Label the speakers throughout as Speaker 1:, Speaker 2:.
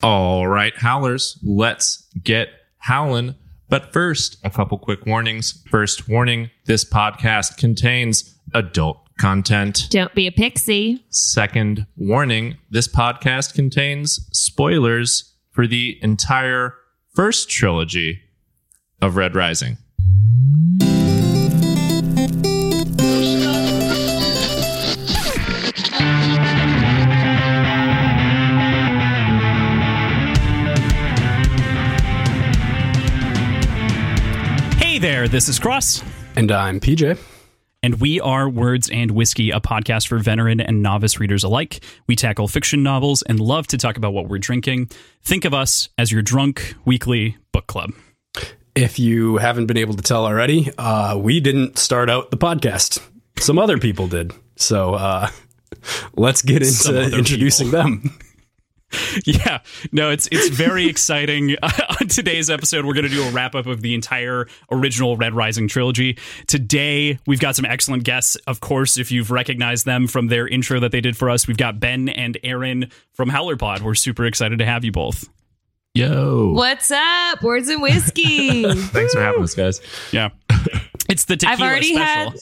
Speaker 1: All right, howlers, let's get howlin'. But first, a couple quick warnings. First warning this podcast contains adult content.
Speaker 2: Don't be a pixie.
Speaker 1: Second warning this podcast contains spoilers for the entire first trilogy of Red Rising.
Speaker 3: Hey there, this is Cross,
Speaker 4: And I'm PJ.
Speaker 3: and we are Words and Whiskey, a podcast for veteran and novice readers alike. We tackle fiction novels and love to talk about what we're drinking. Think of us as your drunk weekly book club.
Speaker 4: If you haven't been able to tell already, uh, we didn't start out the podcast. Some other people did. So uh, let's get
Speaker 3: Some
Speaker 4: into
Speaker 3: other
Speaker 4: introducing them.
Speaker 3: Yeah, no, it's it's very exciting. On today's episode, we're going to do a wrap up of the entire original Red Rising trilogy. Today, we've got some excellent guests. Of course, if you've recognized them from their intro that they did for us, we've got Ben and Aaron from Howlerpod. We're super excited to have you both.
Speaker 1: Yo.
Speaker 2: What's up? Words and whiskey.
Speaker 1: Thanks for having us, guys.
Speaker 3: Yeah. It's the tequila
Speaker 2: I've already
Speaker 3: special.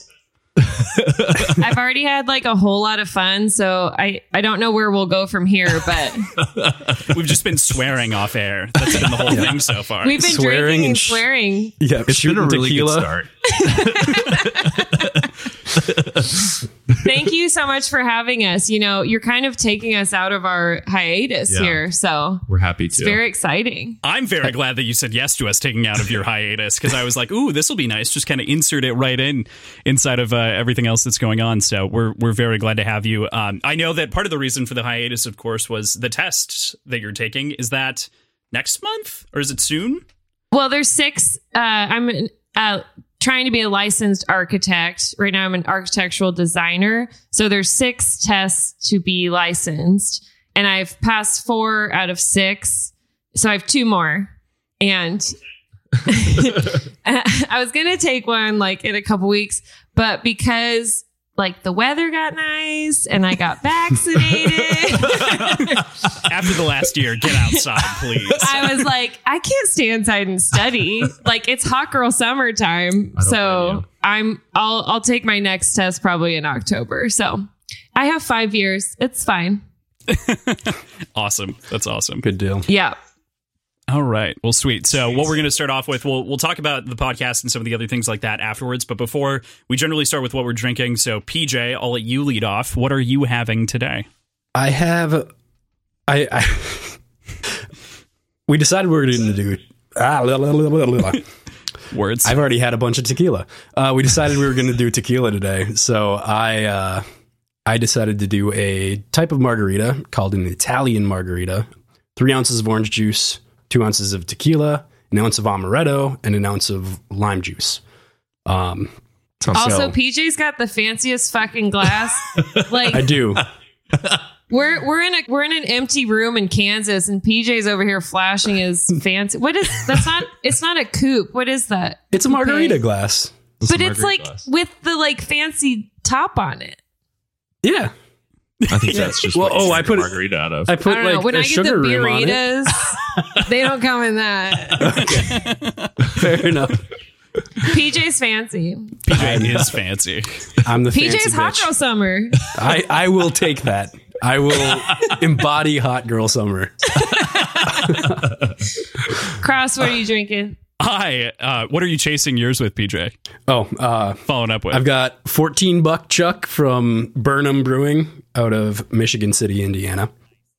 Speaker 2: had. I've already had like a whole lot of fun, so I I don't know where we'll go from here, but
Speaker 3: We've just been swearing off air. That's been the whole thing so far.
Speaker 2: we've been
Speaker 4: Swearing
Speaker 2: drinking
Speaker 4: and
Speaker 2: and
Speaker 4: sh-
Speaker 2: swearing.
Speaker 4: Yeah,
Speaker 1: It's been a really
Speaker 4: tequila.
Speaker 1: good start.
Speaker 2: Thank you so much for having us. You know, you're kind of taking us out of our hiatus
Speaker 1: Yeah.
Speaker 2: here, so
Speaker 1: We're happy
Speaker 2: it's
Speaker 1: to.
Speaker 2: very exciting.
Speaker 3: I'm very glad that you said yes to us taking out of your hiatus because I was like, "Ooh, this will be nice." Just kind of insert it right in inside of uh, everything else that's going on. So we're we're very glad to have you. Um, I know that part of the reason for the hiatus, of course, was the test that you're taking. Is that next month or is it soon?
Speaker 2: Well, there's six. Uh, I'm uh, trying to be a licensed architect. Right now, I'm an architectural designer. So there's six tests to be licensed, and I've passed four out of six. So I have two more, and I was gonna take one like in a couple weeks, but because like the weather got nice and I got vaccinated.
Speaker 3: After the last year, get outside, please.
Speaker 2: I was like, I can't stay inside and study. Like it's hot girl summertime.
Speaker 1: I don't blame
Speaker 2: So
Speaker 1: you.
Speaker 2: I'm I'll I'll take my next test probably in October. So I have five years. It's fine.
Speaker 3: Awesome. That's awesome.
Speaker 4: Good deal.
Speaker 2: Yeah.
Speaker 3: All right. Well, sweet. So, what we're going to start off with, we'll we'll talk about the podcast and some of the other things like that afterwards. But before we generally start with what we're drinking, so PJ, I'll let you lead off. What are you having today?
Speaker 4: I have. I. I we decided we were going to do. Ah, la, la, la, la, la.
Speaker 3: Words.
Speaker 4: I've already had a bunch of tequila. Uh, we decided we were going to do tequila today, so I uh, I decided to do a type of margarita called an Italian margarita. Three ounces of orange juice, two ounces of tequila, an ounce of amaretto, and an ounce of lime juice. Um,
Speaker 2: Also, PJ's got the fanciest fucking glass. like
Speaker 4: I do.
Speaker 2: we're we're in a we're in an empty room in Kansas, and PJ's over here flashing his fancy. What is that's not? It's not a coupe. What is that?
Speaker 4: It's a margarita glass.
Speaker 2: but it's like with the like fancy top on it.
Speaker 4: Yeah,
Speaker 1: I think that's just
Speaker 4: Well,
Speaker 1: what you drink
Speaker 4: oh, I put
Speaker 1: a
Speaker 4: it-
Speaker 1: margarita out of.
Speaker 4: I put
Speaker 2: I don't
Speaker 4: like
Speaker 2: know. When
Speaker 4: a
Speaker 2: I get the
Speaker 4: sugar rim on it.
Speaker 2: burritos, they don't come in that.
Speaker 4: Fair enough.
Speaker 2: PJ's fancy.
Speaker 3: PJ is fancy.
Speaker 4: I'm the fancy
Speaker 2: PJ's hot
Speaker 4: bitch.
Speaker 2: girl summer.
Speaker 4: I, I will take that. I will embody hot girl summer.
Speaker 2: Cross, what are you drinking?
Speaker 3: Hi. Uh, what are you chasing yours with, PJ?
Speaker 4: Oh, uh,
Speaker 3: Following up with.
Speaker 4: I've got 14 buck chuck from Burnham Brewing out of Michigan City, Indiana.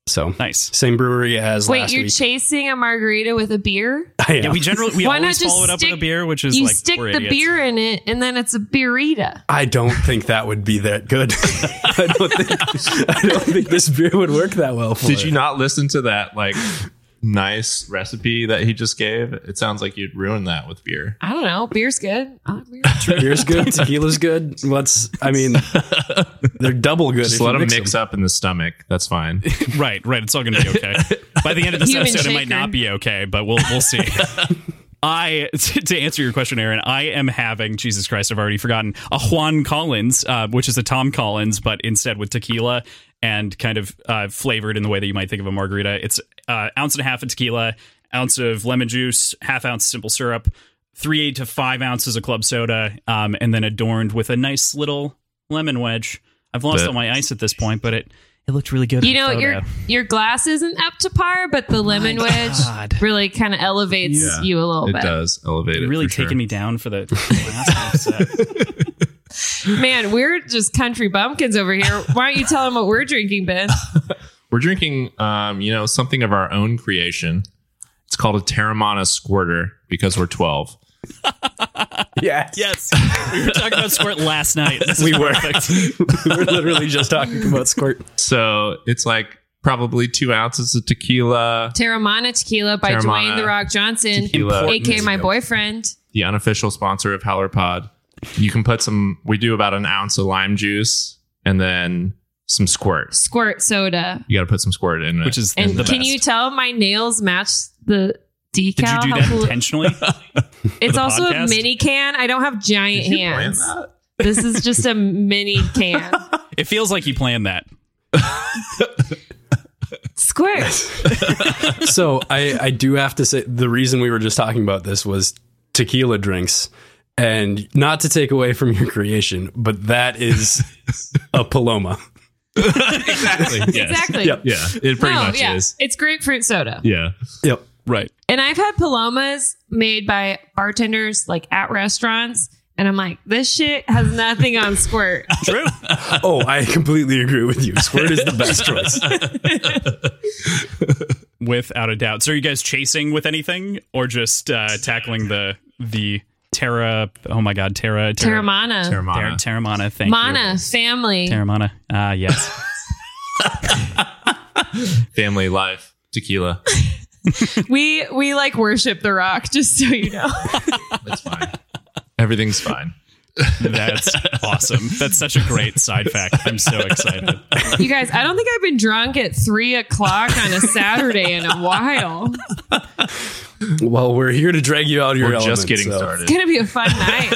Speaker 4: So
Speaker 3: nice.
Speaker 4: same brewery as
Speaker 2: Wait,
Speaker 4: last
Speaker 2: you're
Speaker 4: week.
Speaker 2: chasing a margarita with a beer?
Speaker 4: I am.
Speaker 3: Yeah, we generally we
Speaker 2: Why not
Speaker 3: always
Speaker 2: just
Speaker 3: follow it up
Speaker 2: stick-
Speaker 3: with a beer, which is
Speaker 2: You
Speaker 3: like
Speaker 2: stick
Speaker 3: we're
Speaker 2: the
Speaker 3: idiots.
Speaker 2: beer in it, and then it's a burrito.
Speaker 4: I don't think that would be that good. I don't think I don't think this beer would work that well for
Speaker 1: Did
Speaker 4: it.
Speaker 1: you not listen to that like nice recipe that he just gave? It sounds like you'd ruin that with beer.
Speaker 2: I don't know. Beer's good. I like beer.
Speaker 4: Ah, Beer's good, tequila's good. Let's I mean they're double good.
Speaker 1: Just
Speaker 4: if
Speaker 1: let
Speaker 4: you
Speaker 1: them mix
Speaker 4: 'em.
Speaker 1: up in the stomach. That's fine.
Speaker 3: Right, right. It's all going to be okay. By the end of this
Speaker 2: Human
Speaker 3: episode, it
Speaker 2: shaker.
Speaker 3: might not be okay, but we'll we'll see. I to, to answer your question, Aaron, I am having Jesus Christ. I've already forgotten a Juan Collins, uh, which is a Tom Collins, but instead with tequila and kind of uh, flavored in the way that you might think of a margarita. It's uh, ounce and a half of tequila, ounce of lemon juice, half ounce simple syrup, three to five ounces of club soda, um, and then adorned with a nice little lemon wedge. I've lost
Speaker 1: That-
Speaker 3: all my ice at this point, but it it looked really good.
Speaker 2: You
Speaker 3: in the
Speaker 2: know,
Speaker 3: photo.
Speaker 2: your your glass isn't up to par, but the lemon wedge
Speaker 3: God.
Speaker 2: really kind of elevates
Speaker 1: Yeah,
Speaker 2: you a little
Speaker 1: it
Speaker 2: bit.
Speaker 1: does elevate
Speaker 3: You're
Speaker 1: it.
Speaker 3: really
Speaker 1: for sure.
Speaker 3: taking me down for the last episode.
Speaker 2: Man, we're just country bumpkins over here. Why don't you tell them what we're drinking, Ben?
Speaker 1: We're drinking, um, you know, something of our own creation. It's called a Terramana squirter because we're 12.
Speaker 4: Yeah.
Speaker 3: Yes, we were talking about squirt last night. This is
Speaker 4: We were.
Speaker 3: perfect.
Speaker 4: we were literally just talking about squirt.
Speaker 1: So it's like probably two ounces of tequila,
Speaker 2: Terramana Tequila by
Speaker 1: Terramana
Speaker 2: Dwayne The Rock Johnson,
Speaker 1: Tequila.
Speaker 2: aka my boyfriend.
Speaker 1: the unofficial sponsor of Howler Pod. You can put some, we do about an ounce of lime juice and then some squirt.
Speaker 2: Squirt soda.
Speaker 1: You got to put some squirt in it.
Speaker 3: which is
Speaker 2: And
Speaker 3: the
Speaker 2: can
Speaker 3: best.
Speaker 2: you tell my nails match the decal?
Speaker 3: Did you do
Speaker 2: How
Speaker 3: that
Speaker 2: cool-
Speaker 3: intentionally?
Speaker 2: It's
Speaker 3: the
Speaker 2: also
Speaker 3: podcast?
Speaker 2: a mini can. I don't have giant
Speaker 1: Did you plan
Speaker 2: hands.
Speaker 1: that?
Speaker 2: This is just a mini can.
Speaker 3: it feels like you planned that.
Speaker 2: Squirt.
Speaker 4: so I, I do have to say the reason we were just talking about this was tequila drinks and not to take away from your creation but that is a paloma
Speaker 1: exactly. yes.
Speaker 2: Exactly.
Speaker 4: Yep.
Speaker 1: Yeah, it pretty
Speaker 2: No,
Speaker 1: much
Speaker 2: yeah.
Speaker 1: is.
Speaker 2: It's grapefruit soda.
Speaker 1: Yeah.
Speaker 4: yep
Speaker 3: Right.
Speaker 2: And I've had palomas made by bartenders like at restaurants. And I'm like, this shit has nothing on squirt.
Speaker 3: True.
Speaker 4: oh i completely agree with you squirt is the best choice
Speaker 3: Without a doubt. So are you guys chasing with anything or just uh, tackling the the Terra oh my god, Terra Terra
Speaker 2: Terramana.
Speaker 1: Terramana.
Speaker 3: Terra Terramana thank
Speaker 2: Mana, family.
Speaker 3: you. Terramana. Ah yes.
Speaker 1: Family life. Tequila.
Speaker 2: we we like worship the rock, just so you know.
Speaker 1: That's fine. Everything's fine.
Speaker 3: That's awesome. That's such a great side fact. I'm so excited.
Speaker 2: you guys, I don't think I've been drunk at three o'clock on a Saturday in a while. It's
Speaker 4: well we're here to drag you out of your
Speaker 1: We're
Speaker 4: element,
Speaker 1: just getting
Speaker 4: so-
Speaker 1: started.
Speaker 2: gonna be a fun night.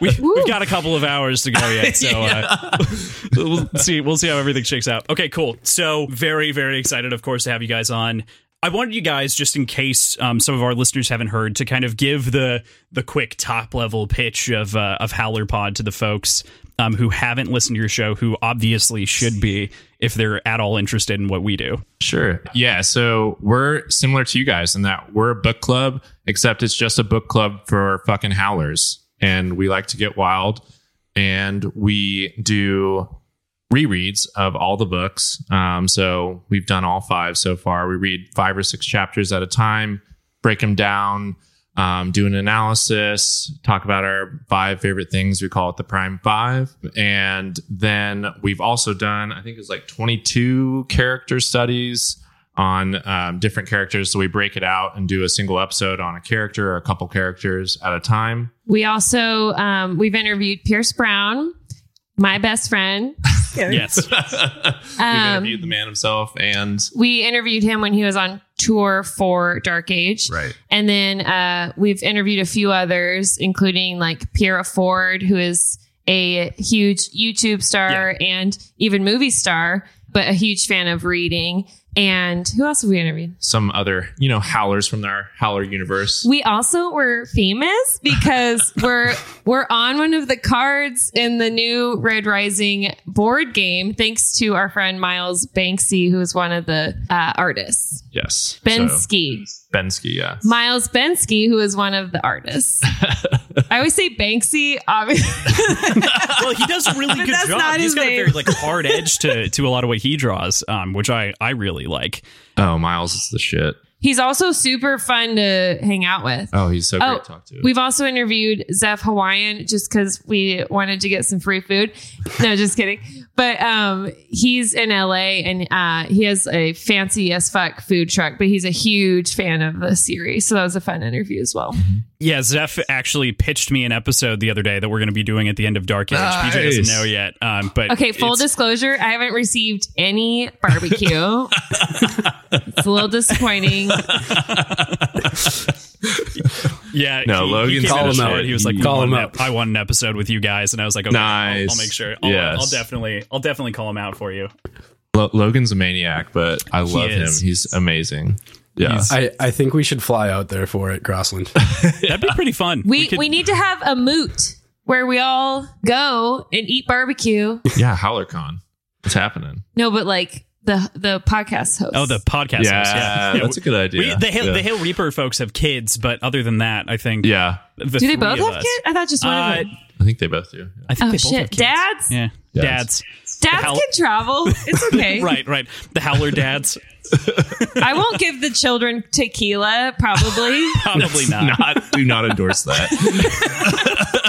Speaker 3: We,
Speaker 2: Woo.
Speaker 3: we've got a couple of hours to go yet, so uh, we'll see. We'll see how everything shakes out. Okay, cool. So very, very excited, of course, to have you guys on. I wanted you guys, just in case um, some of our listeners haven't heard, to kind of give the the quick top level pitch of uh, of Howler Pod to the folks um, who haven't listened to your show, who obviously should be if they're at all interested in what we do.
Speaker 1: Sure. Yeah. So we're similar to you guys in that we're a book club, except it's just a book club for fucking howlers. And we like to get wild and we do rereads of all the books. Um, so we've done all five so far. We read five or six chapters at a time, break them down, um, do an analysis, talk about our five favorite things. We call it the Prime Five. And then we've also done, I think it's like 22 character studies on um, different characters. So we break it out and do a single episode on a character or a couple characters at a time.
Speaker 2: We also um, we've interviewed Pierce Brown, my best friend.
Speaker 3: Yes.
Speaker 1: We've
Speaker 2: Um,
Speaker 1: interviewed the man himself and.
Speaker 2: We interviewed him when he was on tour for Dark Age.
Speaker 1: Right.
Speaker 2: And then uh, we've interviewed a few others, including like Pierre Ford, who is a huge YouTube star and even movie star, but a huge fan of reading. And who else have we interviewed?
Speaker 1: some other, you know, howlers from our howler universe.
Speaker 2: We also were famous because we're we're on one of the cards in the new Red Rising board game, thanks to our friend Miles Banksy, who's one of the uh, artists.
Speaker 1: yes. So,
Speaker 2: Bensky.
Speaker 1: Bensky, yeah.
Speaker 2: Miles Bensky, who is one of the artists. I always say Banksy, obviously.
Speaker 3: well, he does a really
Speaker 2: But
Speaker 3: good
Speaker 2: that's
Speaker 3: job.
Speaker 2: not
Speaker 3: He's
Speaker 2: his
Speaker 3: got a
Speaker 2: name.
Speaker 3: very like hard edge to to a lot of what he draws, um, which I I really like.
Speaker 1: Oh, Miles is the shit.
Speaker 2: He's also super fun to hang out with.
Speaker 1: Oh, he's so
Speaker 2: Oh,
Speaker 1: great to talk to.
Speaker 2: We've also interviewed Zeph Hawaiian just because we wanted to get some free food. No, just kidding. But um, he's in LA and uh, he has a fancy as fuck food truck, but he's a huge fan of the series. So that was a fun interview as well.
Speaker 3: Yeah, Zeph actually pitched me an episode the other day that we're going to be doing at the end of Dark Age. PJ
Speaker 1: Nice.
Speaker 3: doesn't know yet, um, but
Speaker 2: Okay, full
Speaker 3: it's-
Speaker 2: disclosure, I haven't received any barbecue. it's a little disappointing.
Speaker 3: Yeah,
Speaker 1: No, Logan's
Speaker 3: came in
Speaker 4: Call
Speaker 3: and
Speaker 4: him
Speaker 3: said-
Speaker 4: out.
Speaker 3: He was like, we
Speaker 4: Call
Speaker 3: won
Speaker 4: him
Speaker 3: an
Speaker 4: out.
Speaker 3: ep- I won an episode with you guys, and I was like, okay, I'll- I'll,
Speaker 1: Nice.
Speaker 3: make sure. I'll,
Speaker 1: Yes.
Speaker 3: I'll definitely, I'll definitely call him out for you.
Speaker 1: Lo- Logan's a maniac, but I love him.
Speaker 3: is.
Speaker 1: He's amazing. Yeah.
Speaker 3: He's-
Speaker 4: I, I think we should fly out there for it, Crossland.
Speaker 3: That'd be pretty fun.
Speaker 2: We we,
Speaker 3: could-
Speaker 2: need to have a moot where we all go and eat barbecue.
Speaker 1: yeah. HowlerCon. What's happening?
Speaker 2: no, but like the the podcast host.
Speaker 3: oh, the podcast.
Speaker 1: yeah,
Speaker 3: host, yeah. yeah.
Speaker 1: That's a good
Speaker 3: we-
Speaker 1: idea.
Speaker 3: the, Hail,
Speaker 1: yeah.
Speaker 3: the Hail Reaper folks have kids, but other than that, I think.
Speaker 1: yeah.
Speaker 3: the
Speaker 2: Do
Speaker 3: three
Speaker 2: they both
Speaker 3: of
Speaker 2: have
Speaker 3: us-
Speaker 2: kids? I thought just one
Speaker 3: Uh,
Speaker 2: of them.
Speaker 1: I think they both do.
Speaker 3: I think
Speaker 2: Oh,
Speaker 3: they both
Speaker 2: shit.
Speaker 3: have kids.
Speaker 2: Dads?
Speaker 3: Yeah.
Speaker 1: Dads.
Speaker 3: Dads.
Speaker 2: Dads
Speaker 3: How-
Speaker 2: can travel. It's okay.
Speaker 3: Right, right. The Howler dads.
Speaker 2: I won't give the children tequila, probably.
Speaker 3: Probably not.
Speaker 1: Not do not endorse that.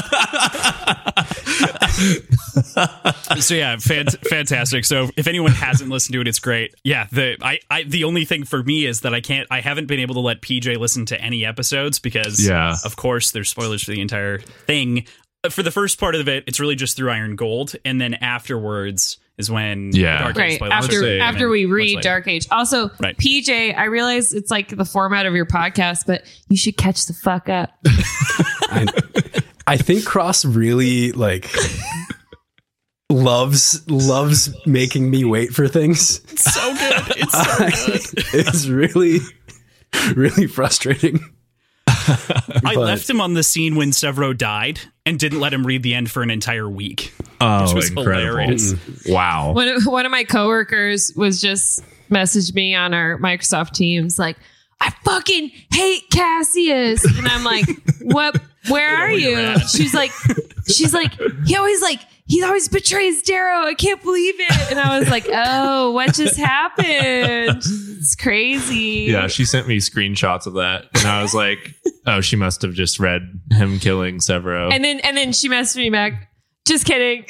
Speaker 3: So yeah, fant- fantastic. So if anyone hasn't listened to it, it's great. Yeah, the I, I the only thing for me is that I can't I haven't been able to let PJ listen to any episodes because
Speaker 1: Yeah.
Speaker 3: of course there's spoilers for the entire thing. But For the first part of it, it's really just through Iron Gold, and then afterwards is when
Speaker 1: Yeah.
Speaker 3: the Dark Age
Speaker 2: Right
Speaker 3: spoilers
Speaker 1: let's
Speaker 2: after
Speaker 3: are
Speaker 1: say-
Speaker 2: after we
Speaker 3: much
Speaker 2: read
Speaker 3: later.
Speaker 2: Dark Age. Also,
Speaker 3: Right.
Speaker 2: PJ, I realize it's like the format of your podcast, but you should catch the fuck up.
Speaker 4: I, I think Cross really like loves loves making me wait for things.
Speaker 3: It's so Oh, good. It's so
Speaker 4: it's really really frustrating.
Speaker 3: I
Speaker 4: But-
Speaker 3: left him on the scene when Severo died and didn't let him read the end for an entire week.
Speaker 1: oh, Mm-hmm.
Speaker 3: was hilarious.
Speaker 1: Wow.
Speaker 2: One of one of my coworkers was just messaged me on our Microsoft Teams like, I fucking hate Cassius. And I'm like, what where are
Speaker 3: you're
Speaker 2: you?
Speaker 3: at.
Speaker 2: She's like she's like, he always like he always betrays Darrow. I can't believe it. And I was like, oh, what just happened? It's crazy.
Speaker 1: Yeah, she sent me screenshots of that, and I was like, "Oh, she must have just read him killing Severo."
Speaker 2: And then and then she messaged me back. Just kidding.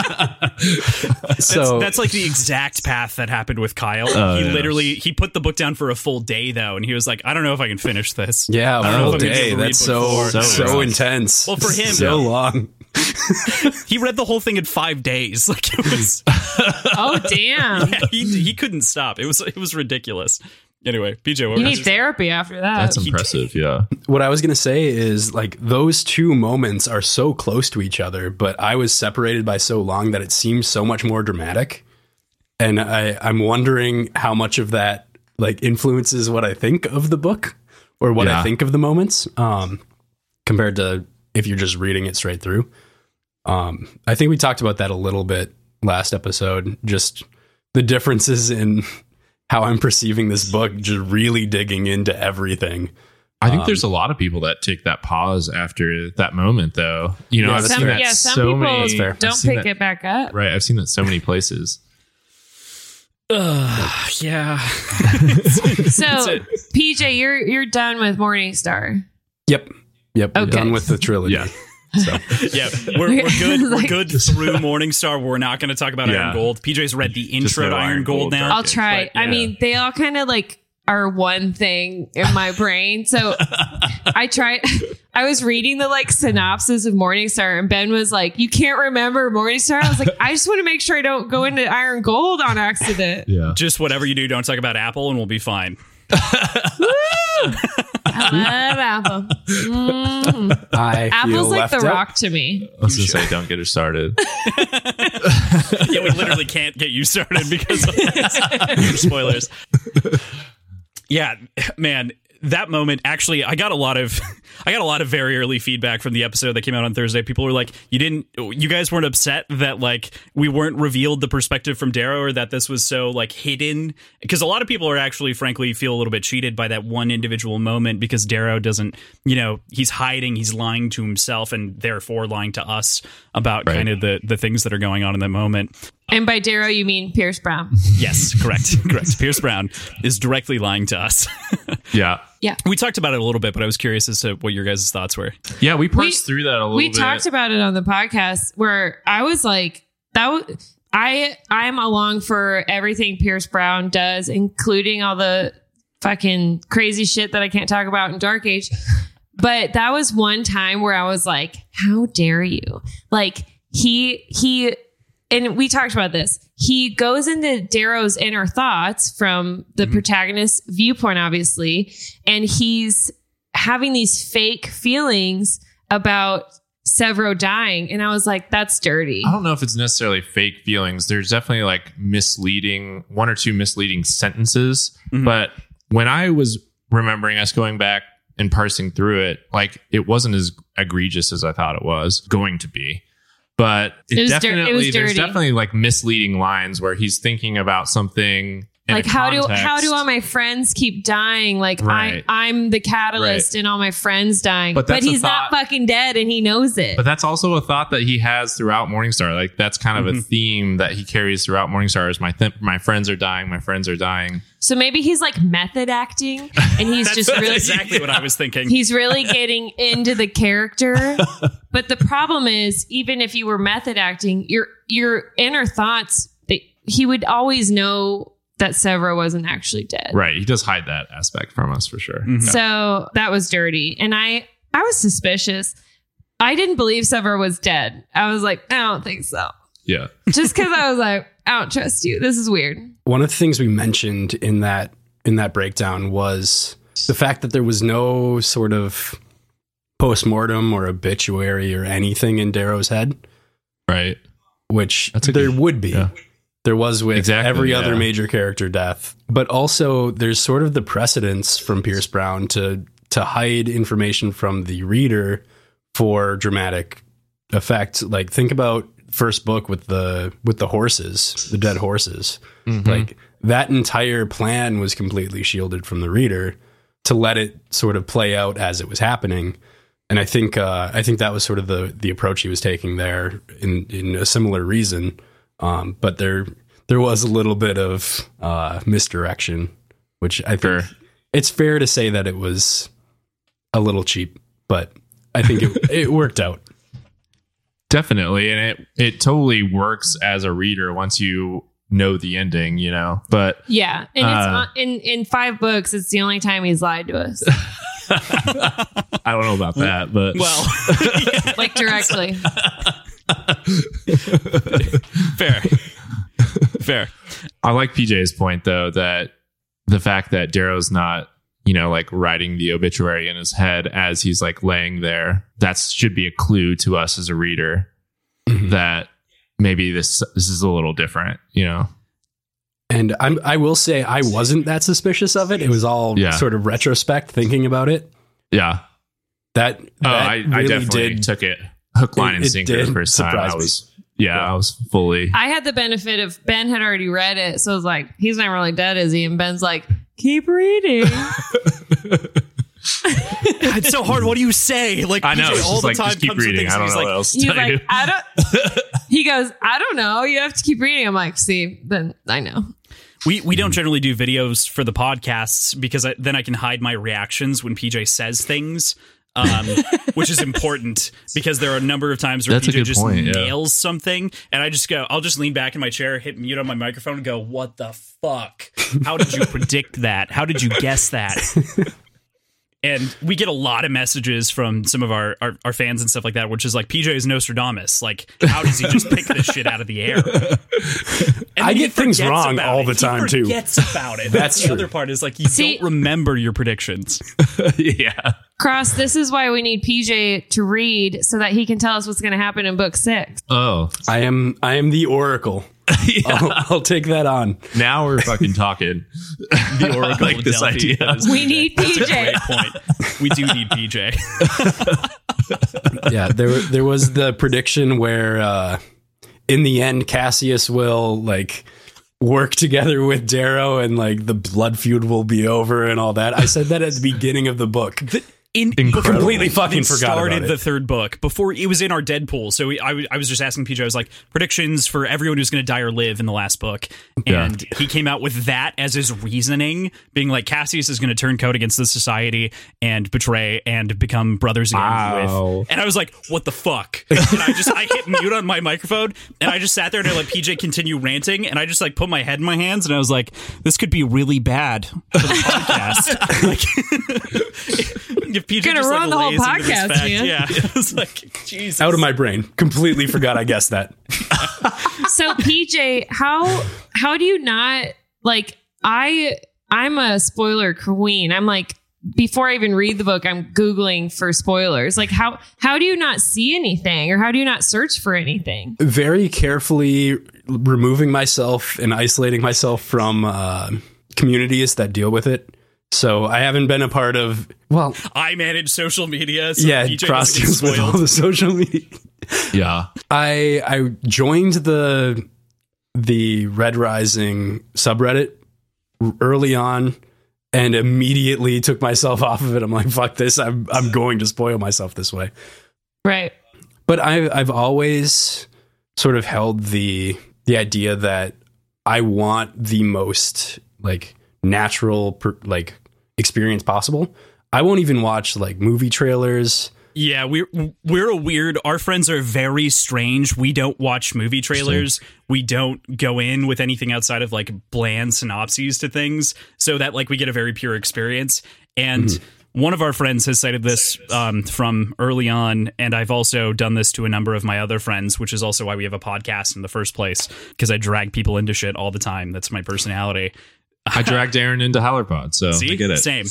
Speaker 3: That's,
Speaker 4: So
Speaker 3: that's like the exact path that happened with Kyle.
Speaker 1: Oh,
Speaker 3: he
Speaker 1: yeah.
Speaker 3: literally he put the book down for a full day though, and he was like, I don't know if I can finish this.
Speaker 4: yeah,
Speaker 3: don't know if
Speaker 4: whole
Speaker 3: I'm gonna be
Speaker 4: day.
Speaker 3: able to
Speaker 4: That's
Speaker 3: read
Speaker 4: so
Speaker 3: before.
Speaker 4: so,
Speaker 1: So long.
Speaker 4: intense.
Speaker 3: Well, for him-
Speaker 4: so long.
Speaker 3: He read the whole thing in five days. Like it was,
Speaker 2: oh damn.
Speaker 3: he he couldn't stop. It was it was ridiculous. Anyway, PJ, what
Speaker 2: You
Speaker 3: were
Speaker 2: need therapy after that.
Speaker 1: That's impressive. Yeah.
Speaker 4: What I was gonna say is like those two moments are so close to each other, but I was separated by so long that it seems so much more dramatic. And I, I'm wondering how much of that like influences what I think of the book or what I
Speaker 1: Yeah.
Speaker 4: think of the moments, um, compared to if you're just reading it straight through. Um, I think we talked about that a little bit last episode, just the differences in how I'm perceiving this book, just really digging into everything.
Speaker 1: I think there's a lot of people that take that pause after that moment, though. You know,
Speaker 4: Yeah,
Speaker 1: I've
Speaker 4: that's
Speaker 1: seen
Speaker 2: some,
Speaker 1: that
Speaker 2: yeah, some
Speaker 1: so
Speaker 2: people
Speaker 1: many.
Speaker 4: fair.
Speaker 1: I've
Speaker 2: don't
Speaker 1: seen
Speaker 2: pick
Speaker 1: that-
Speaker 2: it back up.
Speaker 1: Right, I've seen that so many places.
Speaker 3: Ugh, yeah.
Speaker 2: So PJ, you're you're done with Morningstar.
Speaker 4: Yep. Yep.
Speaker 2: Okay.
Speaker 4: We're done with the trilogy.
Speaker 1: Yeah.
Speaker 4: So
Speaker 3: Yeah, we're, we're good. We're
Speaker 2: Like-
Speaker 3: good through Morningstar. We're not going to talk about
Speaker 1: Yeah.
Speaker 3: Iron Gold. PJ's read the intro
Speaker 1: no
Speaker 3: to Iron
Speaker 1: Iron
Speaker 3: Gold
Speaker 1: Gold,
Speaker 3: now.
Speaker 1: right.
Speaker 2: I'll try.
Speaker 1: but,
Speaker 2: I
Speaker 1: yeah.
Speaker 2: mean, they all kind of like are one thing in my brain. So I tried. I was reading the like synopsis of Morningstar, and Ben was like, "You can't remember Morningstar." I was like, "I just want to make sure I don't go into Iron Gold on accident."
Speaker 1: Yeah.
Speaker 3: Just whatever you do, don't talk about Apple, and we'll be fine.
Speaker 2: I love Apple. Mm.
Speaker 4: I feel
Speaker 2: Apple's like
Speaker 4: left
Speaker 2: the
Speaker 4: out.
Speaker 2: rock to me.
Speaker 1: I was gonna say, don't get her started.
Speaker 3: yeah, we literally can't get you started because of this. spoilers. Yeah, man, that moment actually I got a lot of I got a lot of very early feedback from the episode that came out on Thursday. People were like, "You didn't you guys weren't upset that like we weren't revealed the perspective from Darrow or that this was so like hidden?" Because a lot of people are actually frankly feel a little bit cheated by that one individual moment because Darrow doesn't, you know, he's hiding, he's lying to himself and therefore lying to us about
Speaker 1: Right.
Speaker 3: kind of the the things that are going on in that moment.
Speaker 2: And by Darrow, you mean Pierce Brown?
Speaker 3: Yes, correct. correct. Pierce Brown is directly lying to us.
Speaker 1: Yeah.
Speaker 2: Yeah.
Speaker 3: we talked about it a little bit, but I was curious as to what your guys' thoughts were.
Speaker 1: Yeah, we parsed through that a little
Speaker 2: we
Speaker 1: bit.
Speaker 2: talked about it on the podcast where I was like, that w- I I'm along for everything Pierce Brown does, including all the fucking crazy shit that I can't talk about in Dark Age. But that was one time where I was like, how dare you? Like he he and we talked about this. He goes into Darrow's inner
Speaker 1: Mm-hmm.
Speaker 2: thoughts from the protagonist's viewpoint, obviously, and he's having these fake feelings about Severo dying. And I was like, that's dirty.
Speaker 1: I don't know if it's necessarily fake feelings. There's definitely like misleading, one or two misleading sentences.
Speaker 3: Mhm.
Speaker 1: But when I was remembering us going back and parsing through it, like it wasn't as egregious as I thought it was going to be. But it,
Speaker 2: It was dir- it
Speaker 1: definitely,
Speaker 2: was
Speaker 1: there's
Speaker 2: dirty.
Speaker 1: definitely like misleading lines where he's thinking about something. in
Speaker 2: like
Speaker 1: a
Speaker 2: how do how
Speaker 1: context.
Speaker 2: do all my friends keep dying? Like
Speaker 1: Right.
Speaker 2: I I'm the catalyst and all my friends dying.
Speaker 1: But
Speaker 2: But,
Speaker 1: that's a
Speaker 2: he's not
Speaker 1: thought-
Speaker 2: fucking dead and he knows it.
Speaker 1: But that's also a thought that he has throughout Morningstar. Like that's kind of a
Speaker 3: Mhm.
Speaker 1: theme that he carries throughout Morningstar. Is my th- my friends are dying, my friends are dying.
Speaker 2: so maybe he's like method acting and he's
Speaker 3: That's,
Speaker 2: just
Speaker 3: that's
Speaker 2: really
Speaker 3: exactly what I was thinking.
Speaker 2: He's really getting into the character. But the problem is, even if you were method acting, your your inner thoughts that he would always know that Severo wasn't actually dead.
Speaker 1: Right. He does hide that aspect from us for sure.
Speaker 3: Mhm.
Speaker 2: So that was dirty. And I I was suspicious. I didn't believe Severo was dead. I was like, I don't think so.
Speaker 1: Yeah.
Speaker 2: Just because I was like, I don't trust you. This is weird.
Speaker 4: One of the things we mentioned in that in that breakdown was the fact that there was no sort of postmortem or obituary or anything in Darrow's head,
Speaker 1: Right.
Speaker 4: which
Speaker 1: That's a
Speaker 4: there
Speaker 1: good-
Speaker 4: would be.
Speaker 1: yeah.
Speaker 4: There was with
Speaker 1: Exactly,
Speaker 4: every other
Speaker 1: yeah.
Speaker 4: major character death, but also there's sort of the precedence from Pierce Brown to to hide information from the reader for dramatic effect. Like think about first book with the with the horses, the dead horses.
Speaker 1: Mm-hmm.
Speaker 4: Like that entire plan was completely shielded from the reader to let it sort of play out as it was happening. And I think uh, I think that was sort of the the approach he was taking there in in a similar reason. Um, but there there was a little bit of uh, misdirection, which I think
Speaker 1: Sure.
Speaker 4: it's fair to say that it was a little cheap, but I think it, it worked out.
Speaker 1: Definitely. And it it totally works as a reader once you know the ending, you know. But
Speaker 2: Yeah. And it's
Speaker 1: Uh.
Speaker 2: on, in in five books, it's the only time he's lied to us.
Speaker 1: I don't know about that. But
Speaker 3: well,
Speaker 2: like directly.
Speaker 3: fair. Fair.
Speaker 1: I like PJ's point though that the fact that Darrow's not, you know, like writing the obituary in his head as he's like laying there, that should be a clue to us as a reader that maybe this this is a little different, you know.
Speaker 4: And I'm, I will say I wasn't that suspicious of it. It was all
Speaker 1: Yeah.
Speaker 4: sort of retrospect thinking about it.
Speaker 1: Yeah.
Speaker 4: That,
Speaker 1: Oh,
Speaker 4: that
Speaker 1: I, I definitely took it hook, line,
Speaker 4: It-
Speaker 1: and
Speaker 4: it
Speaker 1: sinker
Speaker 4: did
Speaker 1: the first time.
Speaker 4: surprise
Speaker 1: I
Speaker 4: me.
Speaker 1: was, yeah, I was fully.
Speaker 2: I had the benefit of Ben had already read it, so I was like, he's not really dead, is he? And Ben's like, keep reading.
Speaker 3: It's so hard. What do you say? Like
Speaker 1: I know.
Speaker 3: PJ
Speaker 1: It's
Speaker 3: all
Speaker 1: just
Speaker 3: the
Speaker 1: like
Speaker 3: time
Speaker 1: just keep
Speaker 3: comes with
Speaker 1: reading.
Speaker 3: things
Speaker 1: I don't
Speaker 3: and he's
Speaker 1: know
Speaker 3: like,
Speaker 1: what else to
Speaker 2: He's
Speaker 1: tell you.
Speaker 2: like, I don't. He goes, I don't know. You have to keep reading. I'm like, see, then I know.
Speaker 3: We we don't generally do videos for the podcasts because I, then I can hide my reactions when PJ says things, um, which is important because there are a number of times where
Speaker 1: That's a
Speaker 3: PJ
Speaker 1: good
Speaker 3: just
Speaker 1: point, yeah.
Speaker 3: nails something, and I just go, I'll just lean back in my chair, hit mute on my microphone, and go, "What the fuck? How did you predict that? How did you guess that?" and we get a lot of messages from some of our, our our fans and stuff like that, which is like PJ is Nostradamus. Like, how does he just pick this shit out of the air? And
Speaker 4: I
Speaker 3: he
Speaker 4: get things
Speaker 3: forgets
Speaker 4: wrong
Speaker 3: about
Speaker 4: all
Speaker 3: it.
Speaker 4: the
Speaker 3: He
Speaker 4: time, too.
Speaker 3: Forgets about it.
Speaker 4: That's
Speaker 3: the
Speaker 4: true.
Speaker 3: other part is like you
Speaker 2: See-
Speaker 3: don't remember your predictions.
Speaker 1: yeah.
Speaker 2: Cross, this is why we need PJ to read so that he can tell us what's going to happen in book six.
Speaker 1: Oh,
Speaker 4: I am, I am the Oracle. I'll, I'll take that on.
Speaker 1: now we're fucking talking.
Speaker 3: The Oracle
Speaker 1: like
Speaker 3: of
Speaker 1: this
Speaker 3: Delphi.
Speaker 1: idea.
Speaker 3: That is
Speaker 2: We need PJ.
Speaker 3: Great point. We do need PJ.
Speaker 4: yeah, there there was the prediction where uh, in the end Cassius will like work together with Darrow and like the blood feud will be over and all that. I said that at the beginning of the book.
Speaker 3: In,
Speaker 1: Incredible.
Speaker 4: Completely fucking
Speaker 3: it
Speaker 4: forgot about
Speaker 3: started
Speaker 4: it.
Speaker 3: the third book before it was in our Deadpool. So we, I, w- I was just asking PJ. I was like predictions for everyone who's going to die or live in the last book,
Speaker 1: Yeah.
Speaker 3: and he came out with that as his reasoning, being like Cassius is going to turn code against the society and betray and become brothers again
Speaker 1: Wow.
Speaker 3: with. And I was like, what the fuck? And I just I hit mute on my microphone and I just sat there and I let PJ continue ranting and I just like put my head in my hands and I was like, this could be really bad for the podcast. like, if PJ
Speaker 2: Gonna
Speaker 3: just,
Speaker 2: ruin
Speaker 3: like,
Speaker 2: the whole
Speaker 3: lays into this
Speaker 2: podcast,
Speaker 3: fact,
Speaker 2: man.
Speaker 3: Yeah, I was like, Jesus.
Speaker 4: Out of my brain. Completely forgot I guessed that.
Speaker 2: so PJ, how how do you not like I I'm a spoiler queen. I'm like before I even read the book, I'm googling for spoilers. Like how how do you not see anything, or how do you not search for anything?
Speaker 4: very carefully removing myself and isolating myself from uh, communities that deal with it. So I haven't been a part of well,
Speaker 3: I manage social media. So
Speaker 4: yeah,
Speaker 3: DJ doesn't get
Speaker 4: cross with all
Speaker 3: spoiled.
Speaker 4: the social media.
Speaker 1: Yeah.
Speaker 4: I I joined the the Red Rising subreddit early on and immediately took myself off of it. I'm like, fuck this. I'm I'm going to spoil myself this way.
Speaker 2: Right.
Speaker 4: but I've I've always sort of held the the idea that I want the most like natural per, like experience possible. I won't even watch like movie trailers.
Speaker 3: Yeah, we're we're a weird. Our friends are very strange. We don't watch movie trailers. We don't go in with anything outside of like bland synopses to things, so that like we get a very pure experience. And
Speaker 1: Mm-hmm.
Speaker 3: one of our friends has cited this um, from early on, and I've also done this to a number of my other friends, which is also why we have a podcast in the first place because I drag people into shit all the time. That's my personality.
Speaker 1: I dragged Aaron into Howlerpod, so
Speaker 3: See,
Speaker 1: Oh, I get it.
Speaker 3: same.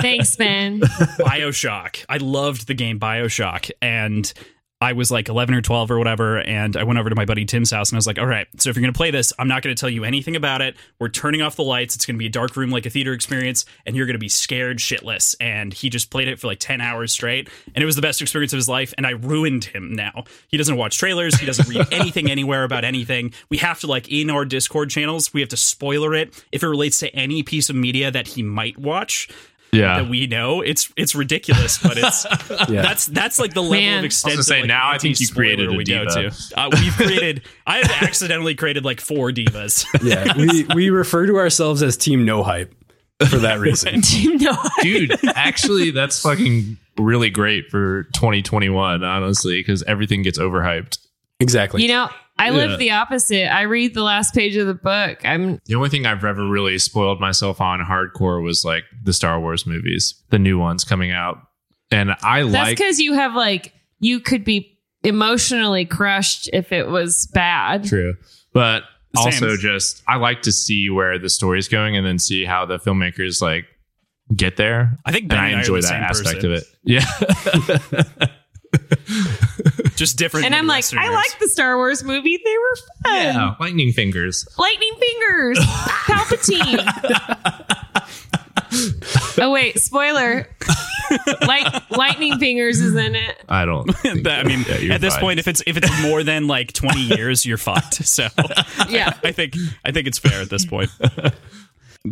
Speaker 2: Thanks, Ben.
Speaker 3: Bioshock. I loved the game Bioshock, and I was like 11 or 12 or whatever, and I went over to my buddy Tim's house, and I was like, "All right, so if you're gonna play this, I'm not gonna tell you anything about it. We're turning off the lights. It's gonna be a dark room like a theater experience, and you're gonna be scared shitless." And he just played it for like 10 hours straight, and it was the best experience of his life. And I ruined him. Now he doesn't watch trailers. He doesn't read anything anywhere about anything. We have to like in our Discord channels, we have to spoiler it if it relates to any piece of media that he might watch
Speaker 1: Yeah.
Speaker 3: that we know. It's it's ridiculous, but it's that's that's like the level
Speaker 2: Man.
Speaker 3: of extent.
Speaker 1: I was gonna
Speaker 3: of,
Speaker 1: say,
Speaker 3: like,
Speaker 1: now I think you
Speaker 3: anti-spoiler
Speaker 1: created a
Speaker 3: we go
Speaker 1: diva.
Speaker 3: to. Uh, we've created. I have accidentally created like four divas.
Speaker 4: Yeah, we we refer to ourselves as Team No Hype for that reason.
Speaker 2: you know,
Speaker 1: Dude, actually, that's fucking really great for 2021, honestly, because everything gets overhyped.
Speaker 4: Exactly.
Speaker 2: you know, I live
Speaker 1: Yeah.
Speaker 2: the opposite. I read the last page of the book. I'm
Speaker 1: The only thing I've ever really spoiled myself on hardcore was like the Star Wars movies, the new ones coming out. And I
Speaker 2: that's
Speaker 1: like
Speaker 2: because you have like you could be emotionally crushed if it was bad.
Speaker 1: true, but
Speaker 3: Same.
Speaker 1: also just I like to see where the story's going and then see how the filmmakers like get there.
Speaker 3: I think
Speaker 1: And
Speaker 3: Ben
Speaker 1: I
Speaker 3: and I are
Speaker 1: enjoy that
Speaker 3: the same
Speaker 1: aspect
Speaker 3: person.
Speaker 1: of it. Yeah.
Speaker 3: Just different.
Speaker 2: And I'm like, I
Speaker 3: Midwesterners.
Speaker 2: like the Star Wars movie. They were fun.
Speaker 1: yeah. Lightning fingers.
Speaker 2: Lightning fingers, Palpatine. oh wait, spoiler! Like lightning fingers is in it.
Speaker 1: I don't. think
Speaker 3: That-
Speaker 1: so.
Speaker 3: I mean,
Speaker 1: Yeah, you're
Speaker 3: at this
Speaker 1: fine.
Speaker 3: point, if it's if it's more than like 20 years, you're fucked. So
Speaker 2: Yeah,
Speaker 3: I think I think it's fair at this point.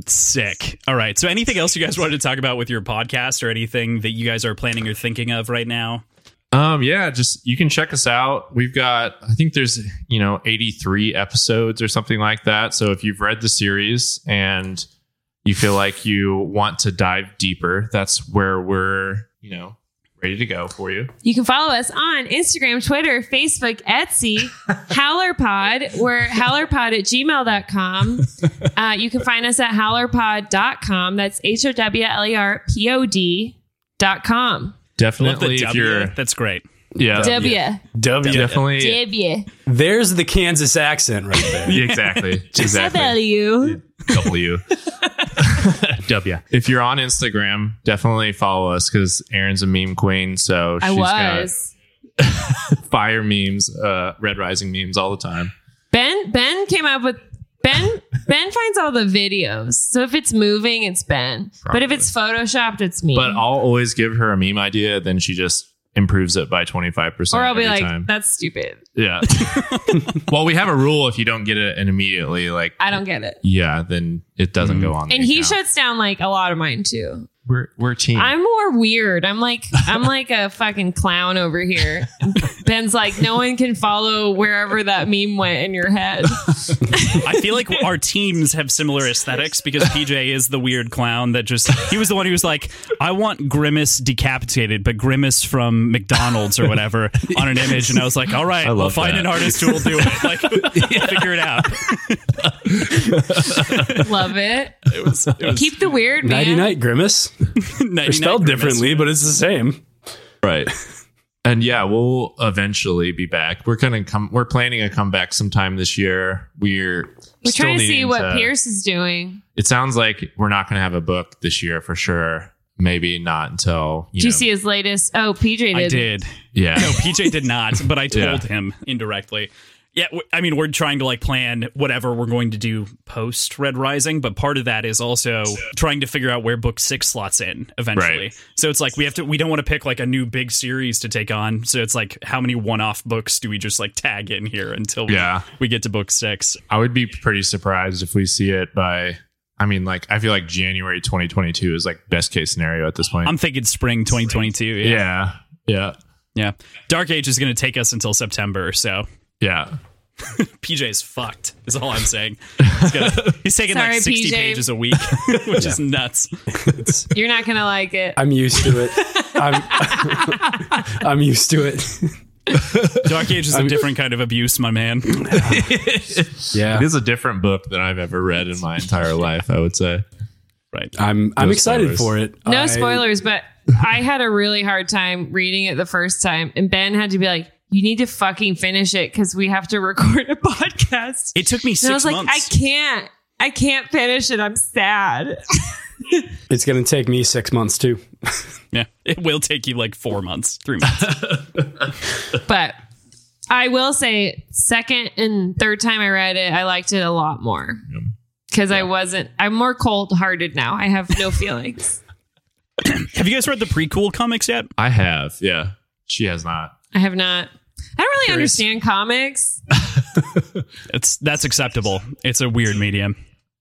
Speaker 3: Sick. All right. So, anything else you guys wanted to talk about with your podcast, or anything that you guys are planning or thinking of right now?
Speaker 1: Um, yeah, just you can check us out. We've got, I think there's, you know, 83 episodes or something like that. So if you've read the series and you feel like you want to dive deeper, that's where we're, you know, ready to go for you.
Speaker 2: you can follow us on Instagram, Twitter, Facebook, Etsy, Howlerpod. We're howlerpod at gmail.com. Uh, you can find us at howlerpod.com. That's H O W L E R P O D dot com.
Speaker 3: Love the
Speaker 1: Definitely, if
Speaker 3: W.
Speaker 1: you're,
Speaker 3: That's great.
Speaker 1: yeah,
Speaker 2: W.
Speaker 4: W.
Speaker 1: definitely,
Speaker 2: W.
Speaker 4: There's the Kansas accent right there.
Speaker 1: exactly, exactly.
Speaker 2: W.
Speaker 1: W. w. If you're on Instagram, definitely follow us because Erin's a meme queen. So
Speaker 2: I
Speaker 1: she's got
Speaker 2: was.
Speaker 1: fire memes, uh, red rising memes all the time.
Speaker 2: Ben Ben came up with Ben Ben finds all the videos. So if it's moving, it's Ben. But if it's photoshopped, it's me.
Speaker 1: But I'll always give her a meme idea, then she just improves it by 25%
Speaker 2: or I'll be
Speaker 1: every
Speaker 2: like,
Speaker 1: time.
Speaker 2: that's stupid.
Speaker 1: Yeah. well, we have a rule if you don't get it and immediately like
Speaker 2: I don't get it.
Speaker 1: yeah, then it doesn't go on. the
Speaker 2: And he
Speaker 1: account.
Speaker 2: shuts down like a lot of mine too.
Speaker 1: we're we're a team.
Speaker 2: I'm more weird. I'm like I'm like a fucking clown over here. Ben's like, no one can follow wherever that meme went in your head.
Speaker 3: I feel like our teams have similar aesthetics because PJ is the weird clown that just he was the one who was like, I want Grimace decapitated, but Grimace from McDonald's or whatever on an image, and I was like, all right, we'll
Speaker 1: love
Speaker 3: find
Speaker 1: that.
Speaker 3: an artist who will do it, like figure it out.
Speaker 2: Love it.
Speaker 3: It was, it was
Speaker 2: Keep the weird, man.
Speaker 4: Nighty night grimace.
Speaker 3: night,
Speaker 4: They're spelled differently, but it's the same.
Speaker 1: right. And yeah, we'll eventually be back. We're gonna come. We're planning a comeback sometime this year. We're
Speaker 2: We're
Speaker 1: still
Speaker 2: trying to see
Speaker 1: needing
Speaker 2: what Pierce is doing.
Speaker 1: It sounds like we're not gonna have a book this year for sure. Maybe not until you
Speaker 2: Did you
Speaker 1: know-
Speaker 2: see his latest? Oh, PJ did.
Speaker 3: I did.
Speaker 1: Yeah,
Speaker 3: No, PJ did not, but I told
Speaker 1: Yeah.
Speaker 3: him indirectly. Yeah, w- I mean, we're trying to like plan whatever we're going to do post Red Rising, but part of that is also trying to figure out where book six slots in eventually.
Speaker 1: Right.
Speaker 3: So it's like we have to, we don't want to pick like a new big series to take on. So it's like, how many one off books do we just like tag in here until we,
Speaker 1: yeah.
Speaker 3: we get to book six?
Speaker 1: I would be pretty surprised if we see it by. I mean, like I feel like January 2022 is like best case scenario at this point.
Speaker 3: I'm thinking spring 2022. Yeah. yeah.
Speaker 1: yeah, yeah,
Speaker 3: Dark Age is going to take us until September. So
Speaker 1: yeah.
Speaker 3: PJ's fucked, is all I'm saying. He's, got- he's taking
Speaker 2: Sorry,
Speaker 3: like 60
Speaker 2: PJ.
Speaker 3: pages a week, which is nuts.
Speaker 2: You're not gonna like it.
Speaker 4: I'm used to it. I'm, I'm used to it.
Speaker 3: Dark Age is a different kind of abuse, my man.
Speaker 4: Yeah.
Speaker 1: It is a different book than I've ever read in my entire life. I would say.
Speaker 3: Right.
Speaker 4: I'm I'm excited
Speaker 1: spoilers.
Speaker 4: for it.
Speaker 2: No
Speaker 4: I-
Speaker 2: spoilers, but I had a really hard time reading it the first time, and Ben had to be like, "You need to fucking finish it because we have to record a podcast."
Speaker 3: It took me six
Speaker 2: and I was like,
Speaker 3: months.
Speaker 2: "I can't, I can't finish it. I'm sad."
Speaker 4: It's going to take me six months too.
Speaker 3: yeah. It will take you like four months, three months.
Speaker 2: but I will say, second and third time I read it, I liked it a lot more because I wasn't. I'm more cold hearted now. I have no feelings.
Speaker 3: Have you guys read the prequel comics yet?
Speaker 1: I have. Yeah, she has not.
Speaker 2: I have not. I don't really
Speaker 3: Curious.
Speaker 2: understand comics.
Speaker 3: It's that's acceptable. It's a weird medium.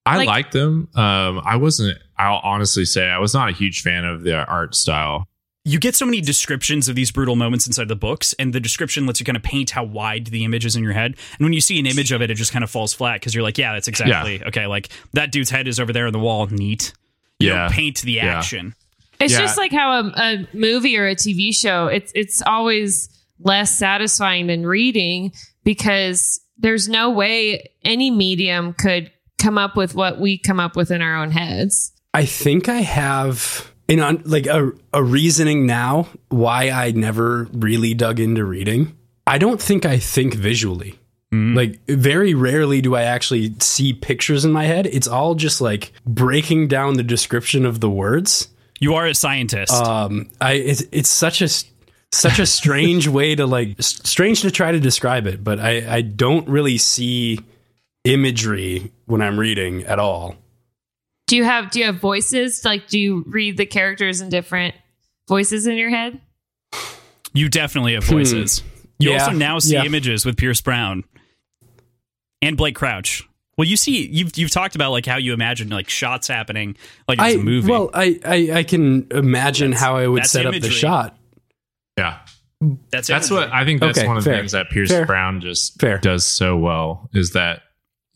Speaker 1: I
Speaker 2: Like-
Speaker 1: liked them. Um, I wasn't. I'll honestly say I was not a huge fan of their art style.
Speaker 3: You get so many descriptions of these brutal moments inside the books, and the description lets you kind of paint how wide the image is in your head. And when you see an image of it, it just kind of falls flat because you're like, yeah, that's exactly okay. Like that dude's head is over there on the wall. Neat. You
Speaker 1: Yeah.
Speaker 3: don't paint the
Speaker 1: Yeah.
Speaker 3: action.
Speaker 2: It's
Speaker 1: Yeah.
Speaker 2: just like how a, a movie or a TV show. It's it's always less satisfying than reading because there's no way any medium could come up with what we come up with in our own heads.
Speaker 4: I think I have an un, like a, a reasoning now why I never really dug into reading. I don't think I think visually. Like very rarely do I actually see pictures in my head. It's all just like breaking down the description of the words.
Speaker 3: You are a scientist.
Speaker 4: Um, I it's, it's such a s- such a strange way to like s- strange to try to describe it, but I I don't really see imagery when I'm reading at all.
Speaker 2: Do you have do you have voices? Like do you read the characters in different voices in your head?
Speaker 3: You definitely have voices. You
Speaker 4: hmm. Yeah.
Speaker 3: also now see
Speaker 4: Yeah.
Speaker 3: images with Pierce Brown and Blake Crouch. Well, you see, you've you've talked about like how you imagine like shots happening like it's
Speaker 4: I
Speaker 3: a movie.
Speaker 4: well, I I, I can imagine how I would
Speaker 3: that's
Speaker 4: set up
Speaker 3: imagery.
Speaker 4: the shot.
Speaker 1: Yeah,
Speaker 3: that's
Speaker 1: that's
Speaker 3: imagery.
Speaker 1: what I think. That's
Speaker 4: Okay,
Speaker 1: one of the
Speaker 4: fair.
Speaker 1: things that Pierce
Speaker 4: Fair.
Speaker 1: Brown just
Speaker 4: Fair.
Speaker 1: does so well is that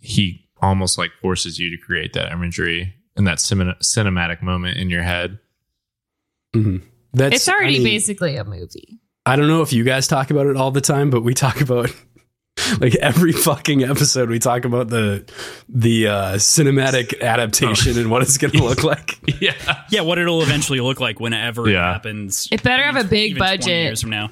Speaker 1: he almost like forces you to create that imagery and that cine- cinematic moment in your head.
Speaker 4: That's
Speaker 2: It's already
Speaker 4: I mean,
Speaker 2: basically a movie.
Speaker 4: I don't know if you guys talk about it all the time, but we talk about like every fucking episode. We talk about the the uh,
Speaker 3: Oh.
Speaker 4: cinematic adaptation and what it's going to look like.
Speaker 1: Yeah,
Speaker 3: yeah, what it'll eventually look like whenever it
Speaker 1: Yeah.
Speaker 3: happens.
Speaker 2: It better have a big
Speaker 3: even 20
Speaker 2: budget.
Speaker 3: years from now.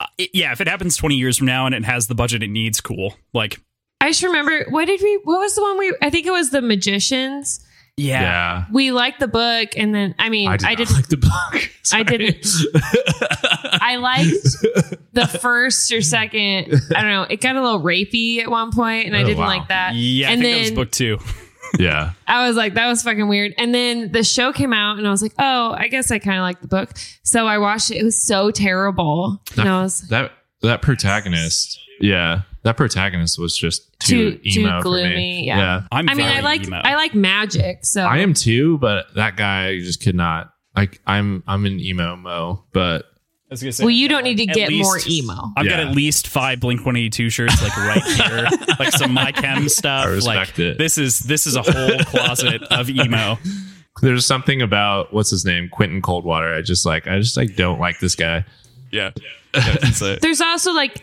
Speaker 3: Uh, it- yeah, if it happens twenty years from now and it has the budget it needs, cool. Like
Speaker 2: I just remember what did we what was the one we I think it was the magicians.
Speaker 3: yeah,
Speaker 1: yeah.
Speaker 2: we liked the book and then i mean i,
Speaker 1: not
Speaker 2: did
Speaker 1: like the book.
Speaker 2: I didn't. i liked the first or second i don't know it got a little rapey at one point and i
Speaker 1: Oh,
Speaker 2: didn't
Speaker 1: wow.
Speaker 2: like that
Speaker 3: yeah. I
Speaker 2: and
Speaker 3: think that was
Speaker 2: then
Speaker 3: book two.
Speaker 1: yeah,
Speaker 2: i was like that was fucking weird and then the show came out and i was like oh i guess i kind of like the book so i watched it it was so terrible and i was
Speaker 1: that that protagonist. Yeah, that protagonist was just too,
Speaker 2: too too,
Speaker 1: emo for me.
Speaker 2: gloomy yeah,
Speaker 3: I'm
Speaker 2: i mean
Speaker 3: very
Speaker 2: i like
Speaker 3: emo.
Speaker 2: i like magic so
Speaker 1: I am too, but that guy just could not. Like I'm, I'm an emo mo, but
Speaker 3: I was gonna say,
Speaker 2: well you don't need to
Speaker 3: At
Speaker 2: get
Speaker 3: least-
Speaker 2: more emo
Speaker 3: I've got
Speaker 1: Yeah.
Speaker 3: at least five Blink One Eighty Two shirts, like right here, like some My Chem stuff.
Speaker 1: I respect
Speaker 3: like
Speaker 1: it.
Speaker 3: this is this is a whole closet of emo.
Speaker 1: there's something about what's his name, Quentin Coldwater. I just like, I just like don't like this guy.
Speaker 3: Yeah,
Speaker 2: there's also like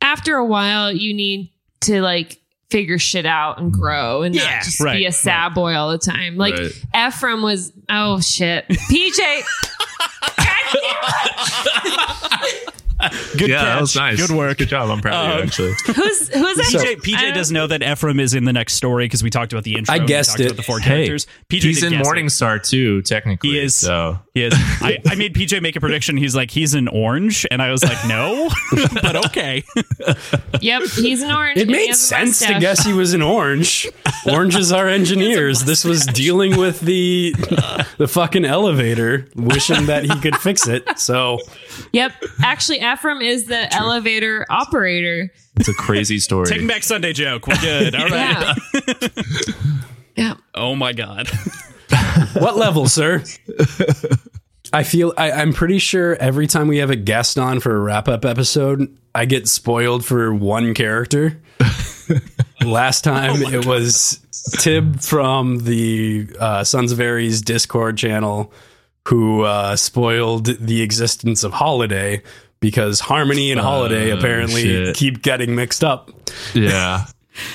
Speaker 2: after a while you need to like figure shit out and grow and
Speaker 3: Yeah,
Speaker 2: not just
Speaker 3: right,
Speaker 2: be a sad boy all the time. Like
Speaker 1: Right.
Speaker 2: Ephraim was oh shit. PJ God damn it.
Speaker 3: Good
Speaker 1: yeah,
Speaker 3: catch.
Speaker 1: that was nice.
Speaker 3: Good work.
Speaker 1: Good job. I'm proud of
Speaker 3: Um,
Speaker 1: you, actually.
Speaker 2: Who's who's that?
Speaker 3: PJ, PJ does know that Ephraim is in the next story because we talked about the intro.
Speaker 4: I
Speaker 3: and we
Speaker 4: guessed
Speaker 3: talked
Speaker 4: it.
Speaker 3: About the four
Speaker 1: Hey,
Speaker 3: characters. PJ
Speaker 1: he's
Speaker 3: did
Speaker 1: in
Speaker 3: guess it.
Speaker 1: Morningstar too, technically.
Speaker 3: He is.
Speaker 1: So
Speaker 3: He is. I, I made PJ make a prediction. He's like, he's an orange, and I was like, no, but okay.
Speaker 2: Yep, he's an orange.
Speaker 4: It
Speaker 2: and he
Speaker 4: made
Speaker 2: has a
Speaker 4: sense to
Speaker 2: mustache.
Speaker 4: guess he was an orange. Oranges are engineers. This was dealing with the the fucking elevator, wishing that he could fix it. So
Speaker 2: Yep, actually, Ephraim is the elevator operator.
Speaker 1: it's a crazy story.
Speaker 3: Taking back Sunday joke. We're good. All right.
Speaker 2: Yeah. yeah.
Speaker 3: Oh my god.
Speaker 4: what level, sir? I feel I, I'm pretty sure every time we have a guest on for a wrap up episode, I get spoiled for one character. Last time it was Tib from the uh, Sons of Aries Discord channel who uh, spoiled the existence of Holiday because Harmony and Holiday
Speaker 1: Oh,
Speaker 4: apparently
Speaker 1: shit.
Speaker 4: keep getting mixed up.
Speaker 1: Yeah.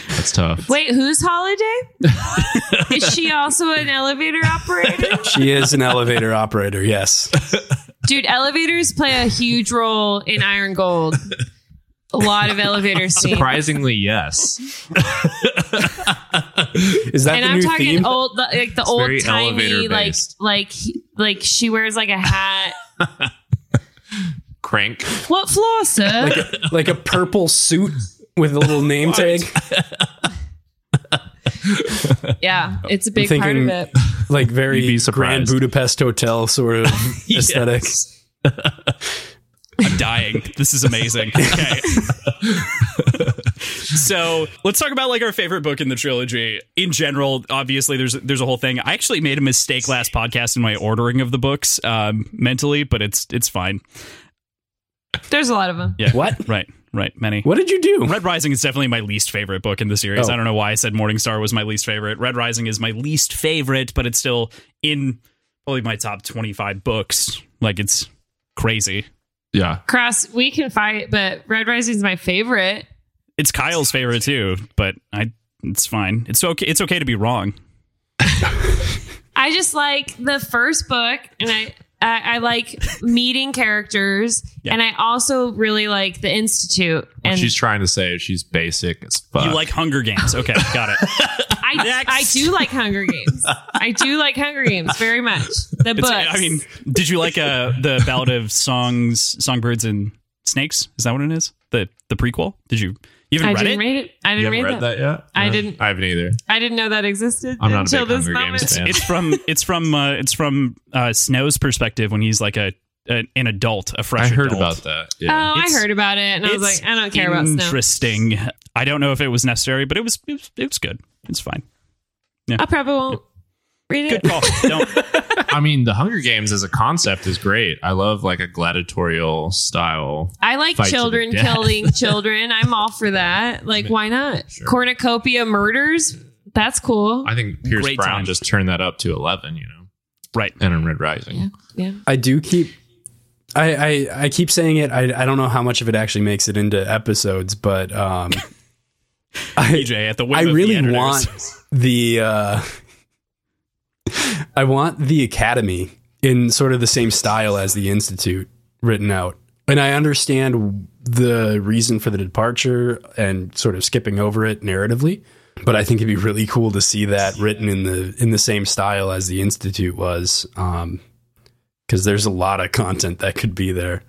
Speaker 1: That's tough.
Speaker 2: Wait, who's Holiday? is she also an elevator operator?
Speaker 4: She is an elevator operator, yes.
Speaker 2: Dude, elevators play a huge role in Iron Gold. A lot of elevator scenes.
Speaker 1: Surprisingly, yes.
Speaker 4: Is that
Speaker 2: and
Speaker 4: the
Speaker 2: I'm
Speaker 4: new
Speaker 2: talking
Speaker 4: theme?
Speaker 2: old, the- like the old
Speaker 1: very
Speaker 2: timey, like
Speaker 1: elevator-based.
Speaker 2: like like she wears like a hat.
Speaker 1: Crank.
Speaker 2: what floor, sir?
Speaker 4: like a purple suit with a little name tag.
Speaker 2: yeah, it's a big
Speaker 4: I'm
Speaker 2: part of
Speaker 4: thinking-
Speaker 2: it.
Speaker 4: like
Speaker 1: You'd be
Speaker 4: very Grand
Speaker 1: surprised.
Speaker 4: Budapest Hotel sort of aesthetic.
Speaker 3: I'm dying. This is amazing. Okay. so let's talk about like our favorite book in the trilogy in general. Obviously, there's there's a whole thing. I actually made a mistake last podcast in my ordering of the books um, mentally, but it's it's fine.
Speaker 2: There's a lot of them.
Speaker 3: Yeah.
Speaker 4: What?
Speaker 3: Right. Right. Many.
Speaker 4: What did you do?
Speaker 3: Red Rising is definitely my least favorite book in the series.
Speaker 4: Oh.
Speaker 3: I don't know why I said Morningstar was my least favorite. Red Rising is my least favorite, but it's still in probably my top 25 books. Like it's crazy.
Speaker 1: Yeah.
Speaker 2: Cross, we can fight, but Red Rising is my favorite.
Speaker 3: It's Kyle's favorite too, but I it's fine. It's okay it's okay to be wrong.
Speaker 2: I just like the first book, and I I, I like meeting characters,
Speaker 3: Yeah.
Speaker 2: and I also really like the Institute.
Speaker 1: What
Speaker 2: And
Speaker 1: she's trying to say is she's basic as fuck.
Speaker 3: You like Hunger Games. Okay, got it.
Speaker 2: I
Speaker 3: Next.
Speaker 2: I do like Hunger Games. I do like Hunger Games very much. The
Speaker 3: It's,
Speaker 2: books.
Speaker 3: I mean, did you like uh the Ballad of Songs, Songbirds and Snakes? Is that what it is? The the prequel? Did you you
Speaker 2: I
Speaker 3: haven't read
Speaker 2: didn't
Speaker 3: it?
Speaker 2: read it. I
Speaker 1: you
Speaker 2: didn't
Speaker 1: haven't
Speaker 2: read,
Speaker 1: read,
Speaker 2: that.
Speaker 1: that yet?
Speaker 2: I
Speaker 1: No.
Speaker 2: didn't.
Speaker 1: I haven't either.
Speaker 2: I didn't know that existed
Speaker 1: I'm not a
Speaker 2: until
Speaker 1: big
Speaker 2: this
Speaker 1: Hunger Games
Speaker 2: moment.
Speaker 1: fan.
Speaker 3: it's from it's from uh, it's from uh, Snow's perspective when he's like a an, an adult, a fresh.
Speaker 1: I heard
Speaker 3: adult.
Speaker 1: about that. Yeah.
Speaker 2: Oh,
Speaker 3: It's-
Speaker 2: I heard about it, and I was
Speaker 3: It's
Speaker 2: like, I don't care about snow.
Speaker 3: Interesting. I don't know if it was necessary, but it was it was, it was good. It's fine.
Speaker 2: I probably won't read
Speaker 3: Good
Speaker 2: it.
Speaker 3: call. don't.
Speaker 1: I mean, the Hunger Games as a concept is great. I love like a gladiatorial style.
Speaker 2: I like
Speaker 1: Fight to the
Speaker 2: children
Speaker 1: death.
Speaker 2: killing children. I'm all for that. Like, why not? Cornucopia murders. That's cool.
Speaker 1: I think Pierce
Speaker 3: Great
Speaker 1: Brown
Speaker 3: time.
Speaker 1: just turned that up to 11, you know,
Speaker 3: Right.
Speaker 1: and in Red Rising.
Speaker 2: yeah, yeah.
Speaker 4: I do keep. I, I, I keep saying it. I, I don't know how much of it actually makes it into episodes, but um, I,
Speaker 3: PJ at the whim
Speaker 4: I
Speaker 3: of the
Speaker 4: really
Speaker 3: editors.
Speaker 4: want the uh, I want the academy in sort of the same style as the institute written out, and I understand the reason for the departure and sort of skipping over it narratively. But I think it'd be really cool to see that written in the in the same style as the institute was, because there's a lot of content that could be there.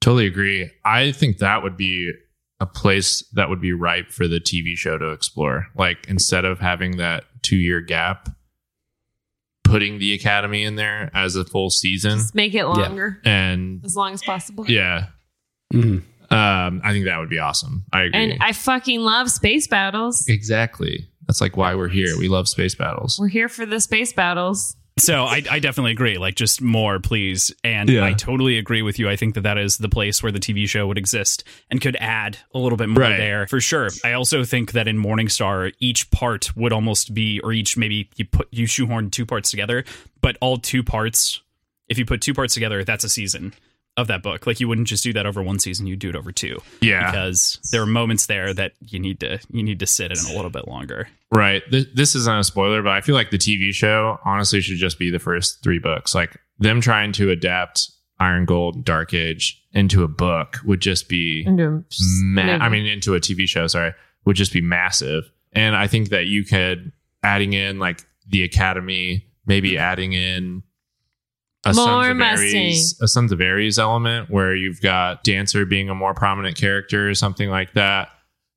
Speaker 1: Totally agree. I think that would be a place that would be ripe for the TV show to explore. Like instead of having that two year gap, putting the Academy in there as a full season
Speaker 2: Just make it longer,
Speaker 1: and
Speaker 2: as long as possible.
Speaker 1: yeah,
Speaker 4: Mhm.
Speaker 1: um, I think that would be awesome. I agree.
Speaker 2: And I fucking love space battles.
Speaker 1: exactly. That's like why we're here. We love space battles.
Speaker 2: We're here for the space battles.
Speaker 3: So I, I definitely agree. Like, just more, please. And
Speaker 1: Yeah.
Speaker 3: I totally agree with you. I think that that is the place where the TV show would exist and could add a little bit more
Speaker 1: Right.
Speaker 3: there for sure. I also think that in Morningstar, each part would almost be, or each maybe you put you shoehorn two parts together, but all two parts. If you put two parts together, that's a season of that book. Like you wouldn't just do that over one season; you'd do it over two
Speaker 1: Yeah.
Speaker 3: because there are moments there that you need to you need to sit in a little bit longer.
Speaker 1: Right. Th- this isn't a spoiler, but I feel like the TV show honestly should just be the first three books. Like them trying to adapt Iron Gold, Dark Age into a book would just be
Speaker 2: Into a-
Speaker 1: ma-
Speaker 2: movie.
Speaker 1: I mean, into a TV show, sorry, would just be massive. And I think that you could adding in like the Academy, maybe adding in a
Speaker 2: Mm. More
Speaker 1: Sons of Ares, a Sons of Ares element where you've got Dancer being a more prominent character or something like that.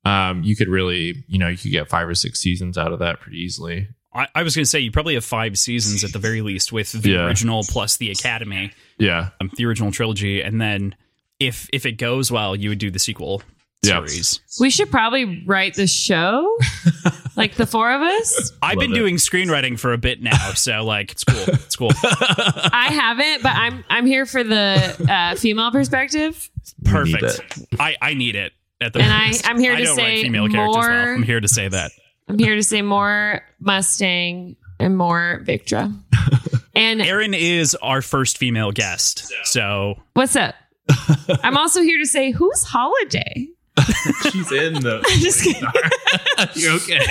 Speaker 1: Um, you could really, you know, you could get five or six seasons out of that pretty easily.
Speaker 3: I, I was going to say you probably have five seasons at the very least with the
Speaker 1: Yeah.
Speaker 3: original plus the Academy,
Speaker 1: Yeah.
Speaker 3: um, the original trilogy, and then if if it goes well, you would do the sequel
Speaker 1: Yeah.
Speaker 3: series.
Speaker 2: We should probably write the show, like the four of us.
Speaker 3: I've
Speaker 1: Love
Speaker 3: been
Speaker 1: it.
Speaker 3: doing screenwriting for a bit now, so like it's cool. It's cool.
Speaker 2: I haven't, but I'm I'm here for the uh, female perspective,
Speaker 3: Perfect. I I need it. At the
Speaker 2: and
Speaker 3: very
Speaker 2: I
Speaker 3: least.
Speaker 2: I'm here
Speaker 3: I
Speaker 2: to
Speaker 3: don't write
Speaker 2: say
Speaker 3: female characters well.
Speaker 2: more.
Speaker 3: I'm here to say that.
Speaker 2: I'm here to say more Mustang and more Victra. And
Speaker 3: Erin is our first female guest, so
Speaker 2: what's up? I'm also here to say who's holiday.
Speaker 1: She's in the.
Speaker 2: Just kidding.
Speaker 1: okay.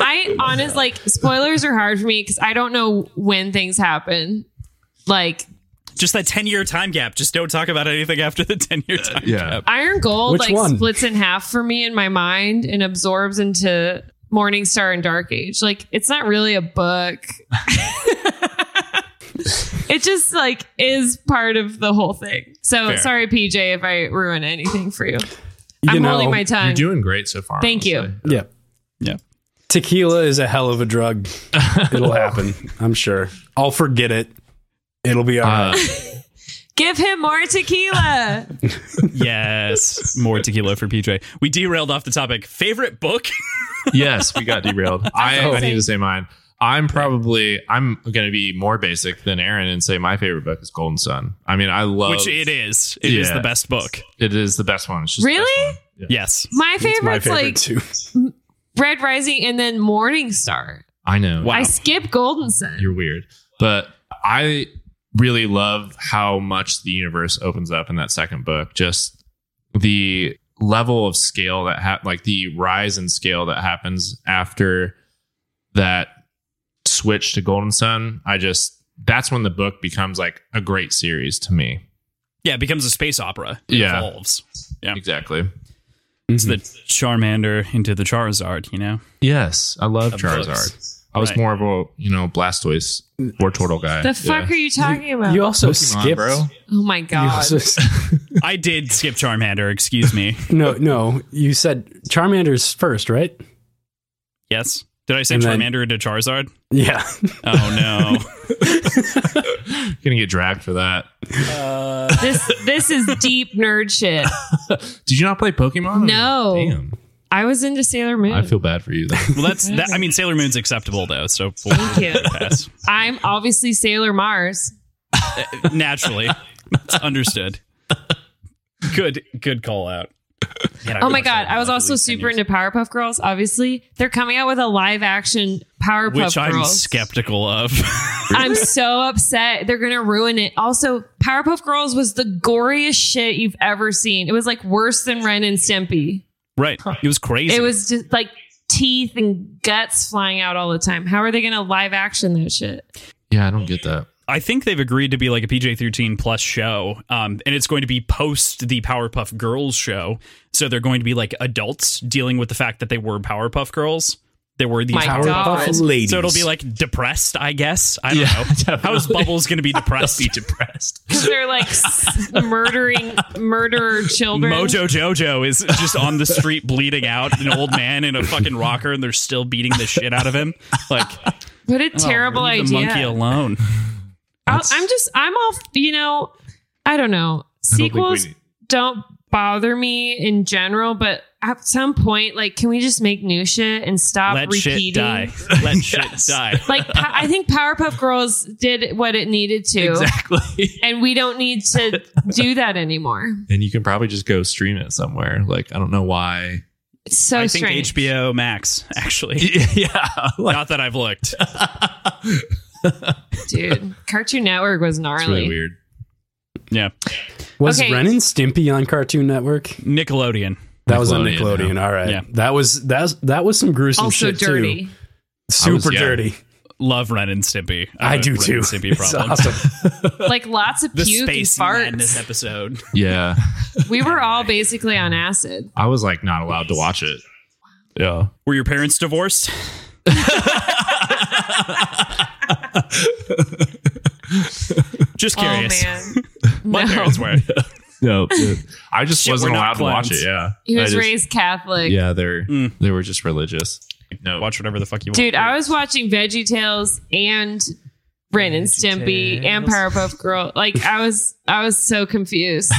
Speaker 2: I honest like spoilers are hard for me because I don't know when things happen. Like
Speaker 3: just that 10 year time gap. Just don't talk about anything after the 10 year time
Speaker 1: Uh, yeah.
Speaker 3: gap.
Speaker 2: Iron Gold
Speaker 4: Which
Speaker 2: like
Speaker 4: one?
Speaker 2: splits in half for me in my mind and absorbs into Morning Star and Dark Age. Like it's not really a book. it just like is part of the whole thing. So
Speaker 1: Fair.
Speaker 2: sorry, PJ, if I ruin anything for you.
Speaker 4: You
Speaker 2: I'm
Speaker 4: know,
Speaker 2: holding my tongue.
Speaker 1: You're doing great so far.
Speaker 2: Thank you.
Speaker 1: honestly.
Speaker 4: Yeah.
Speaker 3: Yeah.
Speaker 4: Tequila is a hell of a drug. It'll happen, I'm sure. I'll forget it. It'll be all right.
Speaker 1: Uh,
Speaker 2: Give him more tequila.
Speaker 3: Yes. More tequila for PJ. We derailed off the topic. Favorite book?
Speaker 1: yes, we got derailed. I,
Speaker 2: Oh.
Speaker 1: I need to say mine. I'm probably I'm gonna be more basic than Aaron and say my favorite book is Golden Sun. I mean, I love
Speaker 3: Which it is. It is
Speaker 1: Yeah.
Speaker 3: the best book.
Speaker 1: It is the best one. It's just the best
Speaker 2: Really?
Speaker 1: one. Yeah.
Speaker 3: Yes.
Speaker 2: My
Speaker 4: It's my
Speaker 2: favorite's
Speaker 4: favorite
Speaker 2: like
Speaker 4: too.
Speaker 2: Red Rising and then Morning Star.
Speaker 1: I know.
Speaker 3: Wow.
Speaker 2: I skip Golden Sun.
Speaker 1: You're weird, but I really love how much the universe opens up in that second book. Just the level of scale that ha- like the rise in scale that happens after that switch to Golden Sun. I just that's when the book becomes like a great series to me.
Speaker 3: Yeah, it becomes a space opera. It
Speaker 1: Yeah.
Speaker 3: evolves. Yeah.
Speaker 1: Exactly.
Speaker 3: It's the Charmander into the Charizard, you know?
Speaker 1: Yes, I love
Speaker 3: Of
Speaker 1: Charizard.
Speaker 3: books.
Speaker 1: I was
Speaker 3: Right.
Speaker 1: more of a you know Blastoise War Turtle guy.
Speaker 2: the fuck
Speaker 1: Yeah.
Speaker 2: are you talking about?
Speaker 4: You also
Speaker 1: Pokemon,
Speaker 4: skipped.
Speaker 1: bro.
Speaker 2: oh my
Speaker 4: You
Speaker 2: god.
Speaker 4: also,
Speaker 3: I did skip Charmander, excuse me.
Speaker 4: no, no. You said Charmander's first, right?
Speaker 3: Yes. Did I say
Speaker 4: And then-
Speaker 3: Charmander into Charizard?
Speaker 4: Yeah.
Speaker 3: Oh
Speaker 1: Gonna get dragged for that.
Speaker 2: this this is deep nerd shit.
Speaker 1: Did you not play Pokemon?
Speaker 2: No.
Speaker 1: Damn.
Speaker 2: I was into Sailor Moon.
Speaker 1: I feel bad for you. Then.
Speaker 3: no. Well, that's that. I mean, Sailor Moon's acceptable, though, so we'll
Speaker 2: Thank you.
Speaker 3: pass.
Speaker 2: I'm obviously Sailor Mars.
Speaker 3: Naturally. It's understood. Good, good call out. Man, I
Speaker 2: Oh my
Speaker 3: watched that
Speaker 2: god, I was
Speaker 3: at
Speaker 2: also
Speaker 3: least 10
Speaker 2: super
Speaker 3: years
Speaker 2: into Powerpuff Girls. Obviously, they're coming out with a live action Powerpuff
Speaker 3: which I'm
Speaker 2: Girls.
Speaker 3: skeptical of.
Speaker 2: I'm so upset. They're gonna ruin it. Also, Powerpuff Girls was the goriest shit you've ever seen. It was like worse than Ren and Stimpy.
Speaker 3: right. It was crazy.
Speaker 2: It was just like teeth and guts flying out all the time. How are they gonna live action that shit?
Speaker 1: Yeah, I don't get that.
Speaker 3: I think they've agreed to be like a PJ 13 plus show. Um, and it's going to be post the Powerpuff Girls show. So they're going to be like adults dealing with the fact that they were Powerpuff Girls. They were these
Speaker 2: My
Speaker 3: Powerpuff
Speaker 2: God.
Speaker 3: Girls.
Speaker 4: Ladies.
Speaker 3: So it'll be like depressed, I guess. I don't
Speaker 1: Yeah,
Speaker 3: know. How is
Speaker 1: definitely.
Speaker 3: Bubbles going to be depressed? be
Speaker 1: Depressed.
Speaker 2: Because they're like s- murdering murderer children.
Speaker 3: Mojo Jojo is just on the street bleeding out, an old man in a fucking rocker, and they're still beating the shit out of him. Like
Speaker 2: What a terrible
Speaker 3: leave The monkey
Speaker 2: idea.
Speaker 3: alone.
Speaker 2: I'll, I'm just, I'm all, you know, I don't know. Sequels
Speaker 1: need-
Speaker 2: don't bother me in general, but at some point, like, can we just make new shit and stop
Speaker 3: Let
Speaker 2: repeating?
Speaker 3: shit die. Let shit die.
Speaker 2: Like, pa- I think Powerpuff Girls did what it needed to,
Speaker 1: Exactly.
Speaker 2: and we don't need to do that anymore.
Speaker 1: and you can probably just go stream it somewhere. Like I don't know why.
Speaker 2: It's so
Speaker 3: I think
Speaker 2: strange.
Speaker 3: HBO Max, actually.
Speaker 1: yeah. Like,
Speaker 3: Not that I've looked.
Speaker 2: dude. Cartoon Network was gnarly.
Speaker 1: it's really weird.
Speaker 3: Yeah.
Speaker 4: was
Speaker 2: okay.
Speaker 4: Ren and Stimpy on Cartoon Network?
Speaker 3: Nickelodeon.
Speaker 4: That was on
Speaker 1: Nickelodeon,
Speaker 4: Nickelodeon. All right.
Speaker 3: Yeah.
Speaker 4: That was that that was some gruesome
Speaker 2: Also
Speaker 4: shit too.
Speaker 2: dirty.
Speaker 4: Super
Speaker 1: I was- yeah.
Speaker 4: dirty.
Speaker 3: love Ren and Stimpy. I
Speaker 4: I
Speaker 3: have a
Speaker 4: do
Speaker 3: Ren
Speaker 4: too.
Speaker 3: And Stimpy
Speaker 4: It's
Speaker 3: problem.
Speaker 4: awesome.
Speaker 2: like lots of
Speaker 3: The
Speaker 2: puke and
Speaker 3: space madness
Speaker 2: farts.
Speaker 3: episode.
Speaker 1: Yeah.
Speaker 2: We were all basically on acid.
Speaker 1: I was like not allowed to watch it. Yeah.
Speaker 3: Were your parents divorced? Just curious.
Speaker 2: Oh man,
Speaker 3: My
Speaker 2: No.
Speaker 3: parents were.
Speaker 1: No. I just
Speaker 3: Shit,
Speaker 1: wasn't
Speaker 3: we're
Speaker 1: allowed
Speaker 3: not
Speaker 1: to watch
Speaker 3: clowns.
Speaker 1: it. Yeah.
Speaker 2: he
Speaker 1: I
Speaker 2: was
Speaker 1: just-
Speaker 2: raised Catholic.
Speaker 1: Yeah, they're
Speaker 3: Mm.
Speaker 1: they were just religious. No.
Speaker 3: Watch whatever the fuck you want.
Speaker 2: Dude, I was watching Veggie Tales and Ren and Stimpy and Powerpuff Girl. Like I was, I was so confused.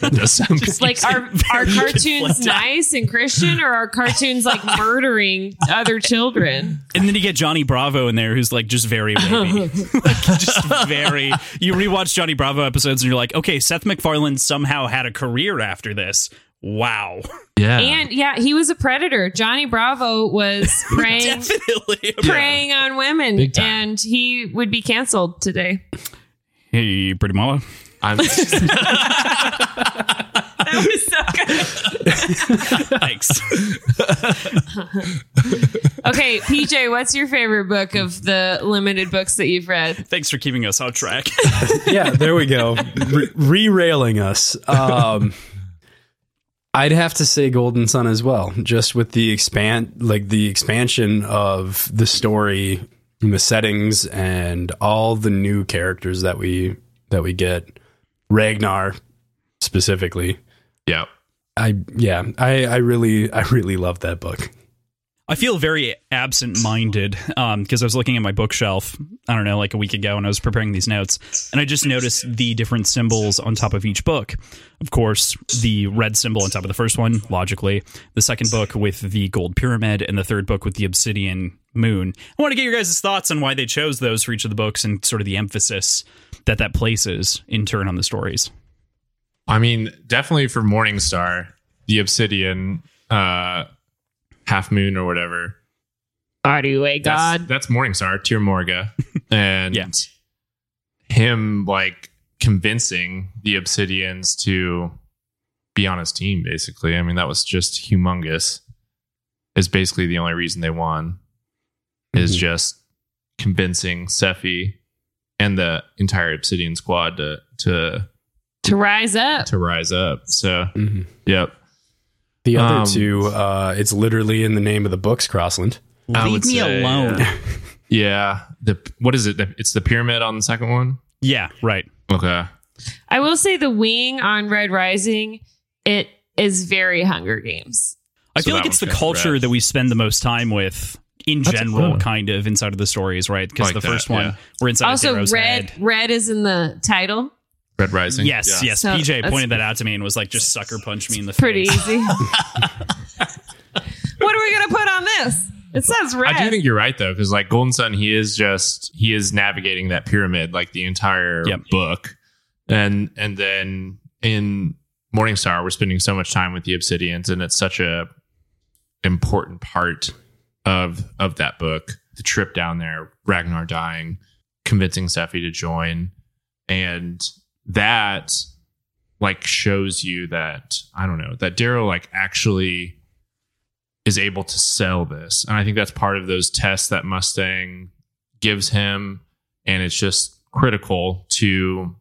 Speaker 1: that does sound good.
Speaker 2: Like are are
Speaker 3: Very
Speaker 2: cartoons
Speaker 3: conflicted.
Speaker 2: nice and Christian, or are cartoons like murdering other children?
Speaker 3: And then you get Johnny Bravo in there, who's like just very wavy. like just very. You rewatch Johnny Bravo episodes, and you're like, okay, Seth MacFarlane somehow had a career after this. Wow,
Speaker 1: Yeah.
Speaker 2: And yeah, he was a predator. Johnny Bravo was preying
Speaker 3: definitely.
Speaker 2: preying on women,
Speaker 1: Big time.
Speaker 2: and he would be canceled today.
Speaker 3: Hey, pretty mama.
Speaker 1: I'm
Speaker 2: That was so good.
Speaker 3: Thanks.
Speaker 2: Okay, PJ, what's your favorite book of the limited books that you've read?
Speaker 3: Thanks for keeping us on track.
Speaker 4: yeah, there we go. Re railing us. Um, I'd have to say Golden Sun as well, just with the expand, like the expansion of the story and the settings and all the new characters that we that we get. Ragnar specifically.
Speaker 1: yeah.
Speaker 4: I yeah, I I really I really love that book.
Speaker 3: I feel very absent-minded because I was looking at my bookshelf. I don't know, like a week ago, when I was preparing these notes, and I just noticed the different symbols on top of each book. Of course, the red symbol on top of the first one, logically, the second book with the gold pyramid, and the third book with the obsidian moon. I want to get your guys' thoughts on why they chose those for each of the books and sort of the emphasis that that places in turn on the stories.
Speaker 1: I mean, definitely for Morningstar, the Obsidian uh Half Moon or whatever.
Speaker 2: Arduwe
Speaker 1: That's, that's Morningstar, Tyr Morga. And
Speaker 3: Yeah.
Speaker 1: him like convincing the Obsidians to be on his team, basically. I mean, that was just humongous. Is basically the only reason they won. Is
Speaker 4: Mhm.
Speaker 1: just convincing Sephi and the entire Obsidian squad to to
Speaker 2: To rise up.
Speaker 1: to rise up. So
Speaker 4: Mm-hmm.
Speaker 1: yep.
Speaker 4: The other
Speaker 1: Um,
Speaker 4: two, uh, it's literally in the name of the books, Crossland.
Speaker 1: I
Speaker 3: Leave
Speaker 1: would
Speaker 3: me
Speaker 1: say,
Speaker 3: alone. Yeah.
Speaker 1: Yeah. The what is it? The- It's the pyramid on the second one.
Speaker 3: right.
Speaker 1: Okay.
Speaker 2: I will say the wing on Red Rising, it is very Hunger Games.
Speaker 3: I
Speaker 1: So
Speaker 3: feel
Speaker 1: that
Speaker 3: like it's the
Speaker 1: one's got
Speaker 3: culture
Speaker 1: red.
Speaker 3: that we spend the most time with in
Speaker 1: That's a good
Speaker 3: general,
Speaker 1: one.
Speaker 3: kind of inside of the stories, right?
Speaker 1: Like
Speaker 3: Because the
Speaker 1: that,
Speaker 3: first one
Speaker 1: yeah.
Speaker 3: we're inside
Speaker 2: also, red
Speaker 3: of Darrow's head.
Speaker 2: red is in the title.
Speaker 1: Red Rising.
Speaker 3: Yes, yes.
Speaker 2: So
Speaker 3: PJ
Speaker 2: that's-
Speaker 3: pointed that out to me and was like, "Just sucker punch me in the
Speaker 2: Pretty
Speaker 3: face."
Speaker 2: easy. what are we gonna put on this? It says red.
Speaker 1: I do think you're right though, because like Golden Sun, he is just he is navigating that pyramid like the entire
Speaker 3: Yep.
Speaker 1: book, and and then in Morningstar, we're spending so much time with the Obsidians, and it's such a important part of of that book. The trip down there, Ragnar dying, convincing Sephi to join, and that like shows you that I don't know that Darrow like actually is able to sell this. And I think that's part of those tests that Mustang gives him. And it's just critical to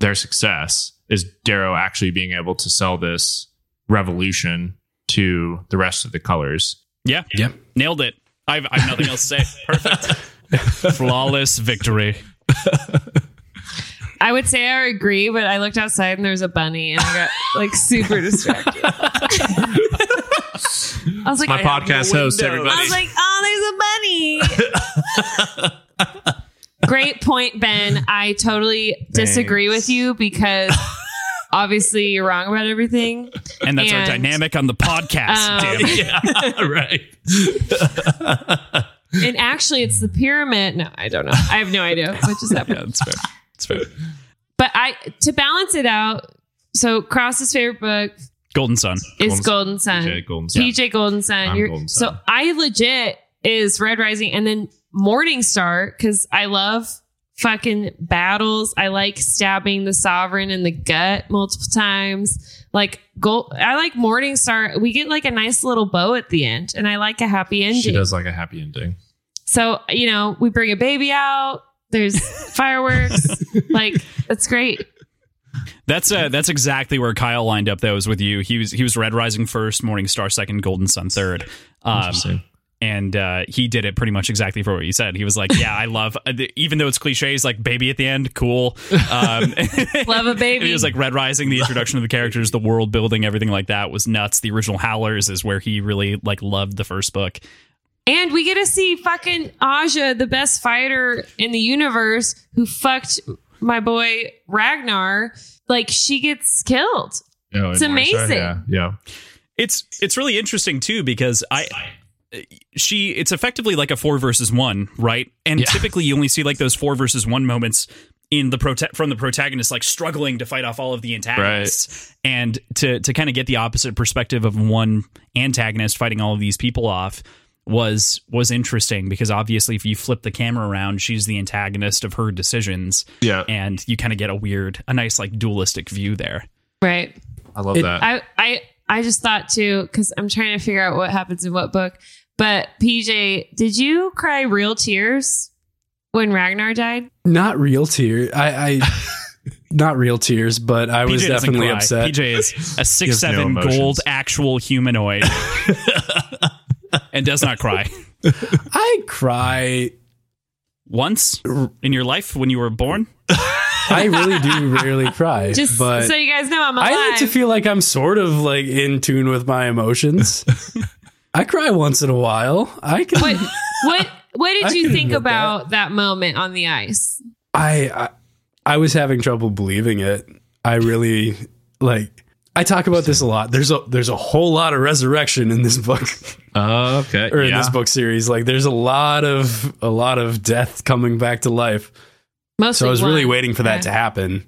Speaker 1: their success is Darrow actually being able to sell this revolution to the rest of the colors.
Speaker 3: Yeah,
Speaker 4: Yep.
Speaker 3: nailed it. I've, I've nothing else to say. Perfect, flawless victory.
Speaker 2: I would say I agree, but I looked outside and there was a bunny and I got like super distracted. I was like,
Speaker 1: My podcast host, everybody.
Speaker 2: I was like, oh, there's a bunny. Great point, Ben. I totally disagree with you because obviously you're wrong about everything.
Speaker 3: And that's our
Speaker 2: And-
Speaker 3: dynamic on the podcast.
Speaker 2: Um,
Speaker 3: damn it.
Speaker 1: yeah, right.
Speaker 2: And actually, it's the pyramid. No, I don't know. I have no idea what just happened.
Speaker 3: Yeah, that's fair. That's fair.
Speaker 2: But I to balance it out. So Cross's favorite book
Speaker 3: Golden Sun.
Speaker 2: is
Speaker 1: Golden-
Speaker 2: Golden Sun.
Speaker 1: PJ Golden Sun.
Speaker 2: PJ Golden Sun.
Speaker 1: I'm
Speaker 2: You're-
Speaker 1: Golden
Speaker 2: so
Speaker 1: Sun.
Speaker 2: I legit is Red Rising and then Morning Star because I love fucking battles. I like stabbing the sovereign in the gut multiple times. Like gold, I like Morning Star. We get like a nice little bow at the end, and I like a happy ending.
Speaker 1: She does like a happy ending.
Speaker 2: So, you know, we bring a baby out, there's fireworks. like, that's great.
Speaker 3: That's uh, that's exactly where Kyle lined up. Though was with you. He was he was Red Rising first, Morning Star second, Golden Sun third. Um,
Speaker 1: Interesting.
Speaker 3: and uh, he did it pretty much exactly for what you said. He was like, "Yeah, I love," uh, even though it's cliches, like baby at the end, cool. Um,
Speaker 2: Love a
Speaker 3: And
Speaker 2: baby.
Speaker 3: he was like Red Rising, the introduction of the characters, the world building, everything like that was nuts. The original Howlers is where he really like loved the first book.
Speaker 2: and we get to see fucking Aja, the best fighter in the universe, who fucked my boy Ragnar. Like, she gets killed.
Speaker 1: Oh,
Speaker 2: It's
Speaker 1: and Marsha,
Speaker 2: amazing.
Speaker 1: Yeah, yeah.
Speaker 3: It's it's really interesting too because I she it's effectively like a four versus one, right? And
Speaker 1: Yeah.
Speaker 3: typically you only see like those four versus one moments in the prote- from the protagonist like struggling to fight off all of the antagonists and to to kind of get the opposite perspective of one antagonist fighting all of these people off was was interesting because obviously if you flip the camera around she's the antagonist of her decisions
Speaker 1: Yeah.
Speaker 3: and you kind of get a weird a nice like dualistic view there
Speaker 2: Right.
Speaker 1: I love
Speaker 4: It-
Speaker 1: that.
Speaker 2: I I I just thought too because I'm trying to figure out what happens in what book. But PJ, did you cry real tears when Ragnar died?
Speaker 4: Not real tears. I, I not real tears, but I was
Speaker 3: PJ doesn't
Speaker 4: definitely
Speaker 3: cry.
Speaker 4: upset.
Speaker 3: PJ is a six
Speaker 1: no
Speaker 3: seven
Speaker 1: emotions.
Speaker 3: gold actual humanoid and does not cry
Speaker 4: I cry.
Speaker 3: once in your life when you were born.
Speaker 4: I really do rarely cry.
Speaker 2: Just
Speaker 4: but
Speaker 2: so you guys know, I'm alive.
Speaker 4: I like to feel like I'm sort of like in tune with my emotions. I cry once in a while. I can.
Speaker 2: what what what
Speaker 4: I
Speaker 2: did you
Speaker 4: can
Speaker 2: think
Speaker 4: admit
Speaker 2: about that. moment on the ice?
Speaker 4: I, I I was having trouble believing it. I really like. I talk about this a lot. There's a there's a whole lot of resurrection in this book
Speaker 1: Oh, okay.
Speaker 4: or in
Speaker 1: yeah.
Speaker 4: this book series. Like there's a lot of a lot of death coming back to life.
Speaker 2: Mostly,
Speaker 4: So I was really
Speaker 2: one.
Speaker 4: waiting for that
Speaker 2: Okay.
Speaker 4: to happen.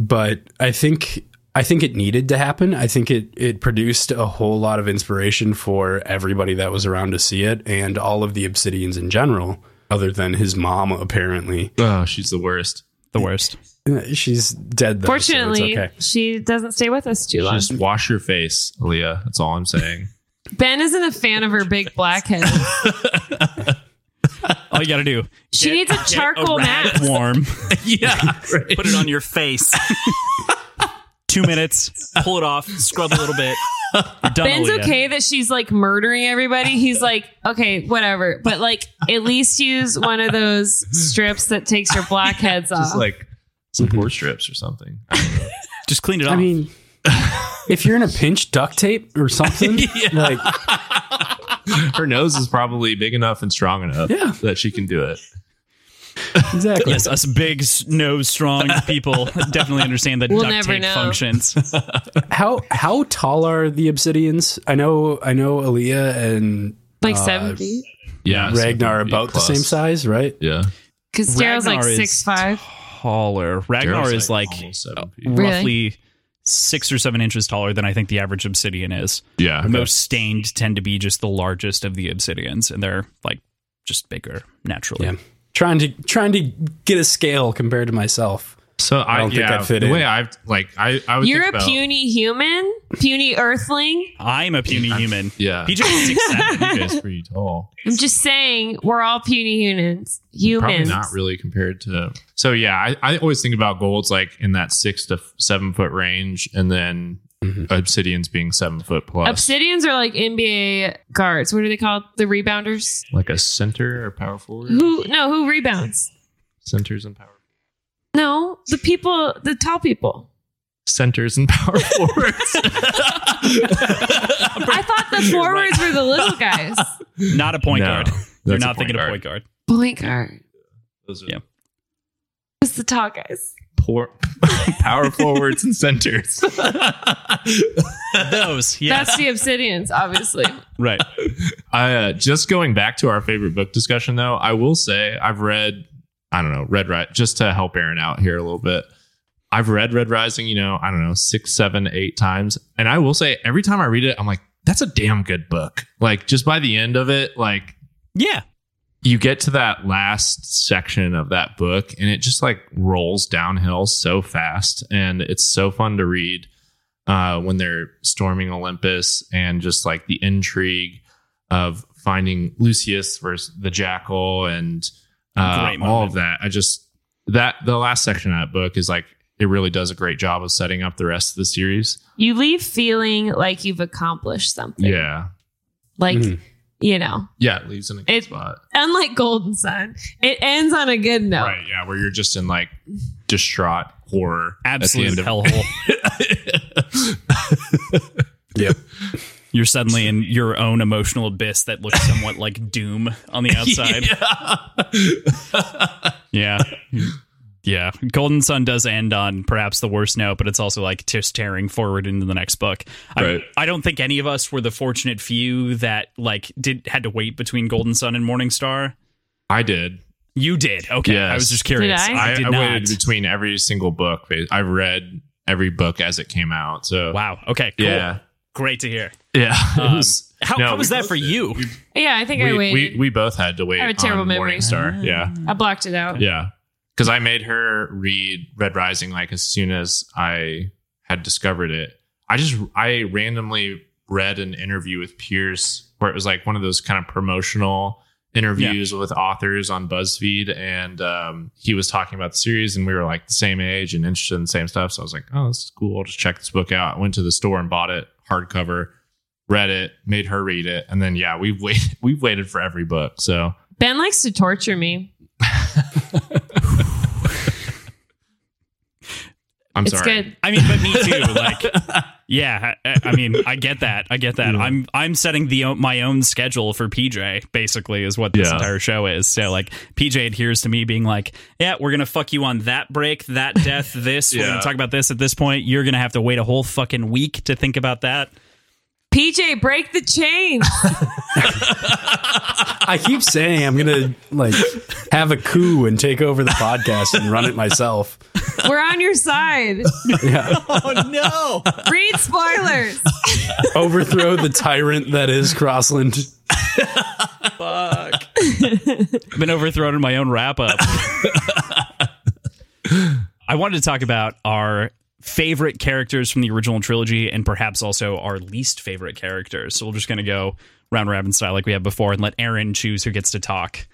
Speaker 4: But I think I think it needed to happen. I think it it produced a whole lot of inspiration for everybody that was around to see it and all of the obsidians in general, other than his mom apparently.
Speaker 1: Oh, she's the worst.
Speaker 3: The worst.
Speaker 4: Uh, She's dead though. so it's
Speaker 2: Fortunately,
Speaker 4: okay.
Speaker 2: she doesn't stay with us too long.
Speaker 1: Just wash your face, Aaliyah. That's all I'm saying.
Speaker 2: ben isn't a fan of her big black head.
Speaker 3: All you got to do.
Speaker 2: She needs a charcoal
Speaker 3: rat
Speaker 2: mask.
Speaker 3: Warm.
Speaker 1: yeah.
Speaker 3: Put it on your face. Two minutes. Pull it off. Scrub a little bit. You're done.
Speaker 2: Ben's
Speaker 3: Aaliyah.
Speaker 2: okay that she's like murdering everybody. He's like, okay, whatever. But like, at least use one of those strips that takes your blackheads off.
Speaker 1: Just like some pork
Speaker 4: Mm-hmm.
Speaker 1: strips or something.
Speaker 3: Just clean it off.
Speaker 4: I mean if you're in a pinch, duct tape or something. Like
Speaker 1: Her nose is probably big enough and strong enough
Speaker 4: Yeah.
Speaker 1: that she can do it.
Speaker 4: exactly.
Speaker 3: yes, us big, s- nose strong people definitely understand that
Speaker 2: We'll
Speaker 3: duct
Speaker 2: never
Speaker 3: tape
Speaker 2: know.
Speaker 3: functions.
Speaker 4: How how tall are the obsidians? I know I know Aaliyah and
Speaker 2: like
Speaker 1: uh,
Speaker 2: seven feet.
Speaker 1: Yeah. so
Speaker 4: Ragnar are
Speaker 1: pretty
Speaker 4: about
Speaker 1: close.
Speaker 4: the same size, right?
Speaker 1: Yeah.
Speaker 2: Because Daryl's like
Speaker 3: Ragnar is-
Speaker 2: six five.
Speaker 3: Taller. Ragnar
Speaker 1: Daryl's
Speaker 3: is like,
Speaker 1: almost seven feet.
Speaker 2: Really?
Speaker 3: roughly six or seven inches taller than I think the average obsidian is.
Speaker 1: Yeah. okay.
Speaker 3: Most stained tend to be just the largest of the obsidians, and they're like just bigger naturally.
Speaker 4: Yeah. Trying to trying to get a scale compared to myself.
Speaker 1: So I,
Speaker 4: don't think
Speaker 1: yeah,
Speaker 4: I'd fit
Speaker 1: the
Speaker 4: in.
Speaker 1: way I've like I I would
Speaker 2: You're
Speaker 1: think
Speaker 2: a
Speaker 1: about,
Speaker 2: puny human, puny earthling.
Speaker 3: I'm a puny human.
Speaker 1: Yeah.
Speaker 3: PJ is six seven.
Speaker 1: You guys pretty tall.
Speaker 2: I'm just saying, we're all puny humans. Humans.
Speaker 1: Probably not really compared to. So yeah, I, I always think about golds like in that six to f- seven foot range, and then
Speaker 4: Mhm.
Speaker 1: obsidians being seven foot plus,
Speaker 2: Obsidians are like NBA guards. What are they called? The rebounders.
Speaker 1: like a center or power forward.
Speaker 2: Who? No, who rebounds?
Speaker 1: Centers and power.
Speaker 2: No, the people, the tall people.
Speaker 1: Centers and power forwards.
Speaker 2: I thought the forwards were the little guys.
Speaker 3: Not a point
Speaker 1: No,
Speaker 3: guard.
Speaker 1: that's
Speaker 3: You're
Speaker 1: a
Speaker 3: not
Speaker 1: point
Speaker 3: thinking
Speaker 1: guard.
Speaker 3: of point guard.
Speaker 2: Point guard.
Speaker 1: Those are
Speaker 3: Yeah.
Speaker 2: It's the tall guys.
Speaker 1: poor power forwards and centers.
Speaker 3: Those, yeah,
Speaker 2: That's the obsidians, obviously.
Speaker 3: right.
Speaker 1: I uh, just going back to our favorite book discussion though, I will say I've read I don't know, Red Ri just to help Aaron out here a little bit. I've read Red Rising, you know, I don't know, six, seven, eight times. And I will say every time I read it, I'm like, that's a damn good book. Like just by the end of it, like
Speaker 3: Yeah,
Speaker 1: you get to that last section of that book and it just like rolls downhill so fast and it's so fun to read uh, when they're storming olympus and just like the intrigue of finding Lucius versus the Jackal and uh,
Speaker 3: Great
Speaker 1: all
Speaker 3: moment.
Speaker 1: of that. I just that the last section of that book is like it really does a great job of setting up the rest of the series.
Speaker 2: You leave feeling like you've accomplished something.
Speaker 1: Yeah, Mm-hmm.
Speaker 2: Like,
Speaker 4: Mhm.
Speaker 2: you know,
Speaker 1: yeah, it leaves in a good
Speaker 2: It-
Speaker 1: spot.
Speaker 2: unlike Golden Sun, it ends on a good note.
Speaker 1: Right, yeah, where you're just in like distraught horror. at the
Speaker 3: Absolute
Speaker 1: end of-
Speaker 3: hellhole.
Speaker 4: Yep.
Speaker 3: You're suddenly in your own emotional abyss that looks somewhat like doom on the outside. Yeah. Yeah. Golden Sun does end on perhaps the worst note, but it's also like just tearing forward into the next book. I,
Speaker 1: Right.
Speaker 3: I don't think any of us were the fortunate few that like did had to wait between Golden Sun and Morning Star.
Speaker 1: I did.
Speaker 3: You did. Okay. I
Speaker 1: Yes.
Speaker 3: was just curious.
Speaker 2: Did
Speaker 3: I?
Speaker 1: I,
Speaker 3: did
Speaker 1: I
Speaker 3: not.
Speaker 1: waited between every single book. I read every book as it came out. So
Speaker 3: Wow. Okay. Cool.
Speaker 1: yeah,
Speaker 3: Great to hear.
Speaker 1: yeah. It
Speaker 3: Um,
Speaker 1: was-
Speaker 3: how,
Speaker 1: no,
Speaker 3: how was
Speaker 1: we
Speaker 3: that
Speaker 1: both
Speaker 3: for
Speaker 1: did.
Speaker 3: you?
Speaker 2: Yeah, I think I
Speaker 1: we,
Speaker 2: waited.
Speaker 1: we we both had to wait.
Speaker 2: I have a terrible
Speaker 1: on
Speaker 2: memory.
Speaker 3: Ah.
Speaker 1: Morningstar. Yeah,
Speaker 2: I blocked it out.
Speaker 1: yeah. Because I made her read Red Rising like as soon as I had discovered it. I just I randomly read an interview with Pierce where it was like one of those kind of promotional interviews with authors on BuzzFeed, and um, he was talking about the series, and we were like the same age and interested in the same stuff. So I was like, oh, this is cool. I'll just check this book out. I went to the store and bought it hardcover. Read it, made her read it, and then yeah, we've waited. We've waited for every book. So
Speaker 2: Ben likes to torture me.
Speaker 1: I'm
Speaker 2: it's
Speaker 1: sorry.
Speaker 2: good.
Speaker 3: I mean, but me too. Like, yeah. I, I mean, I get that. I get that.
Speaker 1: Yeah.
Speaker 3: I'm I'm setting the o- my own schedule for PJ. Basically, is what this
Speaker 1: Yeah.
Speaker 3: entire show is. So, like, PJ adheres to me being like, yeah, we're gonna fuck you on that break, that death, this. We're
Speaker 1: Yeah.
Speaker 3: gonna talk about this at this point. You're gonna have to wait a whole fucking week to think about that.
Speaker 2: PJ, break the chain.
Speaker 4: I keep saying I'm gonna like have a coup and take over the podcast and run it myself.
Speaker 2: We're on your side.
Speaker 4: Yeah.
Speaker 3: Oh no!
Speaker 2: Read spoilers.
Speaker 4: Overthrow the tyrant that is Crossland.
Speaker 3: Fuck. I've been overthrown in my own wrap up. I wanted to talk about our favorite characters from the original trilogy and perhaps also our least favorite characters. So we're just going to go round robin style like we have before and let Erin choose who gets to talk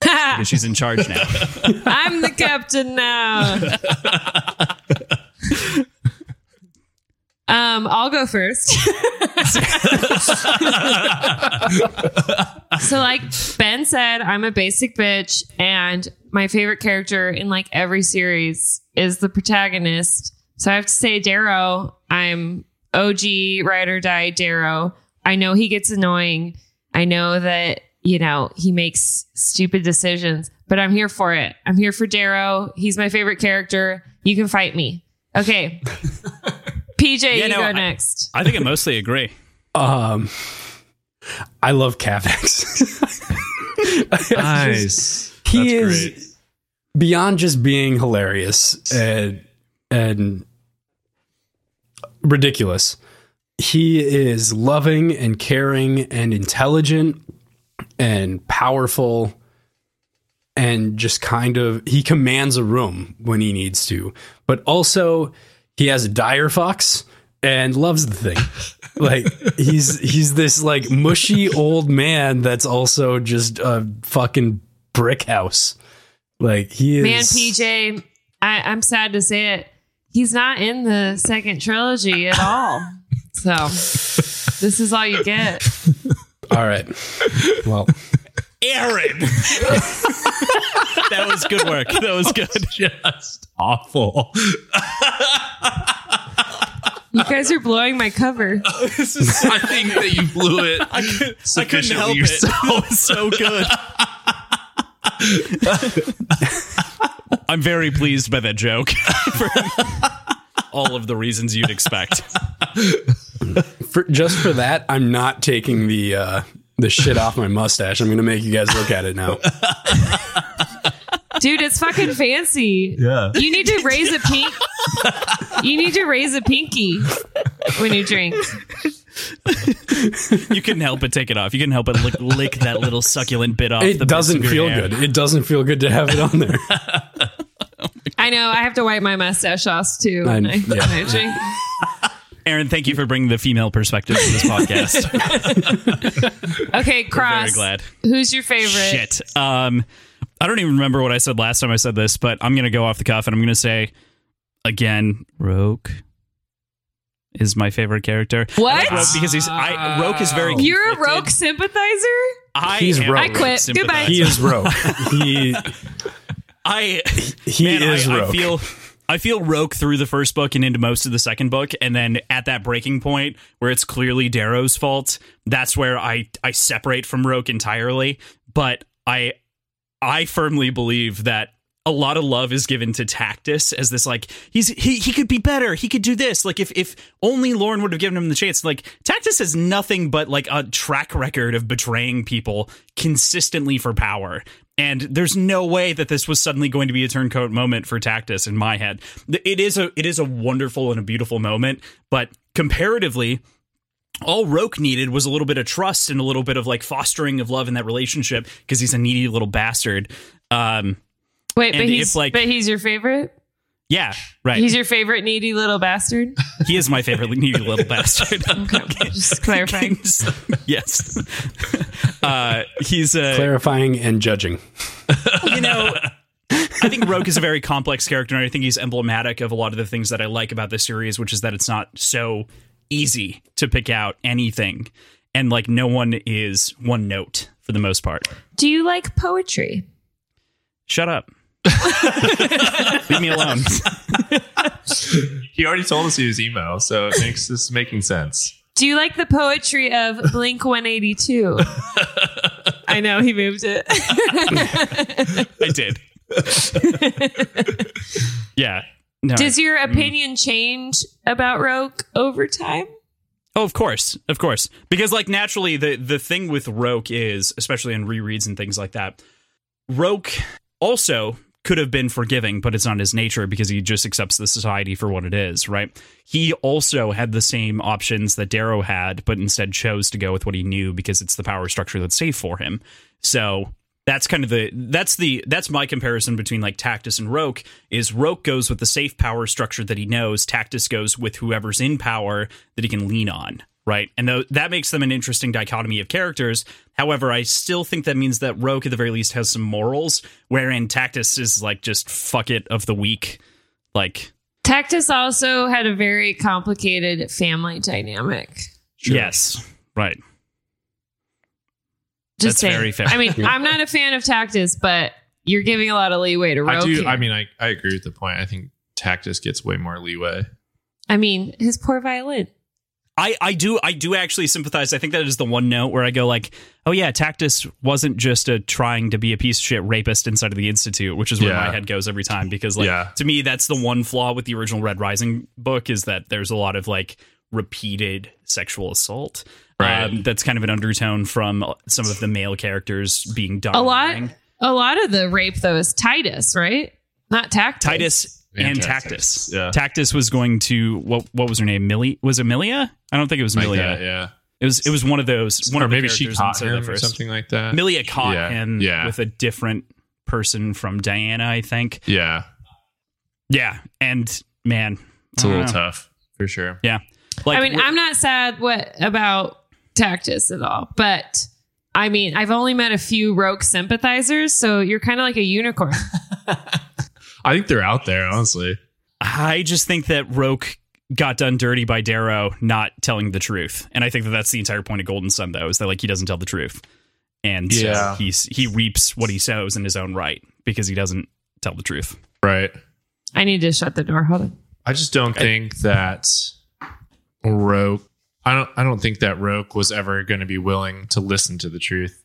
Speaker 3: because she's in charge now.
Speaker 2: I'm the captain now. um, I'll go first. so, like Ben said, I'm a basic bitch, and my favorite character in like every series is the protagonist. So I have to say, Darrow. I'm OG ride or die Darrow. I know he gets annoying. I know that, you know, he makes stupid decisions, but I'm here for it. I'm here for Darrow. He's my favorite character. You can fight me. Okay. PJ,
Speaker 3: Yeah,
Speaker 2: you
Speaker 3: no,
Speaker 2: go
Speaker 3: I-
Speaker 2: next.
Speaker 3: I think I mostly agree.
Speaker 4: Um, I love Cavex.
Speaker 1: Nice.
Speaker 4: he
Speaker 1: That's
Speaker 4: is
Speaker 1: great.
Speaker 4: beyond just being hilarious and and ridiculous. He is loving and caring and intelligent and powerful and just kind of he commands a room when he needs to. But also he has a dire fox and loves the thing. like he's he's this like mushy old man that's also just a fucking brick house. Like he is
Speaker 2: Man, PJ, I, I'm sad to say it. He's not in the second trilogy at all. So this is all you get.
Speaker 4: All right. Well,
Speaker 3: Aaron. that was good work. That was good.
Speaker 1: Just awful.
Speaker 2: You guys are blowing my cover.
Speaker 1: I think that you blew it. I,
Speaker 3: I couldn't help it. That was so good. I'm very pleased by that joke for all of the reasons you'd expect.
Speaker 4: for, just for that, I'm not taking the uh, the shit off my mustache. I'm gonna make you guys look at it now.
Speaker 2: Dude, it's fucking fancy.
Speaker 1: Yeah.
Speaker 2: You need to raise a pink. You need to raise a pinky when you drink.
Speaker 3: You couldn't help but take it off. You couldn't help but lick, lick that little succulent bit off.
Speaker 4: It
Speaker 3: the bits
Speaker 4: doesn't
Speaker 3: of your
Speaker 4: feel
Speaker 3: hair.
Speaker 4: good. It doesn't feel good to have it on there.
Speaker 2: I know. I have to wipe my mustache off too when I,
Speaker 4: I- yeah.
Speaker 2: when I drink.
Speaker 3: Aaron, thank you for bringing the female perspective to this podcast. We're
Speaker 2: Okay,
Speaker 3: very
Speaker 2: Cross.
Speaker 3: glad.
Speaker 2: Who's your favorite?
Speaker 3: Shit. Um, I don't even remember what I said last time I said this, but I'm gonna go off the cuff and I'm gonna say again, Roke is my favorite character.
Speaker 2: What?
Speaker 3: I like Roke because he's I Roke is very.
Speaker 2: You're a
Speaker 3: conflicted.
Speaker 2: Roke sympathizer?
Speaker 3: I
Speaker 4: He's
Speaker 3: am
Speaker 4: Roke.
Speaker 3: a
Speaker 4: I
Speaker 2: quit.
Speaker 3: sympathizer.
Speaker 2: Goodbye.
Speaker 4: He is Rogue. He
Speaker 3: I
Speaker 4: he
Speaker 3: man,
Speaker 4: is
Speaker 3: I,
Speaker 4: Rogue.
Speaker 3: I feel I feel Roke through the first book and into most of the second book, and then at that breaking point where it's clearly Darrow's fault, that's where I I separate from Roke entirely. But I I firmly believe that a lot of love is given to Tactus as this like he's he he could be better. He could do this. Like if if only Lauren would have given him the chance. Like Tactus has nothing but like a track record of betraying people consistently for power. And there's no way that this was suddenly going to be a turncoat moment for Tactus in my head. Th- It is a it is a wonderful and a beautiful moment, but comparatively, all Roke needed was a little bit of trust and a little bit of like fostering of love in that relationship because he's a needy little bastard. Um,
Speaker 2: Wait, but
Speaker 3: And
Speaker 2: he's
Speaker 3: if, like-
Speaker 2: but he's your favorite?
Speaker 3: yeah, right.
Speaker 2: He's your favorite needy little bastard?
Speaker 3: he is my favorite needy little bastard.
Speaker 2: Okay, just clarifying.
Speaker 3: yes, uh, he's a
Speaker 4: clarifying and judging.
Speaker 3: you know. I think Roke is a very complex character, and I think he's emblematic of a lot of the things that I like about this series, which is that it's not so easy to pick out anything, and like no one is one note for the most part.
Speaker 2: Do you like poetry?
Speaker 3: Shut up. Leave me alone.
Speaker 1: He already told us he was emo, so it makes this is making sense.
Speaker 2: Do you like the poetry of Blink 182? I know he moved it.
Speaker 3: I did. yeah. No.
Speaker 2: Does your opinion change about Roke over time?
Speaker 3: oh, of course, of course. Because like naturally, the the thing with Roke is, especially in rereads and things like that, Roke also could have been forgiving, but it's not his nature because he just accepts the society for what it is, right? He also had the same options that Darrow had, but instead chose to go with what he knew because it's the power structure that's safe for him. So that's kind of the that's the that's my comparison between like Tactus and Roke is Roke goes with the safe power structure that he knows, Tactus goes with whoever's in power that he can lean on. Right. And tho- that makes them an interesting dichotomy of characters. However, I still think that means that Roke, at the very least, has some morals, wherein Tactus is like just fuck it of the week. Like,
Speaker 2: Tactus also had a very complicated family dynamic.
Speaker 3: yes. Right.
Speaker 2: Just
Speaker 3: That's
Speaker 2: saying.
Speaker 3: very fair.
Speaker 2: I mean, I'm not a fan of Tactus, but you're giving a lot of leeway to Roke.
Speaker 1: I do.
Speaker 2: here.
Speaker 1: I mean, I, I agree with the point. I think Tactus gets way more leeway.
Speaker 2: I mean, his poor violin.
Speaker 3: I, I do I do actually sympathize. I think that is the one note where I go like, oh yeah, Tactus wasn't just a trying to be a piece of shit rapist inside of the institute, which is where
Speaker 1: Yeah.
Speaker 3: my head goes every time because like
Speaker 1: Yeah.
Speaker 3: to me that's the one flaw with the original Red Rising book is that there's a lot of like repeated sexual assault. um,
Speaker 1: Right.
Speaker 3: that's kind of an undertone from some of the male characters being done.
Speaker 2: A lot, a lot of the rape though is Titus, right? Not Tactus.
Speaker 3: Titus and,
Speaker 1: And
Speaker 3: Tactus.
Speaker 1: Tactus, yeah.
Speaker 3: Tactus was going to what what was her name? Millie was it Milia? I don't think it was
Speaker 1: Like
Speaker 3: Milia.
Speaker 1: that, yeah.
Speaker 3: It was it was one of those one
Speaker 1: or
Speaker 3: of the
Speaker 1: maybe she
Speaker 3: characters
Speaker 1: caught
Speaker 3: inside
Speaker 1: him
Speaker 3: the
Speaker 1: or
Speaker 3: first.
Speaker 1: something like that.
Speaker 3: Milia caught
Speaker 1: Yeah,
Speaker 3: him
Speaker 1: yeah.
Speaker 3: with a different person from Diana, I think.
Speaker 1: yeah,
Speaker 3: Yeah, and man,
Speaker 1: it's
Speaker 3: I
Speaker 1: a
Speaker 3: don't
Speaker 1: little
Speaker 3: know.
Speaker 1: tough for sure.
Speaker 3: Yeah, like
Speaker 2: I mean, I'm not sad what about Tactus at all, but I mean, I've only met a few Roke sympathizers, so you're kind of like a unicorn.
Speaker 1: I think they're out there, honestly.
Speaker 3: I just think that Roke got done dirty by Darrow not telling the truth, and I think that that's the entire point of Golden Sun, though, is that like he doesn't tell the truth, and so
Speaker 1: Yeah.
Speaker 3: he's he reaps what he sows in his own right because he doesn't tell the truth.
Speaker 1: Right.
Speaker 2: I need to shut the door. Hold on.
Speaker 1: I just don't think that Roke. I don't. I don't think that Roke was ever going to be willing to listen to the truth.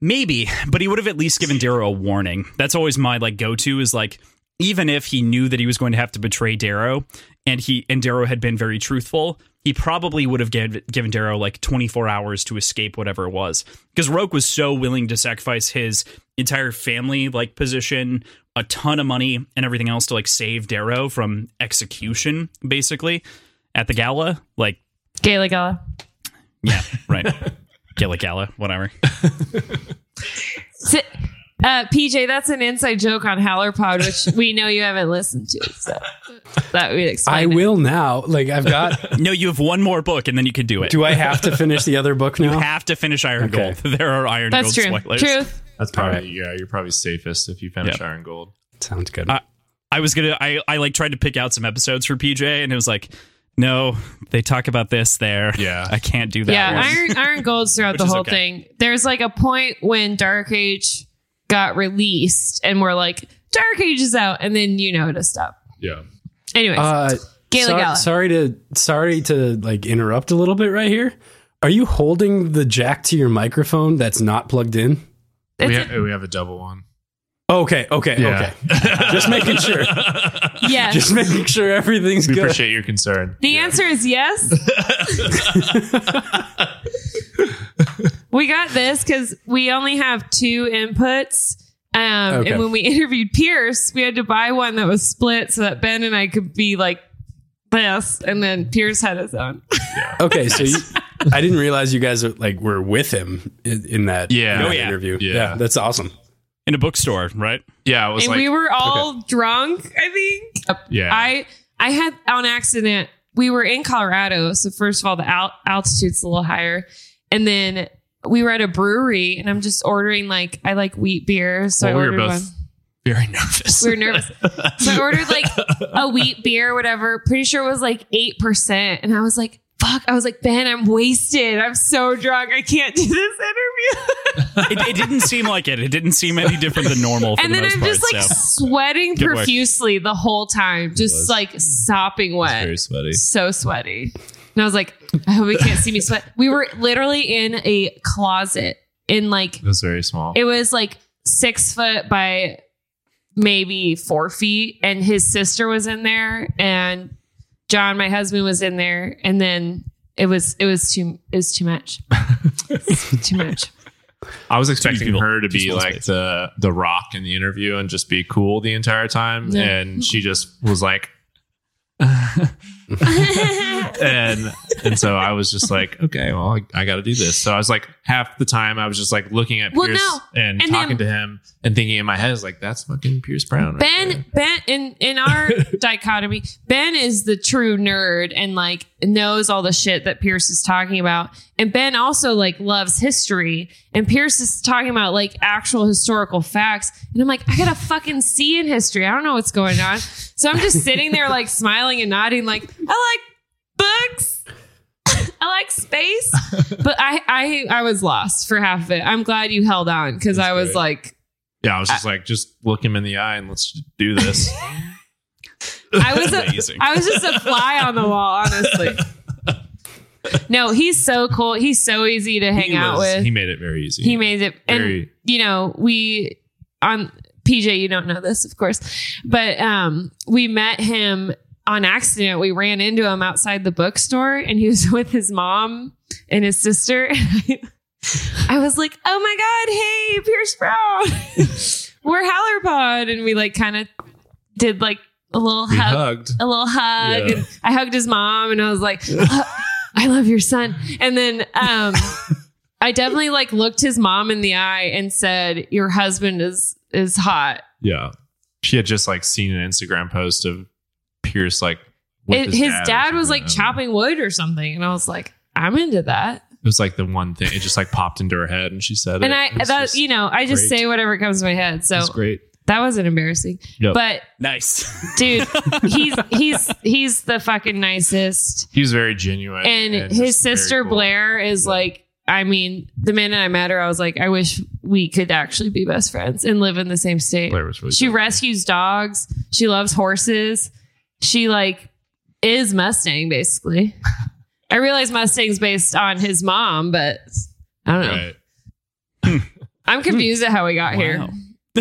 Speaker 3: Maybe, but he would have at least given Darrow a warning. That's always my like go to is like even if he knew that he was going to have to betray Darrow and he and Darrow had been very truthful, he probably would have given given Darrow like 24 hours to escape whatever it was. Because Roke was so willing to sacrifice his entire family like position, a ton of money and everything else to like save Darrow from execution basically at the gala, like
Speaker 2: Gala Gala.
Speaker 3: yeah, right. Gala gala, whatever.
Speaker 2: Si- Uh, PJ, that's an inside joke on Hallerpod, which we know you haven't listened to. So that would explain.
Speaker 4: I
Speaker 2: it.
Speaker 4: will now. Like I've got.
Speaker 3: No, you have one more book, and then you can do it.
Speaker 4: do I have to finish the other book
Speaker 3: you
Speaker 4: now?
Speaker 3: have to finish Iron
Speaker 4: Okay.
Speaker 3: Gold. There are Iron
Speaker 2: That's
Speaker 3: Gold
Speaker 2: true.
Speaker 3: spoilers.
Speaker 2: Truth.
Speaker 1: That's probably yeah. You're probably safest if you finish
Speaker 3: Yeah.
Speaker 1: Iron Gold.
Speaker 4: Sounds good.
Speaker 3: Uh, I was gonna I, I like tried to pick out some episodes for PJ and it was like, no, they talk about this there.
Speaker 1: Yeah.
Speaker 3: I can't do that
Speaker 2: Yeah,
Speaker 3: one.
Speaker 2: Iron Iron Gold's throughout
Speaker 3: Which
Speaker 2: the
Speaker 3: is
Speaker 2: whole
Speaker 3: okay.
Speaker 2: thing. There's like a point when Dark Age got released, and we're like, Dark Age is out, and then you know to stop.
Speaker 1: Yeah.
Speaker 2: Anyways,
Speaker 4: Uh,
Speaker 2: Gala
Speaker 4: sor-
Speaker 2: Gala.
Speaker 4: Sorry to sorry to like interrupt a little bit right here. Are you holding the jack to your microphone that's not plugged in?
Speaker 2: it's
Speaker 1: we,
Speaker 2: a-
Speaker 1: ha- we have a double one.
Speaker 4: Okay, okay,
Speaker 1: Yeah.
Speaker 4: okay. Just making sure.
Speaker 2: yes.
Speaker 4: Just making sure everything's
Speaker 1: We
Speaker 4: good.
Speaker 1: appreciate your concern.
Speaker 2: the answer is yes. we got this because we only have two inputs. Um,
Speaker 4: Okay.
Speaker 2: And when we interviewed Pierce, we had to buy one that was split so that Ben and I could be like this, and then Pierce had his own.
Speaker 4: okay, so you, I didn't realize you guys like were with him in, in that,
Speaker 1: Yeah.
Speaker 4: in that
Speaker 3: Oh, yeah.
Speaker 4: interview.
Speaker 1: Yeah.
Speaker 4: that's awesome.
Speaker 3: In a bookstore, right?
Speaker 1: Yeah, I was
Speaker 2: and
Speaker 1: like,
Speaker 2: we were all drunk. I think.
Speaker 1: yeah,
Speaker 2: I I had on accident. We were in Colorado, so first of all, the al- altitude's a little higher, and then we were at a brewery, and I'm just ordering like I like wheat beer, so
Speaker 1: Well,
Speaker 2: I
Speaker 1: we were
Speaker 2: ordered
Speaker 1: both-
Speaker 2: one.
Speaker 1: very nervous.
Speaker 2: We were nervous, so I ordered like a wheat beer, whatever. Pretty sure it was like eight percent, and I was like. Fuck, I was like, Ben, I'm wasted. I'm so drunk. I can't do this interview.
Speaker 3: It, it didn't seem like it. It didn't seem any different than normal for
Speaker 2: and
Speaker 3: the
Speaker 2: then
Speaker 3: most
Speaker 2: I'm
Speaker 3: part.
Speaker 2: just like
Speaker 3: so.
Speaker 2: sweating
Speaker 3: Good work.
Speaker 2: profusely the whole time, just
Speaker 1: was.
Speaker 2: like sopping wet.
Speaker 1: very sweaty.
Speaker 2: so sweaty. And I was like, I hope you can't see me sweat. We were literally in a closet in like
Speaker 1: It was very small.
Speaker 2: it was like six foot by maybe four feet, and his sister was in there, and John, my husband, was in there, and then it was it was too it was too much, It's too much.
Speaker 1: I was expecting
Speaker 3: people,
Speaker 1: her to
Speaker 3: just
Speaker 1: be
Speaker 3: one
Speaker 1: like
Speaker 3: space.
Speaker 1: the the rock in the interview and just be cool the entire time,
Speaker 2: No.
Speaker 1: and she just was like, and and so I was just like, okay, well, I, I got to do this. So I was like, half the time I was just like looking at
Speaker 2: Well,
Speaker 1: Pierce
Speaker 2: no.
Speaker 1: and,
Speaker 2: And
Speaker 1: talking
Speaker 2: then-
Speaker 1: to him and thinking in my head, I was like, that's fucking Pierce Brown. right there.
Speaker 2: Ben, Ben, in in our dichotomy, Ben is the true nerd and like knows all the shit that Pierce is talking about, and Ben also like loves history, and Pierce is talking about like actual historical facts, and I'm like, I gotta fucking see in history. I don't know what's going on, so I'm just sitting there like smiling and nodding, like I like books. I like space, but I, I I was lost for half of it. I'm glad you held on because
Speaker 1: That's
Speaker 2: I was
Speaker 1: great.
Speaker 2: like,
Speaker 1: yeah, I was just like, just look him in the eye and let's do this.
Speaker 2: I was a,
Speaker 3: Amazing.
Speaker 2: I was just a fly on the wall, honestly. No, he's so cool. He's so easy to hang
Speaker 1: He
Speaker 2: out
Speaker 1: was-
Speaker 2: with.
Speaker 1: He
Speaker 2: He,
Speaker 1: made it very easy.
Speaker 2: made it, and
Speaker 1: very-
Speaker 2: you know, we on PJ. You don't know this, of course, but um, we met him on accident. We ran into him outside the bookstore, and he was with his mom and his sister. I was like, "Oh my god, hey, Pierce Brown, we're Hallerpod," and we like kind of did like a little
Speaker 1: we
Speaker 2: hug
Speaker 1: hugged.
Speaker 2: a little hug.
Speaker 1: Yeah.
Speaker 2: And I hugged his mom and I was like, "Oh, I love your son. And then um, I definitely like looked his mom in the eye and said, Your husband is is hot.
Speaker 1: Yeah. She had just like seen an Instagram post of Pierce like with
Speaker 2: And his,
Speaker 1: or
Speaker 2: dad,
Speaker 1: something.
Speaker 2: was
Speaker 1: I
Speaker 2: like
Speaker 1: don't know.
Speaker 2: chopping wood or something. And I was like, I'm into that.
Speaker 1: It was like the one thing. It just like popped into her head and she said
Speaker 2: And
Speaker 1: it.
Speaker 2: I
Speaker 1: It was
Speaker 2: that
Speaker 1: just-
Speaker 2: you know, I just
Speaker 1: great.
Speaker 2: say whatever comes to my head.
Speaker 1: it
Speaker 2: So
Speaker 1: was great.
Speaker 2: that wasn't embarrassing.
Speaker 1: Yep.
Speaker 2: But
Speaker 3: nice.
Speaker 2: dude, he's he's he's the fucking nicest.
Speaker 1: He was very genuine.
Speaker 2: and, his
Speaker 1: just very
Speaker 2: sister
Speaker 1: cool.
Speaker 2: Blair is
Speaker 1: Yeah.
Speaker 2: like, I mean, the minute I met her, I was like, I wish we could actually be best friends and live in the same state.
Speaker 1: Blair was really
Speaker 2: she
Speaker 1: cool.
Speaker 2: rescues dogs. She loves horses. She like is Mustang basically. I realize Mustang's based on his mom, but I don't know.
Speaker 1: Right.
Speaker 2: I'm confused at how we got here.
Speaker 3: Wow.
Speaker 4: I
Speaker 3: we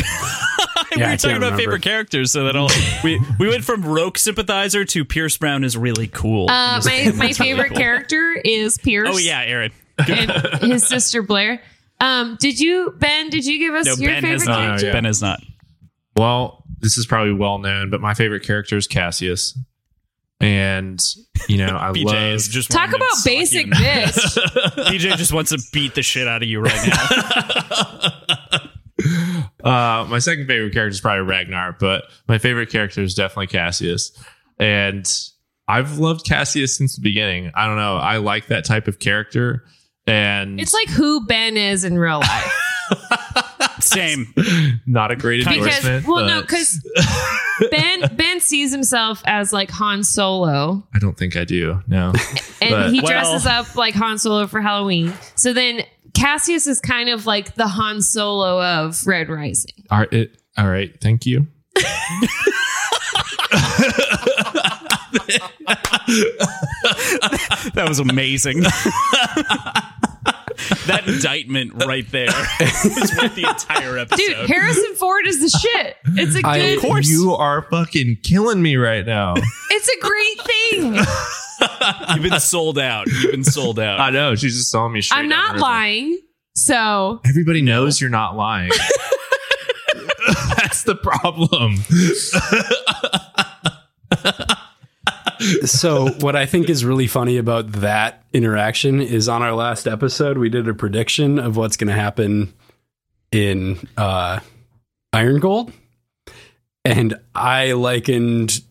Speaker 3: were
Speaker 4: can't
Speaker 3: talking about
Speaker 4: remember.
Speaker 3: favorite characters, so that all we we went from rogue sympathizer to Pierce Brown is really cool.
Speaker 2: Uh,
Speaker 3: Just-
Speaker 2: my my
Speaker 3: that's really
Speaker 2: favorite
Speaker 3: cool.
Speaker 2: character is Pierce.
Speaker 3: Oh yeah, Aaron.
Speaker 2: and his sister Blair. Um, did you Ben? Did you give us
Speaker 3: No,
Speaker 2: your
Speaker 3: Ben
Speaker 2: favorite
Speaker 3: has not.
Speaker 2: character?
Speaker 1: yeah.
Speaker 3: Ben has not.
Speaker 1: Well, this is probably well known, but my favorite character is Cassius. And you know, I
Speaker 3: PJ
Speaker 1: love
Speaker 3: is just
Speaker 2: Talk
Speaker 3: wanting to
Speaker 2: about
Speaker 3: sock you
Speaker 2: basic
Speaker 3: in-
Speaker 2: bitch.
Speaker 3: PJ just wants to beat the shit out of you right now.
Speaker 1: Uh, my second favorite character is probably Ragnar, but my favorite character is definitely Cassius. And I've loved Cassius since the beginning. I don't know. I like that type of character. And
Speaker 2: It's like who Ben is in real life.
Speaker 3: Same.
Speaker 1: not a great
Speaker 3: Because-
Speaker 1: endorsement.
Speaker 2: because well no
Speaker 1: but
Speaker 2: because ben ben sees himself as like han solo
Speaker 1: I don't think I do. No.
Speaker 2: and
Speaker 1: But-
Speaker 2: he
Speaker 3: Well-
Speaker 2: dresses up like han solo for halloween so then cassius is kind of like the han solo of red rising
Speaker 1: All right. It, all right. Thank you.
Speaker 3: That was amazing. that indictment right there is worth the entire episode.
Speaker 2: dude harrison ford is the shit it's a good
Speaker 4: I- course.
Speaker 1: You are fucking killing me right now.
Speaker 2: it's a great thing
Speaker 3: You've been sold out. You've been sold out.
Speaker 1: I know. She just saw me straight. down
Speaker 2: i'm
Speaker 1: the
Speaker 2: not
Speaker 1: river.
Speaker 2: lying so
Speaker 1: Everybody knows you're not lying. That's the problem.
Speaker 4: so what I think is really funny about that interaction is on our last episode we did a prediction of what's going to happen in uh, Iron Gold, and I likened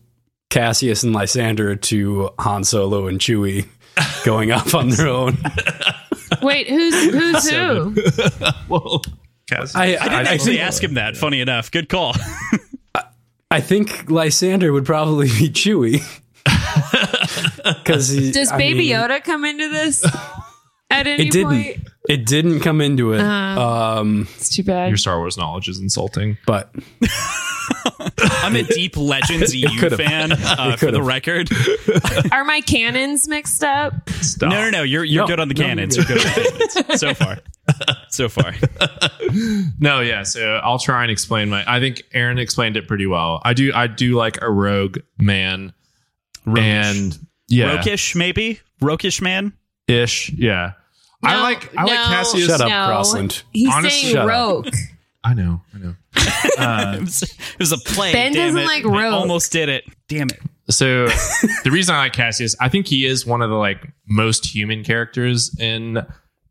Speaker 4: Cassius and Lysander to Han Solo and Chewie going off on their own.
Speaker 2: wait who's who's who
Speaker 1: well, Cass-
Speaker 4: I,
Speaker 3: I didn't
Speaker 4: I
Speaker 3: actually
Speaker 4: think,
Speaker 3: ask him that. Funny enough, good call.
Speaker 4: I think Lysander would probably be Chewie. Because
Speaker 2: does baby yoda come into this at any
Speaker 4: It didn't.
Speaker 2: point
Speaker 4: It didn't come into it.
Speaker 2: Uh.
Speaker 4: um,
Speaker 2: it's too bad
Speaker 1: Your Star Wars knowledge is insulting.
Speaker 4: but
Speaker 3: I'm a deep Legends EU
Speaker 4: could've.
Speaker 3: fan, uh, for the
Speaker 4: could've.
Speaker 3: record.
Speaker 2: are my cannons mixed up
Speaker 1: Stop.
Speaker 3: No, no, no. You're you're
Speaker 4: No,
Speaker 3: good on the
Speaker 4: no,
Speaker 3: cannons.
Speaker 4: you're
Speaker 3: You're good on the cannons. So far, so far.
Speaker 1: No, yeah. So I'll try and explain my. I think Aaron explained it pretty well. I do. I do like a rogue man and yeah,
Speaker 3: Rokish, maybe Rokish man.
Speaker 1: ish. Yeah, I
Speaker 2: No,
Speaker 1: like. I like
Speaker 2: no,
Speaker 1: Cassius.
Speaker 4: Shut up,
Speaker 2: no.
Speaker 4: Crossland.
Speaker 2: He's
Speaker 1: Honestly-
Speaker 2: saying
Speaker 4: Shut up.
Speaker 2: rogue.
Speaker 1: I know. I know.
Speaker 3: It was, Uh, it was a play.
Speaker 2: Ben
Speaker 3: damn
Speaker 2: doesn't
Speaker 3: it.
Speaker 2: like
Speaker 3: I
Speaker 2: rogue.
Speaker 3: Almost did it. Damn it.
Speaker 1: So the reason I like Cassius, I think he is one of the like most human characters in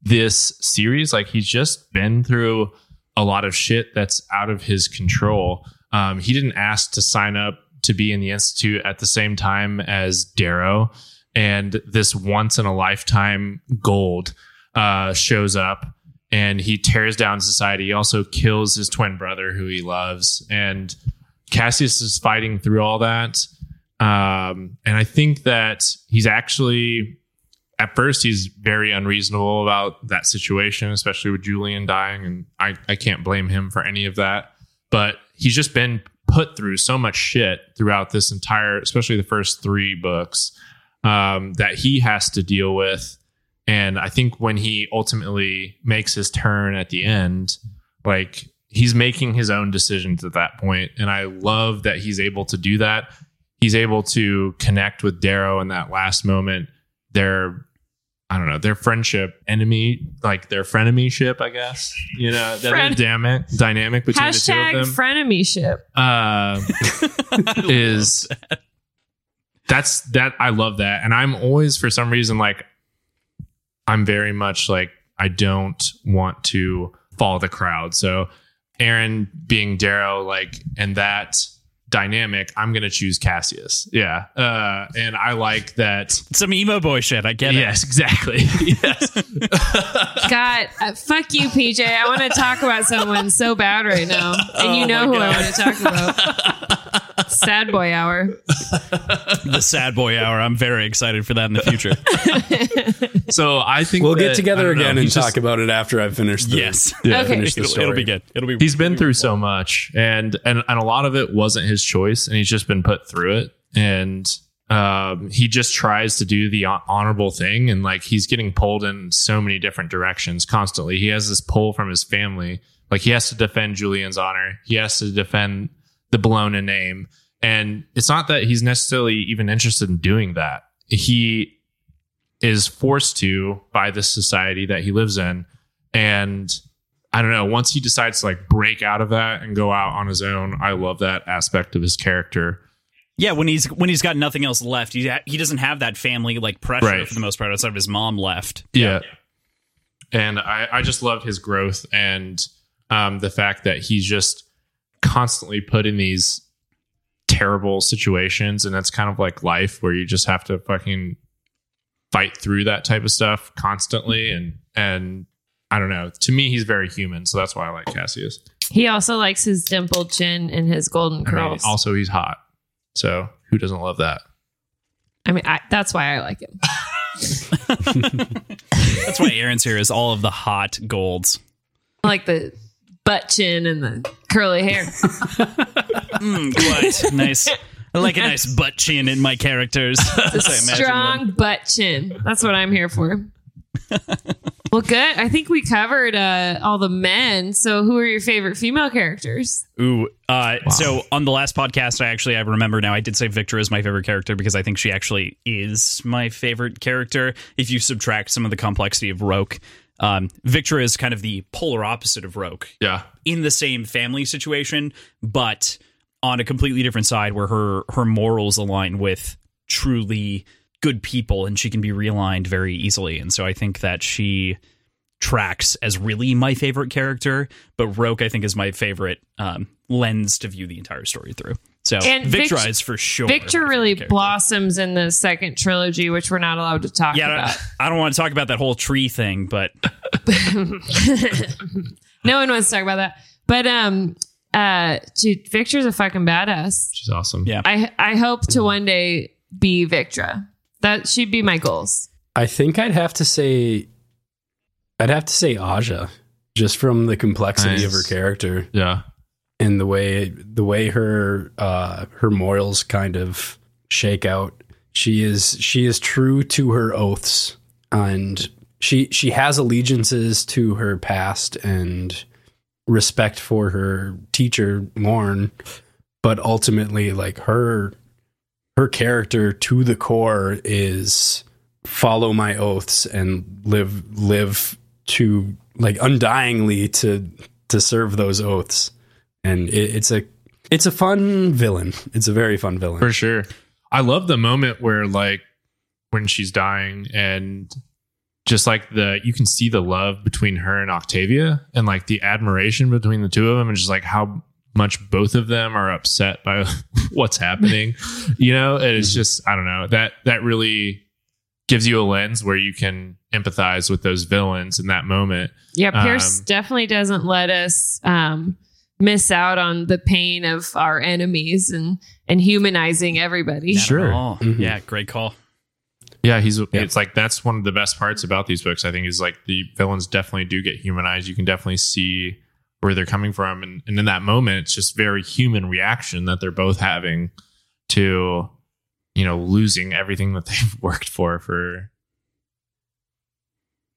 Speaker 1: this series. Like he's just been through a lot of shit that's out of his control. Um, he didn't ask to sign up to be in the institute at the same time as Darrow, and this once in a lifetime gold uh, shows up. And he tears down society. He also kills his twin brother, who he loves. And Cassius is fighting through all that. Um, and I think that he's actually, at first, he's very unreasonable about that situation, especially with Julian dying. And I, I can't blame him for any of that. But he's just been put through so much shit throughout this entire, especially the first three books, um, that he has to deal with. And I think when he ultimately makes his turn at the end, like he's making his own decisions at that point. And I love that he's able to do that he's able to connect with Darrow in that last moment. Their, I don't know, their friendship, enemy, like their frenemy ship, I guess. You know, that
Speaker 2: Fren-
Speaker 1: dynamic dynamic between the two
Speaker 2: Hashtag
Speaker 1: of them
Speaker 2: frenemy ship.
Speaker 1: uh, is that's that I love that, and I'm always for some reason like I'm very much like I don't want to follow the crowd. So Aaron being Darrow, like, and that dynamic, I'm gonna choose Cassius. Yeah, uh, and I like that.
Speaker 3: Some emo boy shit. I get
Speaker 1: Yes, exactly. yes.
Speaker 2: God, uh, fuck you, PJ. I want to talk about someone so bad right now, and
Speaker 1: Oh
Speaker 2: you know who I want to talk about. Sad boy hour.
Speaker 3: it. The sad boy hour. I'm very excited for that in the future.
Speaker 1: So I think
Speaker 4: we'll
Speaker 1: that-
Speaker 4: get
Speaker 1: I
Speaker 4: together
Speaker 1: don't know,
Speaker 4: again and
Speaker 1: he's just-
Speaker 4: talk about it after I've finished the
Speaker 3: yes.
Speaker 1: Yeah.
Speaker 2: Okay.
Speaker 4: Finish the
Speaker 3: It'll, it'll
Speaker 4: story.
Speaker 3: be good. It'll be.
Speaker 1: he's been through so much and, and and a lot of it wasn't his choice and he's just been put through it and um, he just tries to do the hon- honorable thing and like he's getting pulled in so many different directions constantly he has this pull from his family like he has to defend julian's honor he has to defend the bologna name and it's not that he's necessarily even interested in doing that he is forced to by this society that he lives in and I don't know. Once he decides to like break out of that and go out on his own, I love that aspect of his character.
Speaker 3: Yeah, when he's when he's got nothing else left, he ha- he doesn't have that family like pressure
Speaker 1: Right.
Speaker 3: for the most part outside of his mom left.
Speaker 1: Yeah. And I, I just love his growth and um, the fact that he's just constantly put in these terrible situations, and that's kind of like life where you just have to fucking fight through that type of stuff constantly. And and I don't know. To me, he's very human, so that's why I like Cassius.
Speaker 2: He also likes his dimpled chin and his golden
Speaker 1: And al-
Speaker 2: curls.
Speaker 1: also, he's hot, so who doesn't love that?
Speaker 2: I mean, I, that's why I like him.
Speaker 3: That's why Aaron's here is all of the hot golds.
Speaker 2: I like the butt chin and the curly hair.
Speaker 3: Mm, what? nice. I like a nice butt chin in my characters. That's how I imagine them.
Speaker 2: Strong butt chin. That's what I'm here for. well, good. I think we covered uh, all the men. So, who are your favorite female characters?
Speaker 3: Ooh. Uh, So on the last podcast, I actually I remember now I did say Victor is my favorite character because I think she actually is my favorite character. If you subtract some of the complexity of Roke, um, Victor is kind of the polar opposite of Roke
Speaker 1: Yeah,
Speaker 3: in the same family situation, but on a completely different side where her her morals align with truly good people and she can be realigned very easily. And so I think that she tracks as really my favorite character, but Roke I think is my favorite um, lens to view the entire story through. So
Speaker 2: And
Speaker 3: Victor
Speaker 2: Vict-
Speaker 3: is for sure.
Speaker 2: Victor
Speaker 3: my
Speaker 2: really
Speaker 3: favorite character.
Speaker 2: blossoms in the second trilogy, which we're not allowed to talk
Speaker 3: Yeah, I
Speaker 2: about.
Speaker 3: don't, I don't want to talk about that whole tree thing, but
Speaker 2: no one wants to talk about that. But um, uh, dude, Victor's a fucking badass.
Speaker 1: she's awesome.
Speaker 3: Yeah.
Speaker 2: I I hope to one day be Victra. That should be my goals.
Speaker 4: I think I'd have to say, I'd have to say Aja, just from the complexity of her
Speaker 1: Nice.
Speaker 4: character
Speaker 1: yeah.
Speaker 4: and the way the way her uh, her morals kind of shake out. She is she is true to her oaths, and she she has allegiances to her past and respect for her teacher Lorne, but ultimately, like her her character to the core is follow my oaths and live live to like undyingly to to serve those oaths and it, it's a it's a fun villain it's a very fun villain
Speaker 1: For sure. I love the moment where like when she's dying and just like the you can see the love between her and Octavia and like the admiration between the two of them and just like how much both of them are upset by what's happening. you know, and it's just I don't know. That that really gives you a lens where you can empathize with those villains in that moment.
Speaker 2: Yeah, Pierce
Speaker 1: Um,
Speaker 2: definitely doesn't let us um, miss out on the pain of our enemies and and humanizing everybody.
Speaker 3: not at
Speaker 1: Sure. Mm-hmm.
Speaker 3: all.
Speaker 4: Mhm.
Speaker 3: Yeah, great call.
Speaker 1: Yeah, he's it's like that's one of the best parts about these books. I think is like the villains definitely do get humanized. You can definitely see where they're coming from, and, and in that moment, it's just very human reaction that they're both having to, you know, losing everything that they've worked for for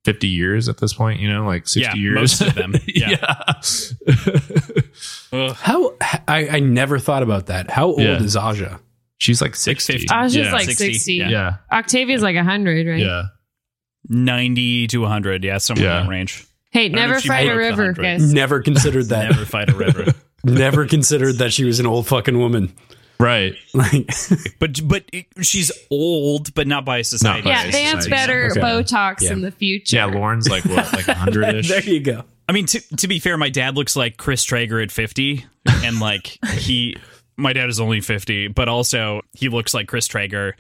Speaker 1: fifty years at this point. You know, like sixty
Speaker 3: yeah,
Speaker 1: years.
Speaker 3: most of them. Yeah.
Speaker 1: Yeah.
Speaker 3: Ugh.
Speaker 4: how I, I never thought about that how old
Speaker 1: Yeah.
Speaker 4: is aja
Speaker 1: she's like sixty.
Speaker 3: 50.
Speaker 2: I was just
Speaker 1: yeah.
Speaker 2: like
Speaker 3: 60,
Speaker 2: sixty.
Speaker 1: yeah,
Speaker 3: yeah.
Speaker 1: yeah,
Speaker 2: Octavia's like hundred, right?
Speaker 3: 90 to 100 yeah somewhere
Speaker 1: Yeah.
Speaker 3: in that range
Speaker 2: Hey,
Speaker 3: know
Speaker 2: never
Speaker 3: if she
Speaker 2: fight a
Speaker 3: made it to
Speaker 2: river,
Speaker 3: 100.
Speaker 2: guys.
Speaker 4: never considered that
Speaker 3: never
Speaker 4: never.
Speaker 3: fight a river
Speaker 4: considered that she was an old fucking woman
Speaker 1: right.
Speaker 4: like
Speaker 3: but but it- she's old but not by society
Speaker 1: by
Speaker 2: Yeah,
Speaker 1: Right.
Speaker 2: they have
Speaker 1: Society.
Speaker 2: better
Speaker 4: Okay.
Speaker 2: Botox
Speaker 4: Yeah.
Speaker 2: in the future.
Speaker 1: Yeah, Lauren's like what, like hundred
Speaker 4: there
Speaker 1: ish.
Speaker 4: you go
Speaker 3: i mean to, to be fair my dad looks like chris traeger at 50 and like he my dad is only 50 but also he looks like chris traeger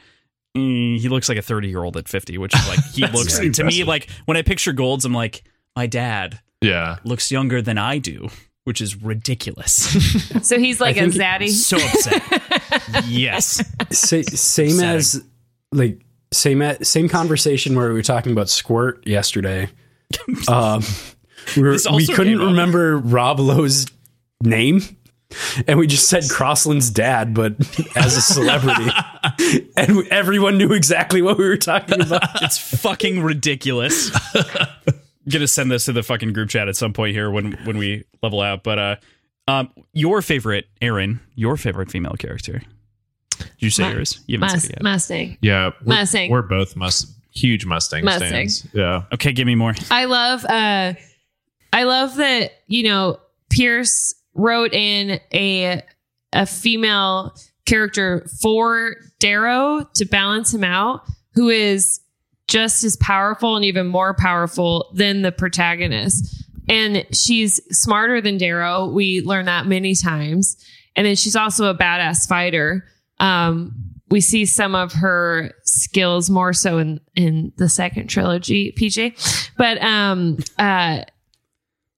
Speaker 3: Mm, he looks like a 30 year old at 50 which is like he looks
Speaker 1: pretty
Speaker 3: to me
Speaker 1: impressive.
Speaker 3: like when i picture golds i'm like my dad
Speaker 1: Yeah,
Speaker 3: looks younger than i do which is ridiculous
Speaker 2: So he's like
Speaker 4: I
Speaker 2: a
Speaker 4: think-
Speaker 2: zaddy.
Speaker 3: so upset yes
Speaker 4: Sa- same
Speaker 3: Upsetting.
Speaker 4: as like same at, same conversation where we were talking about squirt yesterday. Um, we, were,
Speaker 3: This also
Speaker 4: we couldn't
Speaker 3: came up.
Speaker 4: remember Rob Lowe's name, and we just said Crossland's dad, but as a celebrity, and we- everyone knew exactly what we were talking about.
Speaker 3: It's fucking ridiculous. I'm gonna send this to the fucking group chat at some point here when when we level out. But uh, um, your favorite, Aaron, your favorite female character. Did you say
Speaker 2: My-
Speaker 3: yours? You haven't
Speaker 2: Must,
Speaker 3: said it yet.
Speaker 2: Mustang.
Speaker 1: yeah. We're,
Speaker 2: Mustang.
Speaker 1: we're both must huge Mustang,
Speaker 2: Mustang.
Speaker 1: stands. Yeah.
Speaker 3: Okay, give me more.
Speaker 2: I love uh I love that, you know, Pierce wrote in a a female character for Darrow to balance him out, who is just as powerful and even more powerful than the protagonist. And she's smarter than Darrow. We learn that many times. And then she's also a badass fighter. Um, we see some of her skills more so in in the second trilogy, PJ. But um, uh,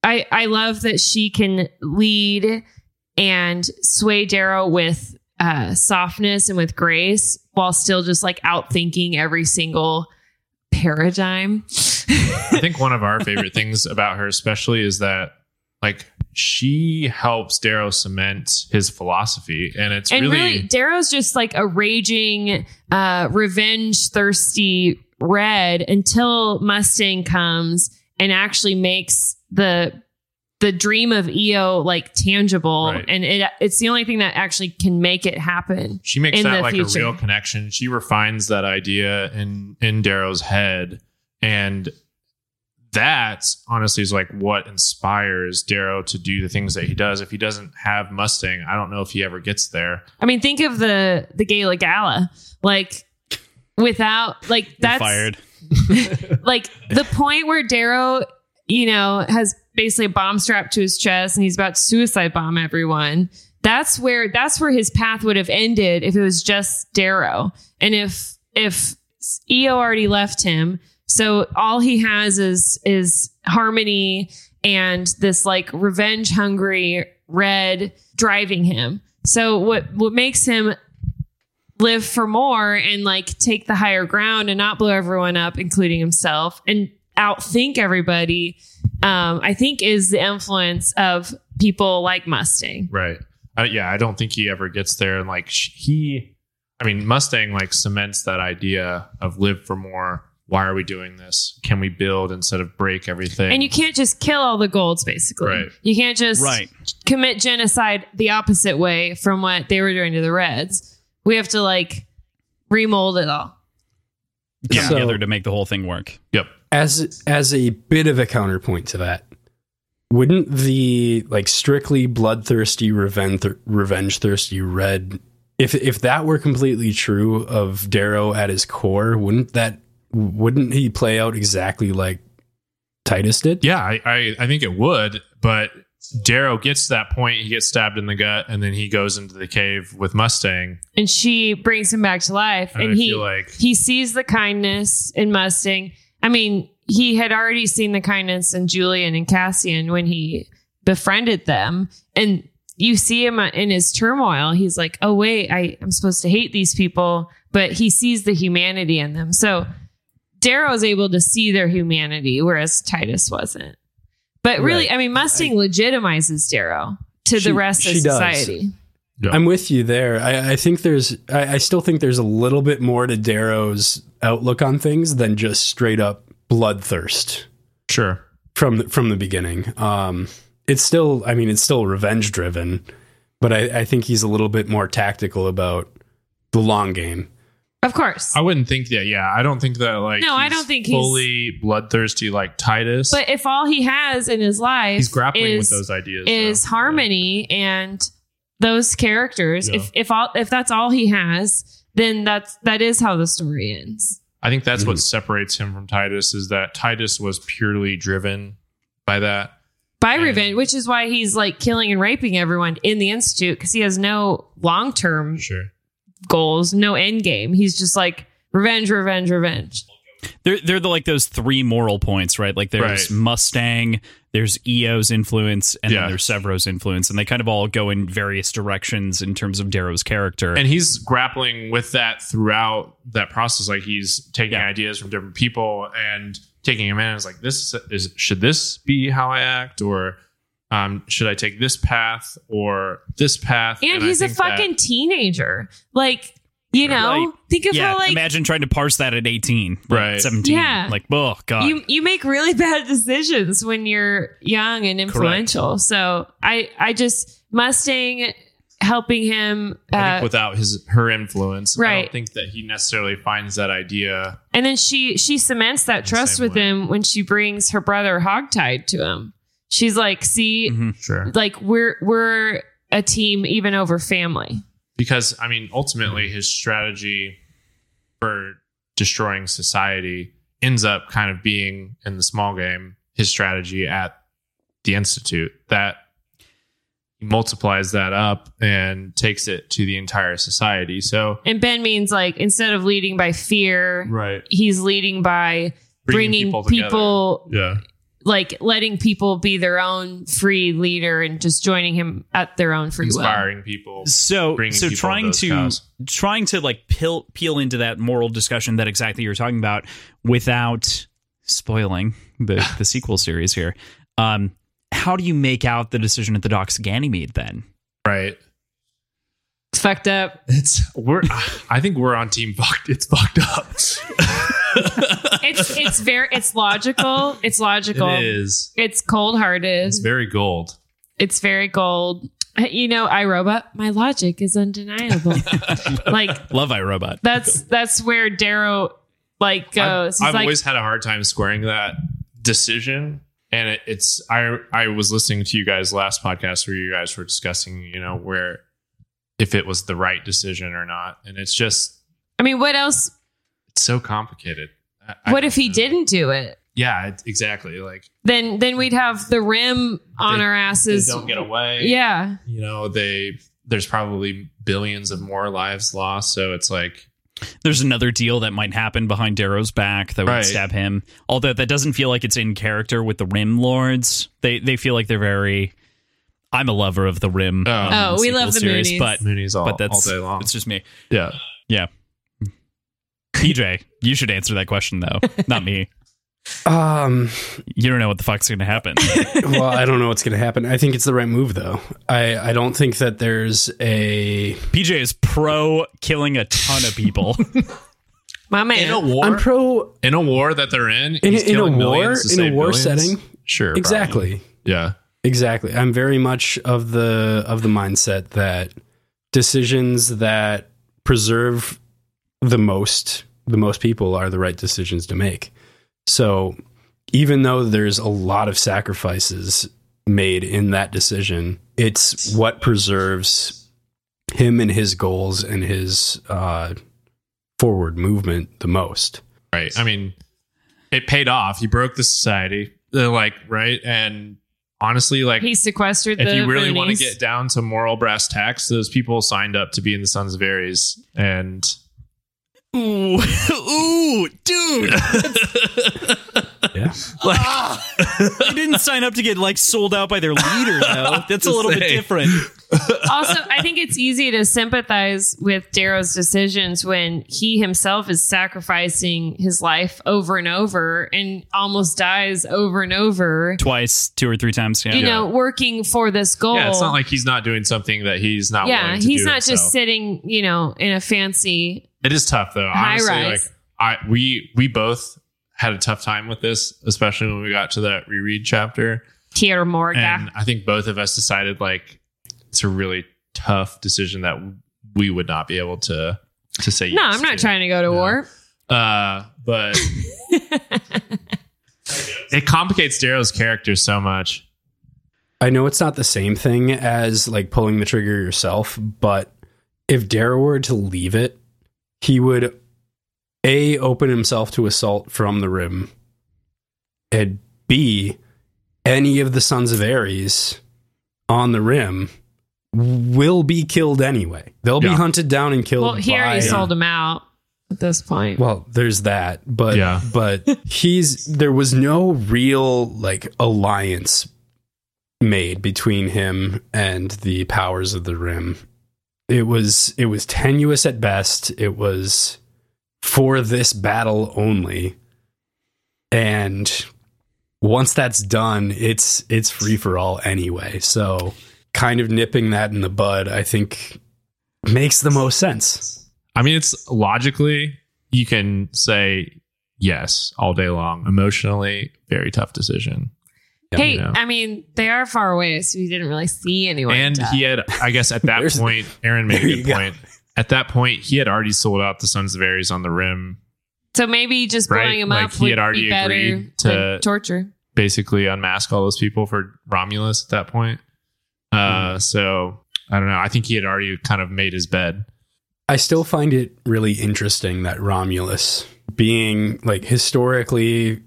Speaker 2: I I love that she can lead and sway Darrow with uh, softness and with grace, while still just like outthinking every single paradigm.
Speaker 1: I think one of our favorite things about her, especially, is that like she helps Darrow cement his philosophy, and it's
Speaker 2: and really,
Speaker 1: really,
Speaker 2: Darrow's just like a raging, uh, revenge thirsty red until Mustang comes and actually makes the the dream of EO like tangible,
Speaker 1: Right.
Speaker 2: and it it's the only thing that actually can make it happen.
Speaker 1: she makes
Speaker 2: in
Speaker 1: that
Speaker 2: the
Speaker 1: like
Speaker 2: future.
Speaker 1: a real connection. She refines that idea in in Darrow's head, and that honestly is like what inspires Darrow to do the things that he does. If he doesn't have Mustang, I don't know if he ever gets there.
Speaker 2: I mean, think of the the Gala Gala, like without like that's
Speaker 3: fired.
Speaker 2: like the point where Darrow, you know, has basically a bomb strapped to his chest and he's about to suicide bomb everyone. That's where that's where his path would have ended if it was just Darrow. And if if EO already left him, so all he has is is harmony and this like revenge hungry red driving him. So what what makes him live for more and like take the higher ground and not blow everyone up, including himself, and outthink everybody, um, I think is the influence of people like Mustang.
Speaker 1: Right. Uh, yeah, I don't think he ever gets there. And like sh- he, I mean, Mustang like cements that idea of live for more. Why are we doing this? Can we build instead of break everything?
Speaker 2: And you can't just kill all the golds, basically.
Speaker 1: Right.
Speaker 2: You can't just
Speaker 3: Right.
Speaker 2: commit genocide the opposite way from what they were doing to the Reds. We have to like remold it all.
Speaker 3: Get
Speaker 4: So-
Speaker 3: together to make the whole thing work.
Speaker 1: yep.
Speaker 4: as as a bit of a counterpoint to that wouldn't the like strictly bloodthirsty revenge revenge thirsty red if if that were completely true of darrow at his core wouldn't that wouldn't he play out exactly like titus did
Speaker 1: Yeah, I, I, I think it would, but Darrow gets to that point. He gets stabbed in the gut, and then he goes into the cave with Mustang.
Speaker 2: And she brings him back to life.
Speaker 1: And,
Speaker 2: And,
Speaker 1: I
Speaker 2: he
Speaker 1: feel like
Speaker 2: he sees the kindness in Mustang. I mean, he had already seen the kindness in Julian and Cassian when he befriended them. And you see him in his turmoil. He's like, oh, wait, I, I'm supposed to hate these people, but he sees the humanity in them. So Darrow is able to see their humanity, whereas Titus wasn't. But really,
Speaker 4: Right.
Speaker 2: I mean, Mustang legitimizes Darrow to
Speaker 4: She-
Speaker 2: the rest of
Speaker 4: she does.
Speaker 2: society.
Speaker 4: I'm with you there. I, I think there's, I, I still think there's a little bit more to Darrow's outlook on things than just straight up bloodthirst
Speaker 1: sure.
Speaker 4: from the, from the beginning. Um, it's still, I mean, it's still revenge driven, but I, I think he's a little bit more tactical about the long game.
Speaker 2: Of course.
Speaker 1: I wouldn't think that. Yeah, I don't think that. Like,
Speaker 2: No, I
Speaker 1: he's
Speaker 2: don't think he's-
Speaker 1: fully bloodthirsty like Titus.
Speaker 2: But if all he has in his life
Speaker 1: he's grappling with
Speaker 2: is-
Speaker 1: those ideas.
Speaker 2: is
Speaker 1: though.
Speaker 2: harmony and those characters.
Speaker 1: Yeah.
Speaker 2: If if all if that's all he has, then that's that is how the story ends.
Speaker 1: I think that's what separates him from Titus is that Titus was purely driven by that.
Speaker 2: By
Speaker 1: And-
Speaker 2: revenge, which is why he's like killing and raping everyone in the institute because he has no long term
Speaker 1: Sure.
Speaker 2: goals, no end game. He's just like revenge, revenge, revenge.
Speaker 3: They're they're the, like those three moral points, right? Like
Speaker 1: Right.
Speaker 3: there's Mustang, there's EO's influence, and
Speaker 1: Yeah.
Speaker 3: then there's Severo's influence, and they kind of all go in various directions in terms of Darrow's character.
Speaker 1: And he's grappling with that throughout that process. Like he's taking
Speaker 3: Yeah.
Speaker 1: ideas from different people and taking them in. It's like this is should this be how I act or um, should I take this path or this path?
Speaker 2: And,
Speaker 1: I
Speaker 2: he's a
Speaker 1: think that-
Speaker 2: fucking teenager. Like, you know,
Speaker 3: Like,
Speaker 2: think of
Speaker 3: yeah,
Speaker 2: how like
Speaker 3: imagine trying to parse that at 18, like
Speaker 1: Right.
Speaker 3: 17.
Speaker 2: Yeah.
Speaker 3: Like, oh, God.
Speaker 2: you you make really bad decisions when you're young and influential. So I I just Mustang helping him,
Speaker 1: I
Speaker 2: uh,
Speaker 1: think without his her influence, I
Speaker 2: Right.
Speaker 1: don't think that he necessarily finds that idea.
Speaker 2: and then she she cements that
Speaker 1: the
Speaker 2: trust
Speaker 1: same
Speaker 2: with
Speaker 1: way.
Speaker 2: him when she brings her brother Hogtied to him. She's like, see,
Speaker 1: Mm-hmm.
Speaker 3: Mhm.
Speaker 1: Sure.
Speaker 2: like we're we're a team even over family.
Speaker 1: because I mean, ultimately, his strategy for destroying society ends up kind of being in the small game his strategy at the institute that multiplies that up and takes it to the entire society. So
Speaker 2: And Ben means like instead of leading by fear,
Speaker 1: right,
Speaker 2: he's leading by bringing, people
Speaker 1: yeah,
Speaker 2: like letting people be their own free leader and just joining him at their own free will.
Speaker 1: inspiring people.
Speaker 3: so
Speaker 1: Bringing
Speaker 3: so
Speaker 1: people to
Speaker 3: trying
Speaker 1: those
Speaker 3: to
Speaker 1: cause.
Speaker 3: trying to like peel peel into that moral discussion that exactly you're talking about without spoiling the the sequel series here um how do you make out the decision at the docks of ganymede then
Speaker 1: Right.
Speaker 2: It's fucked up.
Speaker 1: It's we're I think we're on team fucked. It's fucked up.
Speaker 2: It's it's very it's logical. It's logical.
Speaker 1: It is.
Speaker 2: It's cold hearted.
Speaker 1: It's very gold.
Speaker 2: It's very gold. You know, iRobot, my logic is undeniable. like
Speaker 3: love irobot
Speaker 2: that's that's where Darrow like goes. He's
Speaker 1: I've, I've
Speaker 2: like,
Speaker 1: always had a hard time squaring that decision. And it, it's I I was listening to you guys last podcast where you guys were discussing, you know, where if it was the right decision or not. And it's just
Speaker 2: I mean, what else?
Speaker 1: it's so complicated. I- I
Speaker 2: What
Speaker 1: don't
Speaker 2: if he
Speaker 1: know.
Speaker 2: didn't do it?
Speaker 1: Yeah, it, exactly. Like
Speaker 2: Then then we'd have the rim on
Speaker 1: They-
Speaker 2: our
Speaker 1: they
Speaker 2: asses.
Speaker 1: don't get away.
Speaker 2: Yeah.
Speaker 1: You know, they there's probably billions of more lives lost. So it's like
Speaker 3: there's another deal that might happen behind darrow's back that would
Speaker 1: Right.
Speaker 3: stab him although that doesn't feel like it's in character with the rim lords they they feel like they're very i'm a lover of the rim
Speaker 1: Oh.
Speaker 3: um,
Speaker 2: Oh, we
Speaker 3: sequel
Speaker 2: love the
Speaker 3: series,
Speaker 2: Moonies.
Speaker 3: but
Speaker 1: Mooney's all,
Speaker 3: but that's
Speaker 1: all day long.
Speaker 3: it's just me
Speaker 1: Yeah.
Speaker 3: PJ, you should answer that question though, not me.
Speaker 4: Um,
Speaker 3: You don't know what the fuck's going to happen.
Speaker 4: well, I don't know what's going to happen. I think it's the right move, though. I, I don't think that there's a.
Speaker 3: PJ is pro killing a ton of people.
Speaker 2: My
Speaker 1: In a
Speaker 2: man.
Speaker 1: war
Speaker 4: am pro
Speaker 1: in a war that they're in.
Speaker 4: in,
Speaker 1: he's
Speaker 4: in a
Speaker 1: killing
Speaker 4: war
Speaker 1: millions to
Speaker 4: in a
Speaker 1: save
Speaker 4: war
Speaker 1: billions?
Speaker 4: setting.
Speaker 1: Sure. probably.
Speaker 4: Exactly,
Speaker 1: Yeah.
Speaker 4: exactly. I'm very much of the of the mindset that decisions that preserve the most the most people are the right decisions to make. So, even though there's a lot of sacrifices made in that decision, it's what preserves him and his goals and his uh, forward movement the most.
Speaker 1: Right. I mean, it paid off. He broke the society. They're like, right? And honestly, like,
Speaker 2: He sequestered
Speaker 1: if
Speaker 2: the
Speaker 1: you really want to
Speaker 2: Moonies.
Speaker 1: get down to moral brass tacks, those people signed up to be in the Sons of Aries. And
Speaker 3: ooh, ooh, dude!
Speaker 4: Yeah.
Speaker 3: Like, they didn't sign up to get like sold out by their leader though. That's a little bit
Speaker 1: saying.
Speaker 3: different.
Speaker 2: also, I think it's easy to sympathize with Darrow's decisions when he himself is sacrificing his life over and over and almost dies over and over.
Speaker 3: Twice, two or three times. Yeah.
Speaker 2: You know, working for this goal.
Speaker 1: yeah, it's not like he's not doing something that he's not.
Speaker 2: Oh. yeah,
Speaker 1: willing to
Speaker 2: he's
Speaker 1: do
Speaker 2: not
Speaker 1: himself.
Speaker 2: just sitting, you know, in a fancy.
Speaker 1: It is tough though.
Speaker 2: High
Speaker 1: Honestly, like
Speaker 2: rise.
Speaker 1: I we we both had a tough time with this, especially when we got to that reread chapter.
Speaker 2: Tierra Morga.
Speaker 1: And I think both of us decided like it's a really tough decision that we would not be able to to say.
Speaker 2: No,
Speaker 1: yes
Speaker 2: I'm not
Speaker 1: to.
Speaker 2: trying to go to
Speaker 1: No.
Speaker 2: war.
Speaker 1: Uh, but it complicates Darrow's character so much.
Speaker 4: I know it's not the same thing as like pulling the trigger yourself, but if Darrow were to leave it, he would A open himself to assault from the rim. And B, any of the sons of Ares on the rim will be killed anyway. They'll
Speaker 1: Yeah.
Speaker 4: be hunted down and killed.
Speaker 2: Well, he
Speaker 4: by-
Speaker 2: already sold him out at this point.
Speaker 4: well, there's that, but
Speaker 1: Yeah.
Speaker 4: but he's there was no real like alliance made between him and the powers of the rim. It was it was tenuous at best. It was for this battle only. And once that's done, it's it's free for all anyway. So kind of nipping that in the bud, I think makes the most sense.
Speaker 1: I mean, it's logically you can say yes all day long. Emotionally, very tough decision.
Speaker 2: hey,
Speaker 1: you know.
Speaker 2: I mean, they are far away, so he didn't really see anyone.
Speaker 1: and
Speaker 2: die.
Speaker 1: he had, I guess, at that
Speaker 4: There's the-
Speaker 1: point, Aaron made
Speaker 4: There
Speaker 1: a
Speaker 4: you
Speaker 1: good
Speaker 4: go.
Speaker 1: point. At that point, he had already sold out the Sons of Ares on the rim,
Speaker 2: So maybe just
Speaker 1: Right,
Speaker 2: blowing him
Speaker 1: like,
Speaker 2: up
Speaker 1: he
Speaker 2: would
Speaker 1: had already
Speaker 2: be better
Speaker 1: agreed to-
Speaker 2: than torture.
Speaker 1: basically unmask all those people for Romulus at that point. Uh, So I don't know. I think he had already kind of made his bed.
Speaker 4: I still find it really interesting that Romulus being like historically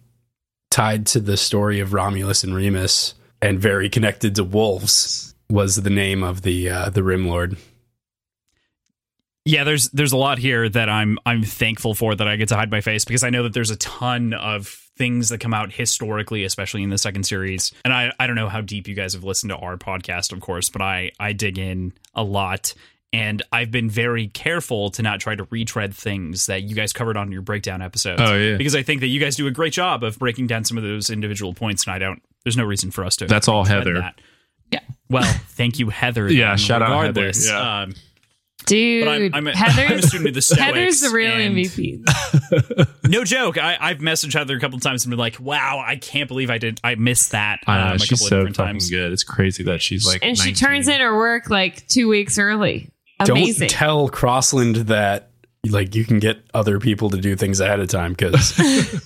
Speaker 4: tied to the story of Romulus and Remus and very connected to wolves was the name of the uh, the Rim Lord.
Speaker 3: yeah there's there's a lot here that i'm i'm thankful for that i get to hide my face because i know that there's a ton of things that come out historically especially in the second series and i i don't know how deep you guys have listened to our podcast of course but i i dig in a lot and i've been very careful to not try to retread things that you guys covered on your breakdown episodes
Speaker 1: Oh, yeah.
Speaker 3: because i think that you guys do a great job of breaking down some of those individual points and i don't there's no reason for us to
Speaker 1: That's all
Speaker 3: retread
Speaker 1: Heather.
Speaker 3: that. well thank you heather
Speaker 1: Yeah,
Speaker 3: then,
Speaker 1: shout out Heather.
Speaker 3: regardless.
Speaker 1: Yeah.
Speaker 3: um,
Speaker 2: Dude,
Speaker 3: but I'm, I'm, a, I'm a
Speaker 2: Heather's,
Speaker 3: student of the Stoics.
Speaker 2: Heather's the real
Speaker 3: and
Speaker 2: MVP.
Speaker 3: No joke. I, I've messaged Heather a couple of times and been like, "Wow, I can't believe I did. I missed that."
Speaker 1: I know,
Speaker 3: um, a
Speaker 1: she's
Speaker 3: couple
Speaker 1: so
Speaker 3: of
Speaker 1: fucking
Speaker 3: different times.
Speaker 1: good. It's crazy that she's like.
Speaker 2: And she
Speaker 1: 19.
Speaker 2: turns in her work like two weeks early. Amazing.
Speaker 4: Don't tell Crossland that like you can get other people to do things ahead of time because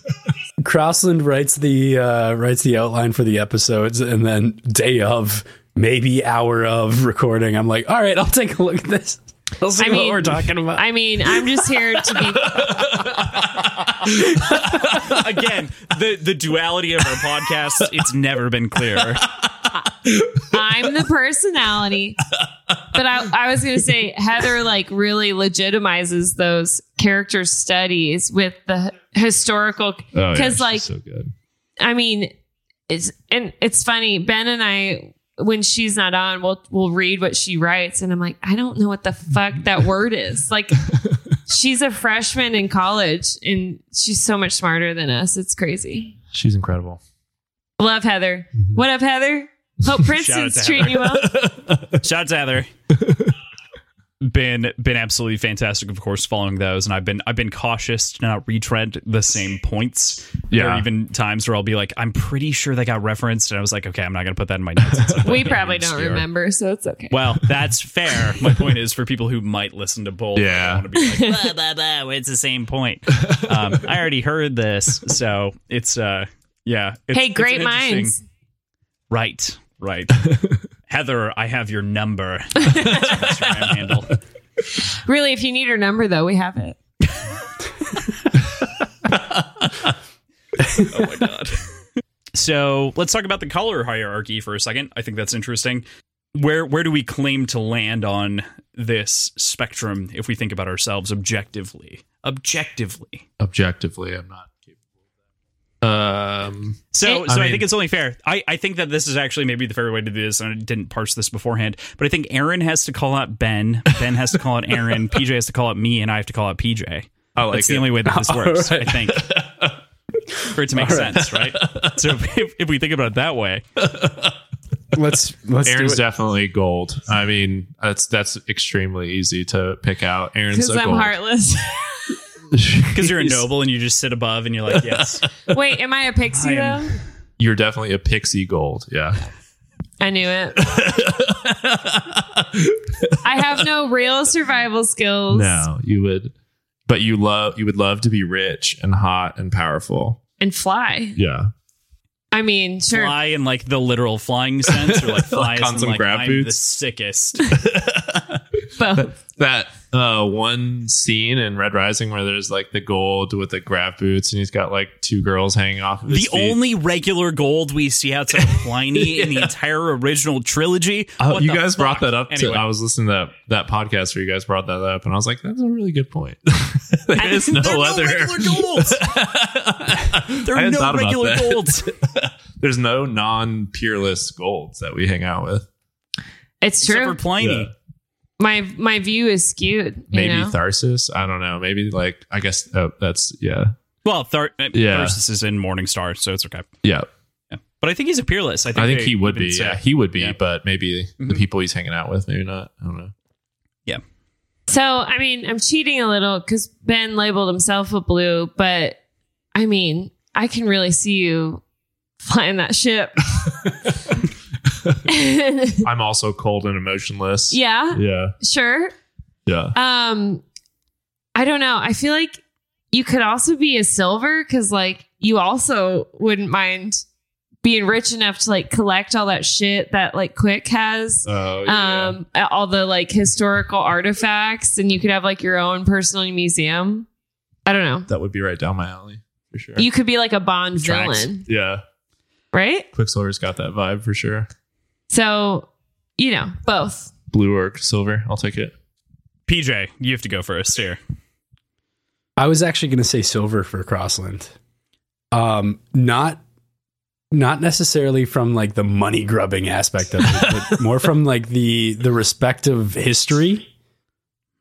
Speaker 4: Crossland writes the uh, writes the outline for the episodes and then day of maybe hour of recording. I'm like, all right, I'll take a look at this. I'll see
Speaker 2: I
Speaker 4: what
Speaker 2: mean-
Speaker 4: we're talking about.
Speaker 2: I mean, I'm just here to be.
Speaker 3: Again, the the duality of our podcast. It's never been clear.
Speaker 2: I'm the personality, but I, I was going to say Heather like really legitimizes those character studies with the historical
Speaker 1: Oh, yeah,
Speaker 2: because
Speaker 1: she's
Speaker 2: like
Speaker 1: so good.
Speaker 2: I mean, it's and it's funny. Ben and I, when she's not on, we'll we'll read what she writes, and I'm like, I don't know what the fuck that word is. Like, she's a freshman in college, and she's so much smarter than us. It's crazy.
Speaker 1: She's incredible.
Speaker 2: Love Heather. What up, Heather? Hope
Speaker 3: Mm-hmm. to
Speaker 2: Princeton's treating you well.
Speaker 3: Shout out to Heather. Been been absolutely fantastic, of course, following those, and I've been I've been cautious to not retread the same points. There
Speaker 1: Yeah.
Speaker 3: are even times where I'll be like, I'm pretty sure that got referenced, and I was like, okay, I'm not gonna put that in my notes. It's like,
Speaker 2: We
Speaker 3: okay,
Speaker 2: probably
Speaker 3: it's
Speaker 2: don't
Speaker 3: here.
Speaker 2: remember, so it's okay.
Speaker 3: Well, that's fair. My point is for people who might listen to both.
Speaker 1: Yeah.
Speaker 3: I want to be like, blah, blah, blah. It's the same point. Um, I already heard this. So it's, uh, yeah. It's,
Speaker 2: hey,
Speaker 3: it's
Speaker 2: great
Speaker 3: an interesting-
Speaker 2: minds.
Speaker 3: Right, right. Heather, I have your number. That's your Instagram handle.
Speaker 2: Really, if you need her number though, we have it.
Speaker 3: Oh my god. so let's talk about the color hierarchy for a second. I think that's interesting. Where where do we claim to land on this spectrum if we think about ourselves objectively? Objectively.
Speaker 1: Objectively, I'm not capable of that. Um,
Speaker 3: So,
Speaker 1: It-
Speaker 3: so I,
Speaker 1: I mean-
Speaker 3: think it's only fair. I, I think that this is actually maybe the fair way to do this, and I didn't parse this beforehand. But I think Aaron has to call out Ben, Ben has to call out Aaron, PJ has to call out me, and I have to call out PJ.
Speaker 1: I like
Speaker 3: That's
Speaker 1: it.
Speaker 3: the only way that this works,
Speaker 4: All right.
Speaker 3: I think, for it to make sense, right? So if, if we think about it that way,
Speaker 4: let's let's do
Speaker 1: Aaron's
Speaker 4: it.
Speaker 1: definitely gold. I mean, that's that's extremely easy to pick out. Aaron's
Speaker 2: Because
Speaker 1: a
Speaker 2: I'm
Speaker 1: gold.
Speaker 2: heartless.
Speaker 3: because you're a
Speaker 1: He's-
Speaker 3: noble and you just sit above and you're like, yes,
Speaker 2: Wait, am I a pixie
Speaker 3: I am-
Speaker 2: though?
Speaker 1: You're definitely a pixie gold. Yeah.
Speaker 2: I knew it. I have no real survival skills.
Speaker 1: No, you would, but you love you would love to be rich and hot and powerful.
Speaker 2: And fly.
Speaker 1: Yeah.
Speaker 2: I mean, sure.
Speaker 3: fly in like the literal flying sense, or like fly
Speaker 1: on
Speaker 3: as in
Speaker 1: some
Speaker 3: like
Speaker 1: grab
Speaker 3: I'm the
Speaker 1: boots.
Speaker 3: sickest.
Speaker 2: Both.
Speaker 1: That uh, one scene in Red Rising where there's like the gold with the grab boots and he's got like two girls hanging off of his
Speaker 3: the
Speaker 1: feet.
Speaker 3: only regular gold we see outside of Pliny in the entire original trilogy.
Speaker 1: Oh,
Speaker 3: What
Speaker 1: you
Speaker 3: the
Speaker 1: guys brought
Speaker 3: fuck?
Speaker 1: that up.
Speaker 3: Anyway.
Speaker 1: To, I was listening to that, that podcast where you guys brought that up, and I was like, "That's a really good point." there is no
Speaker 3: There are
Speaker 1: other.
Speaker 3: no regular golds. there
Speaker 1: I
Speaker 3: are
Speaker 1: hadn't
Speaker 3: no
Speaker 1: thought about
Speaker 3: regular
Speaker 1: that.
Speaker 3: golds.
Speaker 1: there's no non-peerless golds that we hang out with.
Speaker 2: It's
Speaker 3: Except
Speaker 2: true.
Speaker 3: for Pliny.
Speaker 1: Yeah.
Speaker 2: my my view is skewed.
Speaker 1: Maybe
Speaker 2: you know?
Speaker 1: Tharsis. I don't know. Maybe like I guess oh, that's yeah,
Speaker 3: Well, Thar-
Speaker 1: Yeah.
Speaker 3: Tharsis is in Morningstar, so it's okay.
Speaker 1: yeah.
Speaker 3: Yeah. But I think he's a peerless. I think,
Speaker 1: I think
Speaker 3: they
Speaker 1: he would
Speaker 3: even
Speaker 1: be.
Speaker 3: say.
Speaker 1: Yeah, he would be.
Speaker 3: Yeah.
Speaker 1: But maybe the
Speaker 3: Mhm.
Speaker 1: people he's hanging out with, maybe not. I don't know.
Speaker 2: so I mean, I'm cheating a little because Ben labeled himself a blue, but I mean, I can really see you flying that ship.
Speaker 1: I'm also cold and emotionless.
Speaker 2: yeah,
Speaker 1: yeah,
Speaker 2: sure.
Speaker 1: yeah.
Speaker 2: Um, I don't know. I feel like you could also be a silver because, like, you also wouldn't mind being rich enough to like collect all that shit that like Quick has.
Speaker 1: Oh yeah.
Speaker 2: Um, all the like historical artifacts, and you could have like your own personal museum. I don't know.
Speaker 1: that would be right down my alley for sure.
Speaker 2: You could be like a Bond
Speaker 3: Tracks.
Speaker 2: villain,
Speaker 1: yeah.
Speaker 2: right?
Speaker 1: Quicksilver's got that vibe for sure.
Speaker 2: So, you know, both.
Speaker 1: Blue or silver, I'll take it.
Speaker 3: PJ, you have to go first here.
Speaker 4: I was actually going to say silver for Crossland. Um, not not necessarily from like the money grubbing aspect of it, but more from like the the respect of history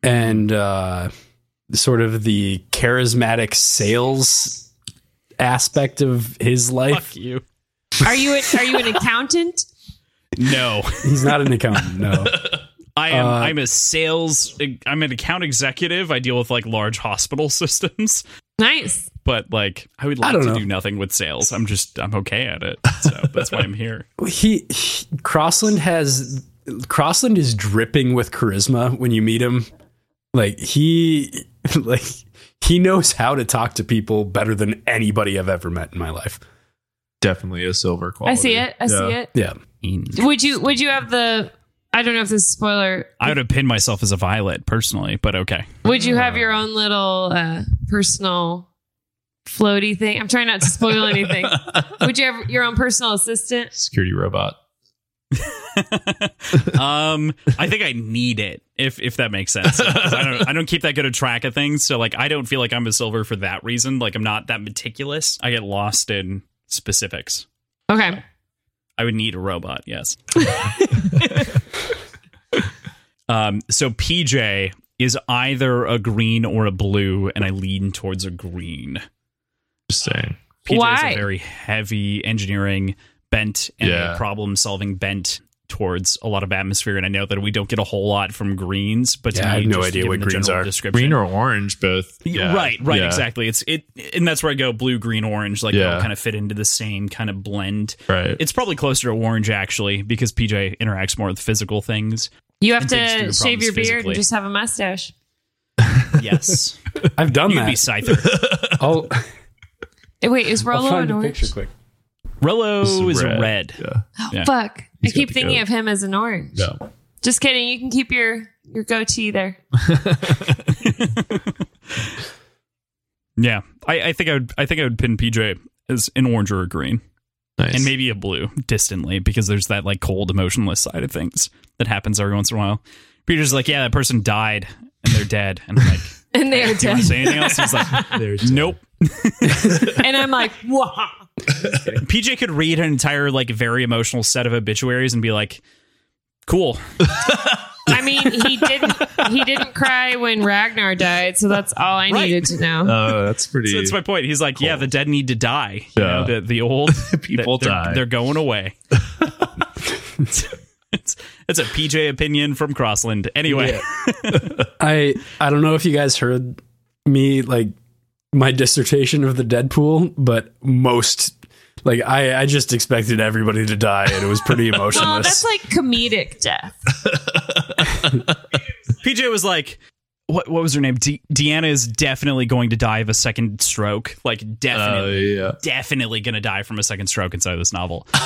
Speaker 4: and uh, sort of the charismatic sales aspect of his life.
Speaker 3: Fuck you.
Speaker 2: Are you a, are you an accountant?
Speaker 3: No,
Speaker 4: He's not an accountant, no.
Speaker 3: I am.
Speaker 4: Uh,
Speaker 3: I'm a sales. I'm an account executive. I deal with like large hospital systems,
Speaker 2: Nice.
Speaker 3: but like I would
Speaker 4: I
Speaker 3: like
Speaker 4: don't
Speaker 3: to
Speaker 4: know.
Speaker 3: do nothing with sales. I'm just. I'm okay at it. So that's why I'm here.
Speaker 4: he, he- Crossland has Crossland is dripping with charisma when you meet him. Like he like he knows how to talk to people better than anybody I've ever met in my life.
Speaker 1: Definitely a silver quality.
Speaker 2: I see it. I see
Speaker 1: Yeah.
Speaker 2: it.
Speaker 4: Yeah.
Speaker 2: Would you would you have the I don't know if this is a spoiler.
Speaker 3: I would have pinned myself as a violet personally, but okay.
Speaker 2: Would you have your own little uh, personal floaty thing? I'm trying not to spoil anything. Would you have your own personal assistant?
Speaker 1: Security robot.
Speaker 3: um, I think I need it if if that makes sense. 'Cause I don't I don't keep that good a track of things, so like I don't feel like I'm a silver for that reason. Like I'm not that meticulous. I get lost in specifics.
Speaker 2: Okay.
Speaker 3: I would need a robot. Yes. um. So PJ is either a green or a blue, and I lean towards a green.
Speaker 1: Just saying.
Speaker 3: PJ is
Speaker 2: Why?
Speaker 3: a very heavy engineering bent and
Speaker 1: Yeah.
Speaker 3: a problem solving bent towards a lot of atmosphere. And I know that we don't get a whole lot from greens, but to
Speaker 4: Yeah, I
Speaker 3: me,
Speaker 4: have no
Speaker 3: just
Speaker 4: idea
Speaker 3: given
Speaker 4: what
Speaker 3: the
Speaker 4: greens
Speaker 3: general
Speaker 4: are.
Speaker 3: Description,
Speaker 1: Green or orange, both. Yeah.
Speaker 3: Right, right,
Speaker 1: Yeah.
Speaker 3: exactly. It's it, and that's where I go blue, green, orange. Like they
Speaker 1: Yeah.
Speaker 3: all kind of fit into the same kind of blend.
Speaker 1: Right.
Speaker 3: It's probably closer to orange actually, because PJ interacts more with physical things.
Speaker 2: You have
Speaker 3: And things to do
Speaker 2: to
Speaker 3: with
Speaker 2: shave
Speaker 3: problems
Speaker 2: your beard
Speaker 3: physically.
Speaker 2: and just have a mustache.
Speaker 3: Yes,
Speaker 4: I've done
Speaker 3: you'd be
Speaker 4: that.
Speaker 3: Scyther.
Speaker 4: I'll,
Speaker 2: Eh, Wait, is
Speaker 4: I'll
Speaker 2: Rolo an
Speaker 4: find a
Speaker 2: orange?
Speaker 4: picture quick.
Speaker 3: Rollo
Speaker 1: This
Speaker 3: is
Speaker 1: is
Speaker 3: red.
Speaker 1: red. Yeah.
Speaker 2: Oh,
Speaker 3: Yeah.
Speaker 2: fuck.
Speaker 1: He's
Speaker 2: I keep
Speaker 1: got the
Speaker 2: thinking
Speaker 1: goat.
Speaker 2: of him as an orange.
Speaker 1: No.
Speaker 2: Just kidding. You can keep your your goatee there.
Speaker 3: Yeah, I, I think I would. I think I would pin PJ as an orange or a green.
Speaker 1: Nice.
Speaker 3: and maybe a blue distantly because there's that like cold emotionless side of things that happens every once in a while peter's like yeah that person died and they're dead and i'm like
Speaker 2: And they are
Speaker 3: do you
Speaker 2: dead.
Speaker 3: want to say anything else he's like
Speaker 1: there's
Speaker 3: nope
Speaker 2: And I'm like, wow.
Speaker 3: pj could read an entire like very emotional set of obituaries and be like cool
Speaker 2: I mean, he didn't he didn't cry when Ragnar died, so that's all I
Speaker 3: Right.
Speaker 2: needed to know.
Speaker 1: Oh, that's pretty.
Speaker 3: so that's my point he's like yeah the dead need to die you know,
Speaker 1: Yeah.
Speaker 3: the, the old
Speaker 1: People
Speaker 3: they're,
Speaker 1: die.
Speaker 3: they're going away it's, it's a pj opinion from crossland anyway
Speaker 4: I I don't know if you guys heard me like my dissertation of the Deadpool, but most like I, I just expected everybody to die and it was pretty emotionless.
Speaker 2: Well, Oh, that's like comedic death.
Speaker 3: PJ was like, what what was her name? De- Deanna is definitely going to die of a second stroke. Like
Speaker 1: Oh,
Speaker 3: definitely,
Speaker 1: yeah.
Speaker 3: definitely going to die from a second stroke inside of this novel.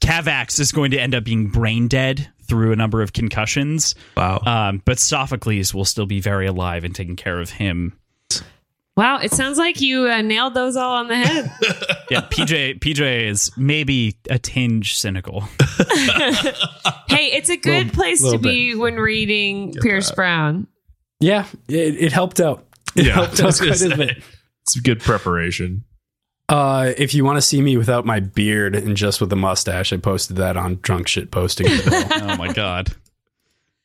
Speaker 3: Cavax is going to end up being brain dead through a number of concussions,
Speaker 1: Wow.
Speaker 3: um, but Sophocles will still be very alive and taking care of him.
Speaker 2: Wow, it sounds like you uh, nailed those all on the head.
Speaker 3: Yeah, PJ PJ is maybe a tinge cynical.
Speaker 2: hey, it's a good
Speaker 4: Little-
Speaker 2: place to
Speaker 4: little
Speaker 2: be when reading Pierce Brown.
Speaker 4: yeah, it, it helped out. It
Speaker 1: Yeah,
Speaker 4: helped
Speaker 1: I
Speaker 4: out
Speaker 1: was gonna
Speaker 4: quite a
Speaker 1: say.
Speaker 4: bit.
Speaker 1: it's good preparation.
Speaker 4: Uh, if you want to see me without my beard and just with a mustache, I posted that on drunk shit posting. as well.
Speaker 3: oh my god.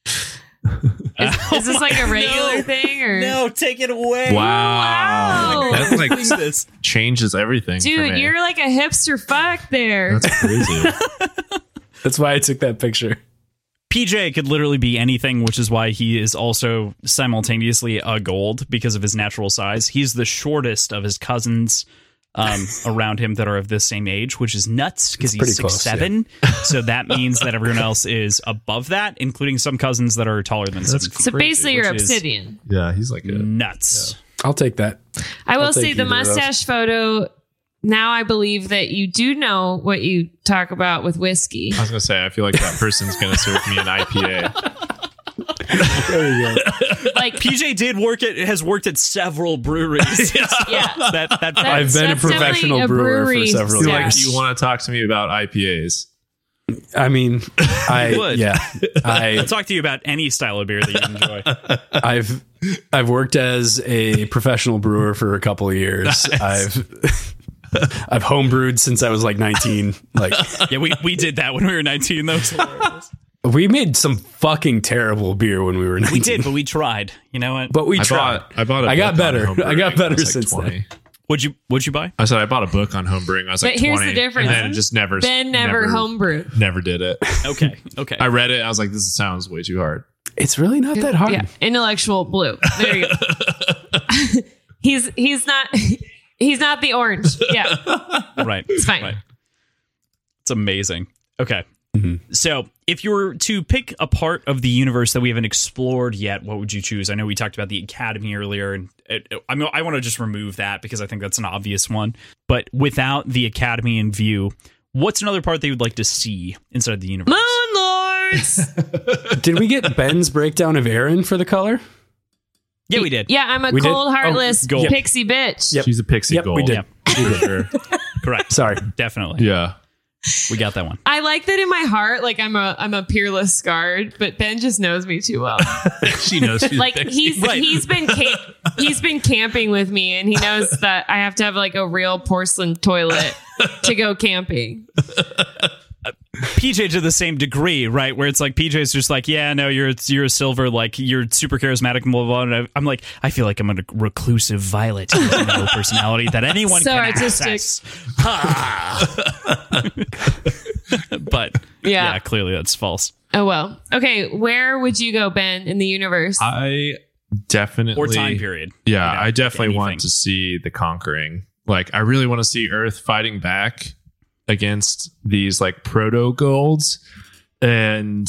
Speaker 2: Is, is this like a regular
Speaker 3: no.
Speaker 2: thing or
Speaker 3: take it away.
Speaker 2: Wow.
Speaker 1: That's like
Speaker 3: Fix this.
Speaker 1: changes everything. for
Speaker 2: Dude,
Speaker 1: me.
Speaker 2: you're like a hipster fuck there.
Speaker 1: That's crazy.
Speaker 4: That's why I took that picture.
Speaker 3: PJ could literally be anything, which is why he is also simultaneously a gold because of his natural size. He's the shortest of his cousins um, around him that are of the same age, which is nuts because
Speaker 4: pretty
Speaker 3: he's six
Speaker 4: close,
Speaker 3: seven. So that means that everyone else is above that, including some cousins that are taller than
Speaker 1: That's
Speaker 3: seven.
Speaker 2: so basically, you're
Speaker 3: which is-
Speaker 2: obsidian.
Speaker 1: yeah, he's like a
Speaker 3: Nuts.
Speaker 4: I'll take that.
Speaker 2: I will
Speaker 4: I'll take
Speaker 2: say the
Speaker 4: either of those.
Speaker 2: mustache photo. Now I believe that you do know what you talk about with whiskey.
Speaker 1: I was gonna say, I feel like that person's gonna serve me an IPA.
Speaker 4: There you go.
Speaker 2: Like,
Speaker 3: PJ did work at has worked at several breweries.
Speaker 2: yeah.
Speaker 3: that that
Speaker 2: That's-
Speaker 4: I've been a
Speaker 2: that's definitely
Speaker 4: professional
Speaker 2: a
Speaker 4: brewer for
Speaker 2: brewery
Speaker 4: several
Speaker 1: He's
Speaker 2: Yeah.
Speaker 1: like,
Speaker 4: years.
Speaker 1: do you want to talk to me about IPAs?
Speaker 4: I mean, I
Speaker 3: You would.
Speaker 4: yeah,
Speaker 3: I'll
Speaker 4: I
Speaker 3: talk to you about any style of beer that you enjoy.
Speaker 4: I've I've worked as a professional brewer for a couple of years. I've I've homebrewed since I was like 19. Like
Speaker 3: yeah, we, we did that when we were 19. That was hilarious.
Speaker 4: we made some fucking terrible beer when we were 19.
Speaker 3: we did, but we tried. You know what?
Speaker 4: but we
Speaker 1: I
Speaker 4: tried.
Speaker 1: bought, I bought. A
Speaker 4: I
Speaker 1: book
Speaker 4: got
Speaker 1: on
Speaker 4: better.
Speaker 1: home
Speaker 4: I got
Speaker 1: brewing when
Speaker 4: better
Speaker 1: was, like,
Speaker 4: since then.
Speaker 1: 20.
Speaker 3: would you would you buy?
Speaker 1: I said I bought a book on home brewing. I was like,
Speaker 2: But here's the
Speaker 1: 20,
Speaker 2: difference.
Speaker 1: And then it just never.
Speaker 2: Ben never, homebrewed.
Speaker 1: Never did it.
Speaker 3: Okay, okay.
Speaker 1: I read it. I was like, this sounds way too hard.
Speaker 4: It's really not that hard.
Speaker 2: Yeah, intellectual blue. There you go. he's he's not he's not the orange. Yeah,
Speaker 3: right.
Speaker 2: it's fine.
Speaker 3: Right. It's amazing. Okay.
Speaker 4: Mm-hmm.
Speaker 3: So, if you were to pick a part of the universe that we haven't explored yet, what would you choose? I know we talked about the academy earlier, and it, I mean, I want to just remove that because I think that's an obvious one. But without the academy in view, what's another part that you would like to see inside the universe?
Speaker 2: Moon lords.
Speaker 4: Did we get Ben's breakdown of Aaron for the color?
Speaker 3: yeah, we did.
Speaker 2: Yeah, I'm a
Speaker 4: We did?
Speaker 2: cold,
Speaker 4: Oh,
Speaker 2: heartless
Speaker 3: gold.
Speaker 2: pixie bitch.
Speaker 4: Yep.
Speaker 1: She's a pixie
Speaker 4: Yep,
Speaker 1: gold.
Speaker 4: we did.
Speaker 1: Yeah.
Speaker 3: Correct.
Speaker 4: Sorry.
Speaker 3: Definitely.
Speaker 1: yeah.
Speaker 3: We got that one.
Speaker 2: I like that in my heart. Like I'm a I'm a peerless scarred, but Ben just knows me too well.
Speaker 1: She knows she's
Speaker 2: Like he's
Speaker 3: Right.
Speaker 2: he's been ca- he's been camping with me, and he knows that I have to have like a real porcelain toilet to go camping.
Speaker 3: PJ to the same degree, right? Where it's like PJ's just like, yeah, no, you're you're a silver, like you're super charismatic and blah blah. blah. And I, I'm like, I feel like I'm a reclusive violet who has no personality that anyone
Speaker 2: So
Speaker 3: can
Speaker 2: artistic.
Speaker 3: access. Ha! but yeah.
Speaker 2: yeah.
Speaker 3: clearly that's false.
Speaker 2: Oh well. Okay, where would you go, Ben, in the universe?
Speaker 1: I definitely
Speaker 3: Or time period.
Speaker 1: Yeah,
Speaker 3: You know,
Speaker 1: I definitely
Speaker 3: anything.
Speaker 1: want to see the conquering. Like, I really want to see Earth fighting back against these like proto golds and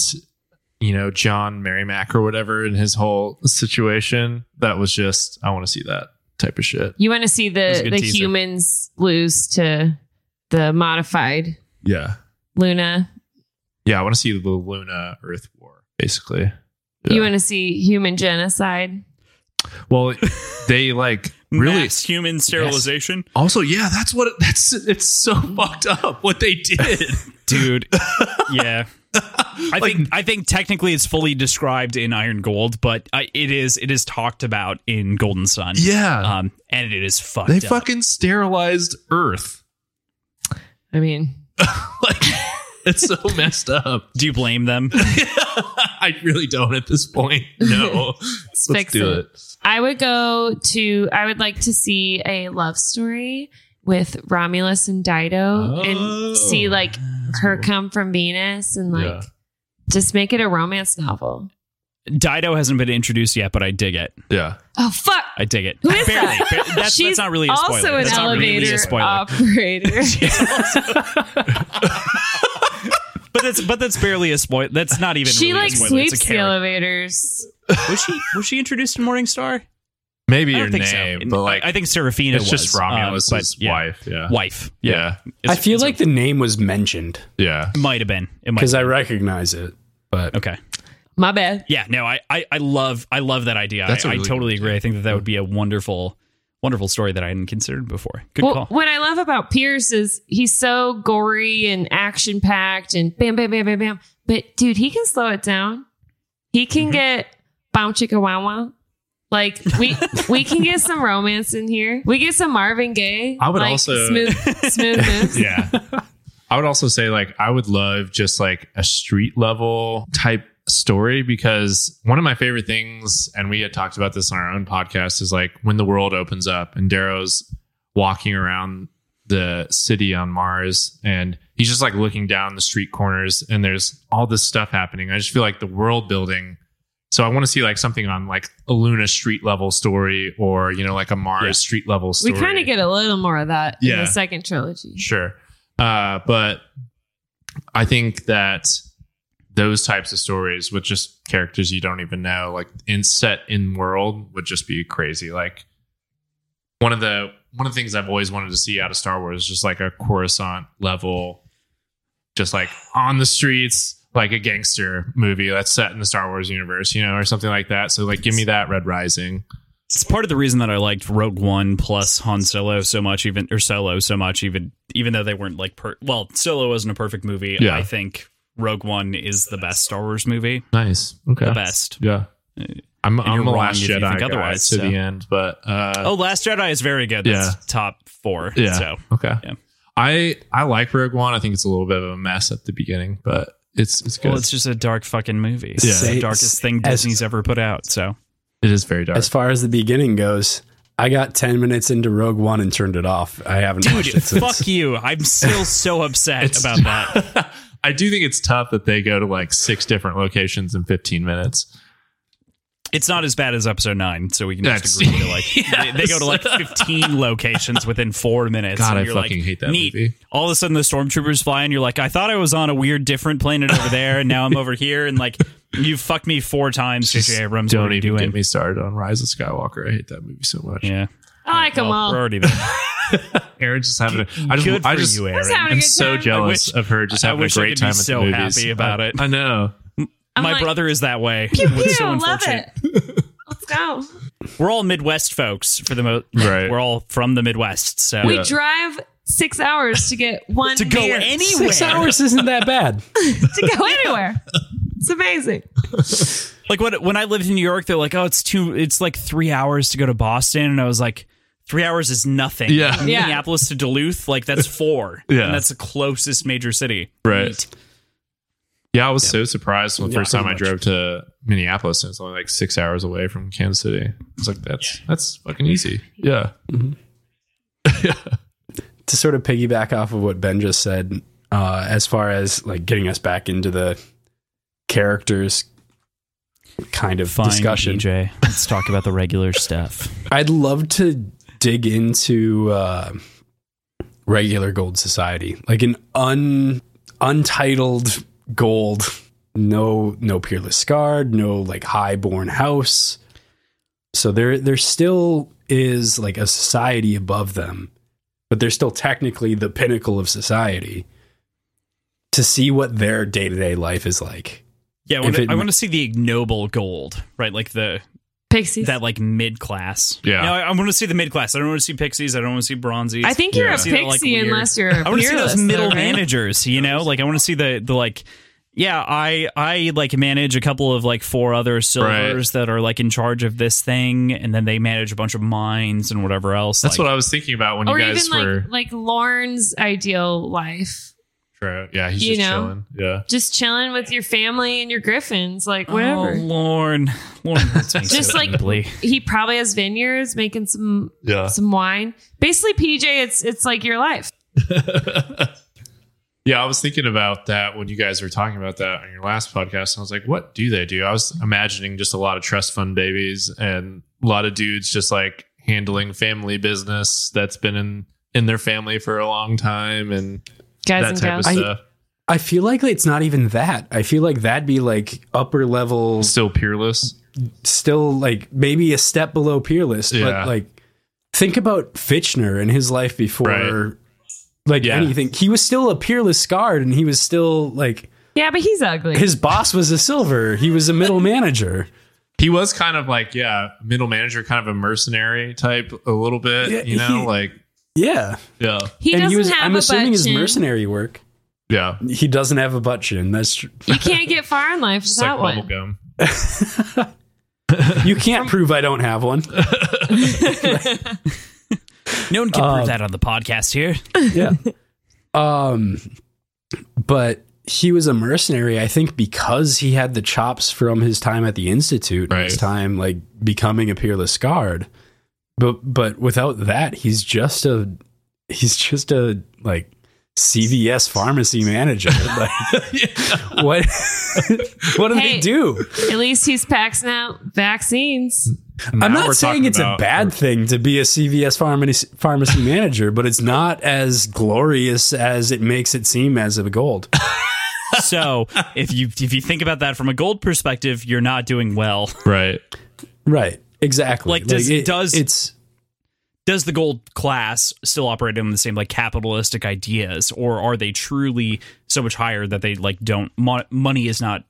Speaker 1: you know John Merrimack or whatever in his whole situation. That was just I want to see that type of shit.
Speaker 2: you want to see
Speaker 3: was
Speaker 2: the
Speaker 3: a good
Speaker 2: the
Speaker 3: teaser.
Speaker 2: humans lose to the modified
Speaker 1: Yeah,
Speaker 2: Luna.
Speaker 1: yeah, I want to see the Luna Earth war basically.
Speaker 2: You
Speaker 1: Yeah.
Speaker 2: want to see human genocide?
Speaker 1: Well, they like
Speaker 3: Really,
Speaker 1: really
Speaker 3: Mass human sterilization,
Speaker 1: also yeah. That's what it, that's it's so fucked up what they did.
Speaker 3: dude. yeah. I think I think technically it's fully described in Iron Gold, but I, it is it is talked about in Golden Sun.
Speaker 1: yeah,
Speaker 3: um, and it is fucked.
Speaker 1: They
Speaker 3: up.
Speaker 1: fucking sterilized Earth.
Speaker 2: I mean,
Speaker 1: Like it's so messed up.
Speaker 3: Do you blame them?
Speaker 1: I really don't at this point. No. Let's
Speaker 2: fix
Speaker 1: do
Speaker 2: it.
Speaker 1: it.
Speaker 2: I would go to. I would like to see a love story with Romulus and Dido,
Speaker 1: Oh.
Speaker 2: and see like her come from Venus, and like
Speaker 1: Yeah.
Speaker 2: just make it a romance novel.
Speaker 3: Dido hasn't been introduced yet, but I dig it.
Speaker 1: Yeah.
Speaker 2: Oh fuck!
Speaker 3: I dig it.
Speaker 2: Who is that?
Speaker 3: Ba- That's,
Speaker 2: She's
Speaker 3: that's not really a spoiler.
Speaker 2: also an
Speaker 3: that's not
Speaker 2: elevator
Speaker 3: really a spoiler.
Speaker 2: operator.
Speaker 3: But that's but that's barely a spoiler. That's not even.
Speaker 2: she
Speaker 3: really
Speaker 2: like
Speaker 3: a spoiler. It's a
Speaker 2: sweeps the
Speaker 3: character.
Speaker 2: elevators.
Speaker 3: Was she was she introduced in Morningstar?
Speaker 1: Maybe
Speaker 3: I
Speaker 1: your
Speaker 3: don't think
Speaker 1: name,
Speaker 3: so.
Speaker 1: but like
Speaker 3: I think Serafina
Speaker 1: it's
Speaker 3: was
Speaker 1: just
Speaker 3: um,
Speaker 1: Romulus's
Speaker 3: but, yeah.
Speaker 1: wife. Yeah.
Speaker 3: Wife.
Speaker 1: Yeah.
Speaker 4: I feel like the name was mentioned
Speaker 1: Yeah.
Speaker 3: Might have been. It might.
Speaker 4: because I recognize it, but
Speaker 3: Okay.
Speaker 2: My bad.
Speaker 3: Yeah. No. I, I I love I love that idea.
Speaker 1: That's a
Speaker 3: I, I
Speaker 1: really
Speaker 3: totally
Speaker 1: good
Speaker 3: agree. I think that that would be a wonderful wonderful story that I hadn't considered before. Good
Speaker 2: Well,
Speaker 3: call.
Speaker 2: what I love about Pierce is he's so gory and action packed and bam, bam, bam, bam, bam. But dude, he can slow it down. He
Speaker 3: Mm-hmm.
Speaker 2: can get bow chicka wow wow. Like we we can get some romance in here. We get some Marvin Gaye.
Speaker 1: I would
Speaker 2: like,
Speaker 1: also-
Speaker 2: smooth smooth moves.
Speaker 1: Yeah. I would also say like I would love just like a street level type story because one of my favorite things, and we had talked about this on our own podcast, is like when the world opens up and Darrow's walking around the city on Mars and he's just like looking down the street corners and there's all this stuff happening. I just feel like the world building. So I want to see like something on like a Luna street level story or, you know, like a Mars
Speaker 3: Yeah.
Speaker 1: street level
Speaker 2: We
Speaker 1: story.
Speaker 2: kind of get a little more of that in
Speaker 1: Yeah.
Speaker 2: the second trilogy.
Speaker 1: Sure. Uh, but I think that those types of stories with just characters you don't even know, like in set in world, would just be crazy. Like one of the one of the things I've always wanted to see out of Star Wars is just like a Coruscant level, just like on the streets, like a gangster movie that's set in the Star Wars universe, you know, or something like that. So like, give me that Red Rising.
Speaker 3: It's part of the reason that I liked Rogue One plus Han Solo so much, even or Solo so much, even even though they weren't like per- well, Solo wasn't a perfect movie.
Speaker 1: Yeah.
Speaker 3: I think Rogue One is the best Star Wars movie,
Speaker 1: Nice. Okay.
Speaker 3: the best.
Speaker 1: Yeah. I'm, I'm
Speaker 3: Uh, you're
Speaker 1: the
Speaker 3: wrong
Speaker 1: last
Speaker 3: if you
Speaker 1: Jedi
Speaker 3: think
Speaker 1: guy
Speaker 3: otherwise,
Speaker 1: to
Speaker 3: so.
Speaker 1: the end, but uh,
Speaker 3: Oh, Last Jedi is very good. That's
Speaker 1: Yeah.
Speaker 3: top four.
Speaker 1: yeah.
Speaker 3: So
Speaker 1: okay.
Speaker 3: Oh. yeah.
Speaker 1: I I like Rogue One. I think it's a little bit of a mess at the beginning, but it's it's good.
Speaker 3: well, it's just a dark fucking movie. It's
Speaker 1: Yeah.
Speaker 3: the
Speaker 4: Say-
Speaker 3: darkest thing
Speaker 4: as-
Speaker 3: Disney's ever put out. So
Speaker 1: It is very dark.
Speaker 4: As far as the beginning goes, I got 10 minutes into Rogue One and turned it off. I haven't watched it since.
Speaker 3: fuck you. I'm still so upset about that.
Speaker 1: I do think it's tough that they go to like six different locations in 15 minutes.
Speaker 3: It's not as bad as episode nine, so we can
Speaker 1: That's-
Speaker 3: just agree to like they, they go to like fifteen locations within four minutes.
Speaker 1: God,
Speaker 3: and
Speaker 1: I
Speaker 3: you're
Speaker 1: fucking
Speaker 3: like,
Speaker 1: hate that
Speaker 3: Neat.
Speaker 1: movie.
Speaker 3: All of a sudden, the stormtroopers fly, and you're like, I thought I was on a weird, different planet over there, and now I'm over here, and like you fucked me four times, JJ Abrams. what
Speaker 1: Don't
Speaker 3: are you
Speaker 1: even
Speaker 3: doing?
Speaker 1: get me started on Rise of Skywalker. I hate that movie so much.
Speaker 3: Yeah,
Speaker 2: I like them
Speaker 3: well, we're
Speaker 2: all.
Speaker 3: already there.
Speaker 1: Aaron's just having. A, I just.
Speaker 3: Good for
Speaker 1: I just.
Speaker 3: you,
Speaker 2: That's
Speaker 3: Aaron.
Speaker 2: having a
Speaker 1: I'm
Speaker 2: good
Speaker 1: so
Speaker 2: time.
Speaker 1: jealous
Speaker 3: wish-
Speaker 1: of her just
Speaker 3: I
Speaker 1: having a
Speaker 3: wish I
Speaker 1: great
Speaker 3: could be
Speaker 1: time at
Speaker 3: so
Speaker 1: the movies.
Speaker 3: happy about
Speaker 1: I-
Speaker 3: it.
Speaker 1: I know.
Speaker 2: I'm
Speaker 3: My
Speaker 2: like,
Speaker 3: brother is that way.
Speaker 2: Pew, pew,
Speaker 3: It's so
Speaker 2: love
Speaker 3: unfortunate.
Speaker 2: it. Let's go.
Speaker 3: We're all Midwest folks for the most.
Speaker 1: Right.
Speaker 3: We're all from the Midwest, so
Speaker 2: We drive six hours to get one
Speaker 3: to go
Speaker 2: beer.
Speaker 3: anywhere.
Speaker 4: Six hours isn't that bad.
Speaker 2: to go anywhere. It's amazing.
Speaker 3: Like when when I lived in New York, they're like, oh, it's two, it's like three hours to go to Boston, and I was like, three hours is nothing.
Speaker 1: Yeah.
Speaker 3: From
Speaker 2: Yeah.
Speaker 3: Minneapolis to Duluth, like that's four.
Speaker 1: Yeah.
Speaker 3: and that's the closest major city.
Speaker 1: Right. Yeah, I was so surprised when the
Speaker 4: Yeah,
Speaker 1: first time
Speaker 4: pretty
Speaker 1: I
Speaker 4: much.
Speaker 1: drove to Minneapolis. and It's only like six hours away from Kansas City. I was like, that's that's fucking easy. Yeah.
Speaker 4: to sort of piggyback off of what Ben just said, uh, as far as like getting us back into the characters kind of discussion,
Speaker 3: DJ. Let's talk about the regular stuff.
Speaker 4: I'd love to dig into uh, regular Gold Society, like an un untitled Gold. No, no peerless scarred, no like highborn house. So there, there still is like a society above them, but they're still technically the pinnacle of society. To see what their day to day life is like,
Speaker 3: Yeah, I
Speaker 4: If
Speaker 3: want, to,
Speaker 4: it-
Speaker 3: I want to see the ignoble gold, right? Like the
Speaker 2: Pixies.
Speaker 3: that like mid class.
Speaker 1: Yeah.
Speaker 3: no, I, I want to see the mid class. I don't want to see pixies. I don't want to see bronzies.
Speaker 2: I think you're a
Speaker 3: I wanna see that, like,
Speaker 2: pixie
Speaker 3: weird-
Speaker 2: unless you're. I
Speaker 3: I want to see those middle
Speaker 2: though, right?
Speaker 3: managers, you know? Like I want to see the the like yeah, I I like manage a couple of like four other silvers that are like in charge of this thing and then they manage a bunch of mines and whatever else.
Speaker 1: That's
Speaker 3: like,
Speaker 1: what I was thinking about when
Speaker 2: Or
Speaker 1: you guys
Speaker 2: even like
Speaker 1: were.
Speaker 2: like Lorne's ideal life,
Speaker 1: True. yeah, he's
Speaker 2: you
Speaker 1: just
Speaker 2: know.
Speaker 1: chilling. Yeah.
Speaker 2: just chilling with your family and your griffins, like whatever.
Speaker 3: Oh, Lorne. Lorne hurts me
Speaker 2: Just
Speaker 3: so
Speaker 2: like-
Speaker 3: deeply.
Speaker 2: He probably has vineyards, making some
Speaker 1: Yeah.
Speaker 2: some wine. Basically, PJ, it's it's like your life.
Speaker 1: Yeah, I was thinking about that when you guys were talking about that on your last podcast. And I was like, what do they do? I was imagining just a lot of trust fund babies and a lot of dudes just like handling family business that's been in in their family for a long time and
Speaker 2: Guys
Speaker 1: that type
Speaker 2: and
Speaker 1: of
Speaker 2: gals.
Speaker 4: I-
Speaker 1: stuff.
Speaker 4: I feel like it's not even that. I feel like that'd be like upper level
Speaker 1: Still peerless.
Speaker 4: still like maybe a step below peerless
Speaker 1: Yeah.
Speaker 4: but like think about fitchner and his life before
Speaker 1: Right.
Speaker 4: like
Speaker 1: Yeah.
Speaker 4: anything he was still a peerless guard and he was still like
Speaker 2: yeah, but he's ugly.
Speaker 4: his boss was a silver he was a middle manager
Speaker 1: He was kind of like, yeah, middle manager, kind of a mercenary type a little bit,
Speaker 4: Yeah,
Speaker 1: you know,
Speaker 4: he-
Speaker 1: like
Speaker 4: yeah
Speaker 1: yeah.
Speaker 2: he
Speaker 4: and
Speaker 2: doesn't
Speaker 4: he was
Speaker 2: have
Speaker 4: i'm
Speaker 2: a
Speaker 4: assuming
Speaker 2: butt
Speaker 4: his
Speaker 2: chin.
Speaker 4: mercenary work
Speaker 1: Yeah.
Speaker 4: he doesn't have a butt chin that's tr-
Speaker 2: You can't get far in life
Speaker 1: Just
Speaker 2: without
Speaker 1: like
Speaker 2: one.
Speaker 1: bubblegum.
Speaker 4: you can't prove i don't have one
Speaker 3: No one can
Speaker 4: Um,
Speaker 3: prove that on the podcast here.
Speaker 4: yeah. Um, but he was a mercenary, I think, because he had the chops from his time at the institute, and his
Speaker 1: Right.
Speaker 4: time like becoming a peerless guard. But but without that, he's just a he's just a like CVS pharmacy manager. Like, What what do
Speaker 2: Hey,
Speaker 4: they do?
Speaker 2: At least he's packing out vaccines.
Speaker 1: Now
Speaker 4: I'm
Speaker 1: we're
Speaker 4: not saying
Speaker 1: talking
Speaker 4: it's a
Speaker 1: about-
Speaker 4: bad thing to be a CVS pharmacy pharmacy manager, but it's not as glorious as it makes it seem as of gold.
Speaker 3: So if you if you think about that from a gold perspective, you're not doing well.
Speaker 1: Right.
Speaker 4: Right. Exactly.
Speaker 3: Like, does- does-
Speaker 4: it's
Speaker 3: does the gold class still operate on the same like capitalistic ideas or are they truly so much higher that they like don't mon- money is not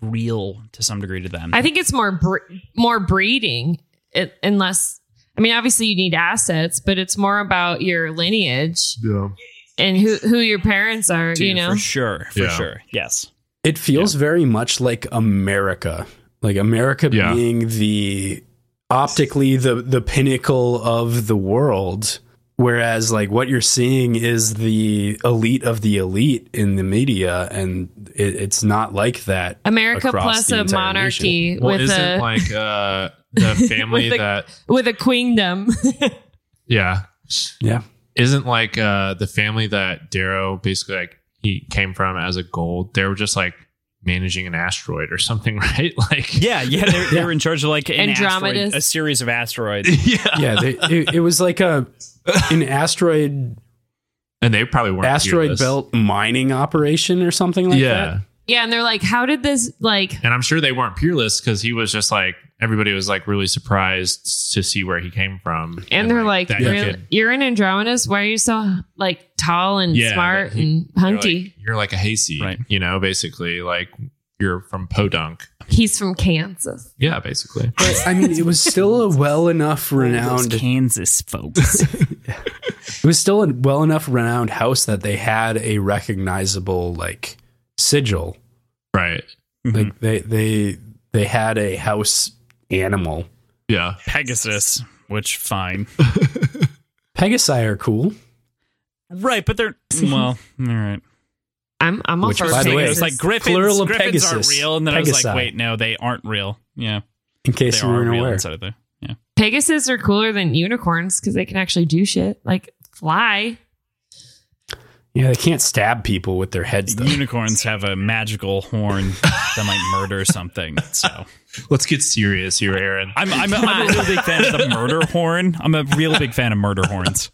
Speaker 3: real to some degree to them
Speaker 2: I think it's more bre- more breeding, it, unless I mean, obviously you need assets, but it's more about your lineage
Speaker 1: Yeah.
Speaker 2: and who who your parents are.
Speaker 3: Dude,
Speaker 2: you know,
Speaker 3: for sure for
Speaker 1: Yeah.
Speaker 3: sure yes
Speaker 4: It feels very much like America, like America
Speaker 1: Yeah.
Speaker 4: being the optically the the pinnacle of the world, whereas like what you're seeing is the elite of the elite in the media, and it, it's not like that.
Speaker 2: America
Speaker 4: across
Speaker 2: plus
Speaker 4: the
Speaker 2: a
Speaker 4: entire
Speaker 2: monarchy
Speaker 1: Well,
Speaker 2: with
Speaker 1: isn't
Speaker 2: a
Speaker 1: like uh, the family
Speaker 2: With the-
Speaker 1: that
Speaker 2: with a queendom.
Speaker 1: yeah
Speaker 4: Yeah.
Speaker 1: isn't like uh, the family that Darrow basically like he came from as a gold. They were just like managing an asteroid or something, right? Like
Speaker 3: yeah yeah they're, they're in charge of like an asteroid,
Speaker 2: Andromedas.
Speaker 3: a series of asteroids
Speaker 1: yeah.
Speaker 4: Yeah, they, it, it was like a an asteroid
Speaker 1: And they probably weren't
Speaker 4: asteroid
Speaker 1: fearless.
Speaker 4: belt mining operation or something like
Speaker 1: yeah,
Speaker 4: that.
Speaker 2: yeah, and they're like, how did this like?
Speaker 1: and I'm sure they weren't peerless because he was just like everybody was like really surprised to see where he came from.
Speaker 2: And they're like,
Speaker 1: that
Speaker 2: really,
Speaker 1: kid-
Speaker 2: you're an Andromedus. Why are you so like tall and
Speaker 1: Yeah,
Speaker 2: smart
Speaker 1: but he-
Speaker 2: and
Speaker 1: they're like,
Speaker 2: hunty?
Speaker 1: you're like a hayseed,
Speaker 3: Right.
Speaker 1: you know, basically like you're from Podunk.
Speaker 2: He's from Kansas.
Speaker 1: Yeah, basically.
Speaker 4: But I mean, it was still a well enough
Speaker 3: Those
Speaker 4: renowned
Speaker 3: kansas folks
Speaker 4: It was still a well enough renowned house that they had a recognizable like sigil.
Speaker 1: Right.
Speaker 3: Mhm.
Speaker 4: Like they they they had a house animal.
Speaker 1: Yeah.
Speaker 3: pegasus which fine
Speaker 4: Pegasi are cool.
Speaker 3: right but they're well all right
Speaker 2: I'm I'm all
Speaker 4: Which,
Speaker 2: for
Speaker 4: by the way,
Speaker 3: it
Speaker 2: Kansas.
Speaker 3: was like griffins
Speaker 4: Plural of
Speaker 3: griffins aren't
Speaker 4: Pegasus.
Speaker 3: real and then i was
Speaker 4: Pegasi.
Speaker 3: like wait no they aren't real yeah
Speaker 4: In case
Speaker 3: they
Speaker 4: you
Speaker 3: are
Speaker 4: weren't
Speaker 3: real
Speaker 4: aware,
Speaker 3: inside of there yeah
Speaker 2: Pegasus are cooler than unicorns because they can actually do shit like fly.
Speaker 4: yeah, they can't stab people with their heads though.
Speaker 3: Unicorns have a magical horn that might murder something. So
Speaker 1: Let's get serious here, Aaron.
Speaker 3: I'm I'm, I'm a real big fan of the murder horn. I'm a real big fan of murder horns.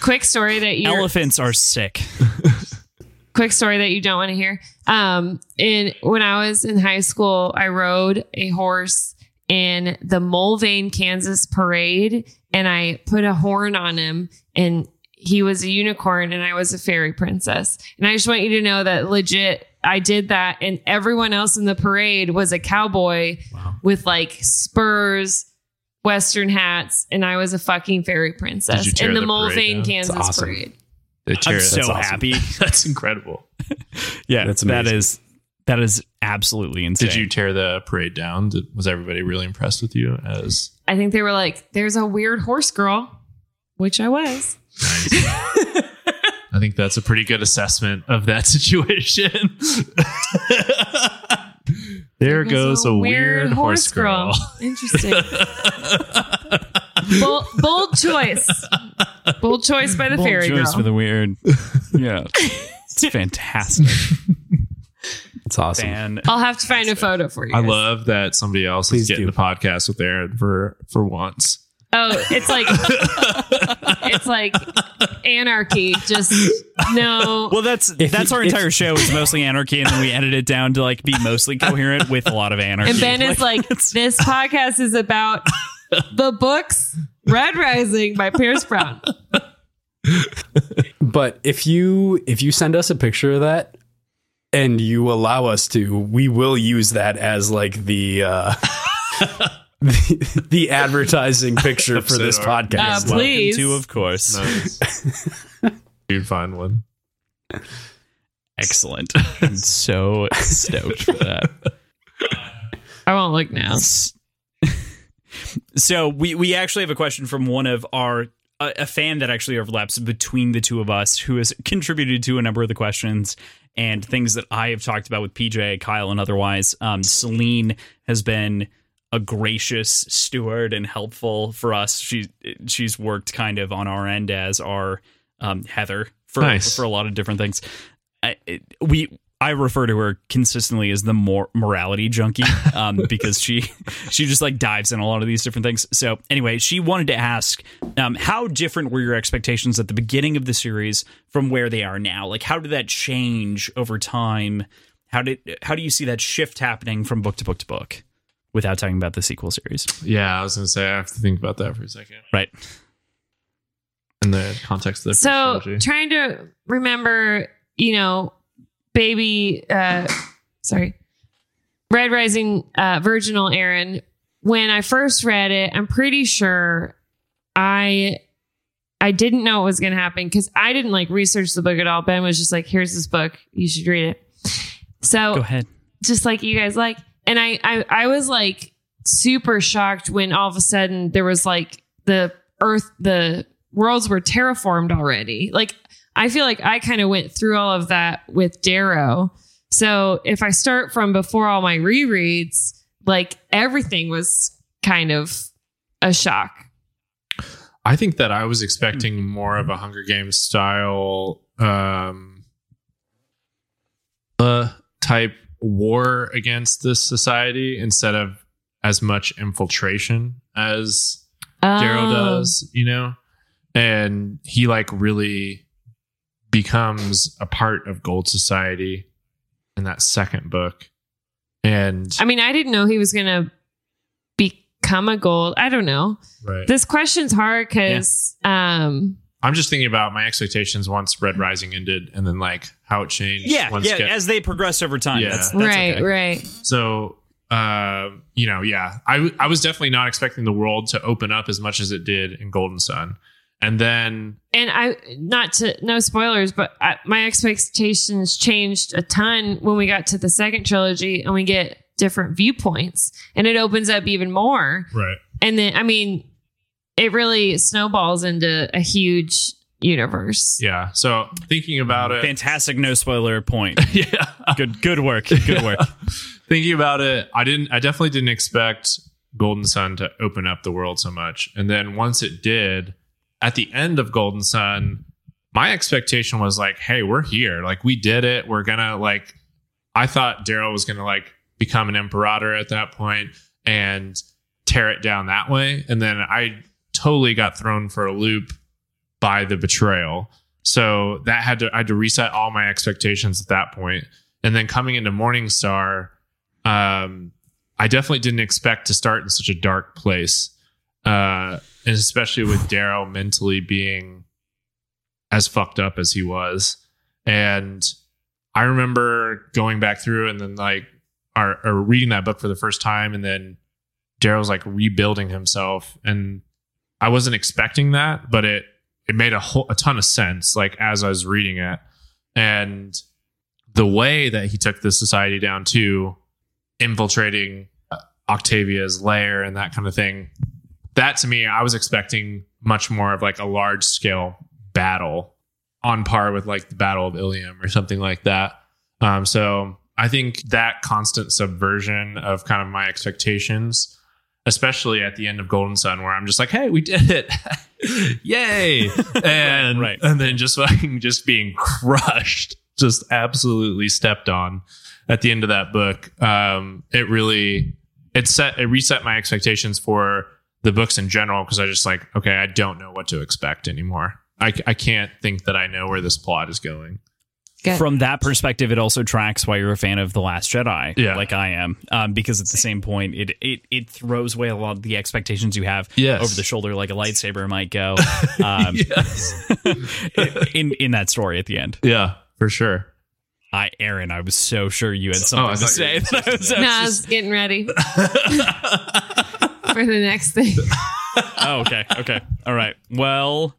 Speaker 2: Quick story that you
Speaker 3: Elephants are sick.
Speaker 2: quick story that you don't want to hear. Um, in when I was in high school, I rode a horse in the Mulvane, Kansas parade, and I put a horn on him, and he was a unicorn, and I was a fairy princess. And I just want you to know that legit, I did that, and everyone else in the parade was a cowboy with like spurs. Western hats, and I was a fucking fairy princess
Speaker 1: tear
Speaker 2: in the,
Speaker 1: the parade
Speaker 2: Mulvane,
Speaker 1: down?
Speaker 2: Kansas
Speaker 4: awesome.
Speaker 2: parade.
Speaker 3: I'm so
Speaker 4: awesome.
Speaker 3: happy.
Speaker 1: That's incredible.
Speaker 3: Yeah,
Speaker 4: That's
Speaker 3: that
Speaker 4: amazing.
Speaker 3: is that is absolutely insane.
Speaker 1: Did you tear the parade down? Did, was everybody really impressed with you? As
Speaker 2: I think they were like, there's a weird horse girl, which I was.
Speaker 1: I think that's a pretty good assessment of that situation. there goes a weird, horse girl.
Speaker 2: Interesting. bold, bold choice. Bold choice by the
Speaker 3: Bold
Speaker 2: fairy
Speaker 3: choice
Speaker 2: girl.
Speaker 3: for the weird? Yeah, it's fantastic.
Speaker 4: It's awesome.
Speaker 3: Man,
Speaker 2: I'll have to find a photo for you.
Speaker 1: I
Speaker 2: guys.
Speaker 1: love that somebody else
Speaker 4: Please
Speaker 1: is getting
Speaker 4: do.
Speaker 1: the podcast with Aaron for for once.
Speaker 2: Oh, it's like it's like anarchy. Just no.
Speaker 3: well, that's
Speaker 4: If
Speaker 3: that's
Speaker 4: you-
Speaker 3: our
Speaker 4: if-
Speaker 3: entire show is mostly anarchy, and then we edit it down to like be mostly coherent with a lot of anarchy.
Speaker 2: and Ben is like, this podcast is about the books Red Rising by Pierce Brown.
Speaker 4: But if you if you send us a picture of that and you allow us to, we will use that as like the uh the, the advertising picture for this
Speaker 1: Episode
Speaker 2: Uh,
Speaker 4: podcast.
Speaker 2: please.
Speaker 3: to of course.
Speaker 1: Dude, find one.
Speaker 3: Excellent. I'm so stoked for that.
Speaker 2: I won't look now.
Speaker 3: So we we actually have a question from one of our a, a fan that actually overlaps between the two of us who has contributed to a number of the questions and things that I have talked about with PJ, Kyle, and otherwise. Um, Celine has been a gracious steward and helpful for us. She she's worked kind of on our end as our um, Heather for
Speaker 1: Nice.
Speaker 3: for a lot of different things. I, it- we I refer to her consistently as the mor- morality junkie um, because she she just like dives in a lot of these different things. So anyway, she wanted to ask um, how different were your expectations at the beginning of the series from where they are now? Like how did that change over time? How did how do you see that shift happening from book to book to book without talking about the sequel series?
Speaker 1: Yeah, I was gonna say I have to think about that for a second.
Speaker 3: Right.
Speaker 1: in the context of the
Speaker 2: so
Speaker 1: trilogy?
Speaker 2: trying to remember you know baby uh sorry red rising uh virginal aaron when i first read it i'm pretty sure i i didn't know what was going to happen because i didn't like research the book at all ben was just like here's this book you should read it
Speaker 3: Go
Speaker 1: Oh.
Speaker 2: so
Speaker 3: ahead.
Speaker 2: just like you guys like and I, I i was like super shocked when all of a sudden there was like the earth the worlds were terraformed already like i feel like i kind of went through all of that with darrow so if i start from before all my rereads like everything was kind of a shock
Speaker 1: I think that I was expecting more of a Hunger Games style um uh type war against this society instead of as much infiltration as Darrow
Speaker 2: Oh.
Speaker 1: does, you know? And he like really becomes a part of Gold Society in that second book. And
Speaker 2: i mean i didn't know he was gonna become a gold i don't know
Speaker 1: right.
Speaker 2: this question's hard because um
Speaker 1: I'm just thinking about my expectations once Red Rising ended and then like how it changed
Speaker 3: Yeah,
Speaker 1: once
Speaker 3: yeah.
Speaker 1: Get-
Speaker 3: As they progress over time,
Speaker 1: Yeah.
Speaker 3: that's, that's
Speaker 2: right
Speaker 3: okay.
Speaker 2: right
Speaker 1: So, uh, you know, yeah, I, w- I was definitely not expecting the world to open up as much as it did in Golden Sun. And then,
Speaker 2: and I not to no spoilers, but I, my expectations changed a ton when we got to the second trilogy and we get different viewpoints and it opens up even more.
Speaker 1: right.
Speaker 2: And then I mean, it really snowballs into a huge universe.
Speaker 1: Yeah. So thinking about it,
Speaker 3: Fantastic. No spoiler point.
Speaker 1: yeah,
Speaker 3: Good. Good work. Good work.
Speaker 1: thinking about it, I didn't, I definitely didn't expect Golden Sun to open up the world so much. And then once it did, at the end of Golden Sun, my expectation was like, hey, we're here. Like, we did it. We're going to, like, I thought Daryl was going to, like, become an imperator at that point and tear it down that way. And then I totally got thrown for a loop by the betrayal. So that had to, I had to reset all my expectations at that point. And then coming into Morningstar, um, I definitely didn't expect to start in such a dark place. Uh, and especially with Darrow mentally being as fucked up as he was. And I remember going back through and then like, or, or reading that book for the first time. And then Darrow's like rebuilding himself. And I wasn't expecting that, but it, it made a whole, a ton of sense. Like as I was reading it and the way that he took the society down too, infiltrating uh, Octavia's lair and that kind of thing. That to me, I was expecting much more of like a large scale battle on par with like the Battle of Ilium or something like that. Um, so I think that constant subversion of kind of my expectations, especially at the end of Golden Sun, where I'm just like, hey, we did it. Yay. and
Speaker 3: Right, right.
Speaker 1: and then just fucking just being crushed, just absolutely stepped on at the end of that book. Um, it really it set it reset my expectations for the books in general because I just like okay, I don't know what to expect anymore. I, I can't think that I know where this plot is going.
Speaker 2: Good.
Speaker 3: From that perspective, it also tracks why you're a fan of The Last Jedi,
Speaker 1: Yeah.
Speaker 3: like I am, um, because at the same point, it, it it throws away a lot of the expectations you have
Speaker 1: Yes.
Speaker 3: over the shoulder, like a lightsaber might go um,
Speaker 1: yes.
Speaker 3: in in that story at the end.
Speaker 1: Yeah, for sure.
Speaker 3: I, Aaron, I was so sure you had
Speaker 1: Oh, I
Speaker 3: something to
Speaker 1: thought
Speaker 3: say.
Speaker 1: you were
Speaker 3: that I was- I
Speaker 2: No,
Speaker 3: was
Speaker 2: I was
Speaker 3: just-
Speaker 2: getting ready for the next thing.
Speaker 3: oh, okay. Okay. All right. Well,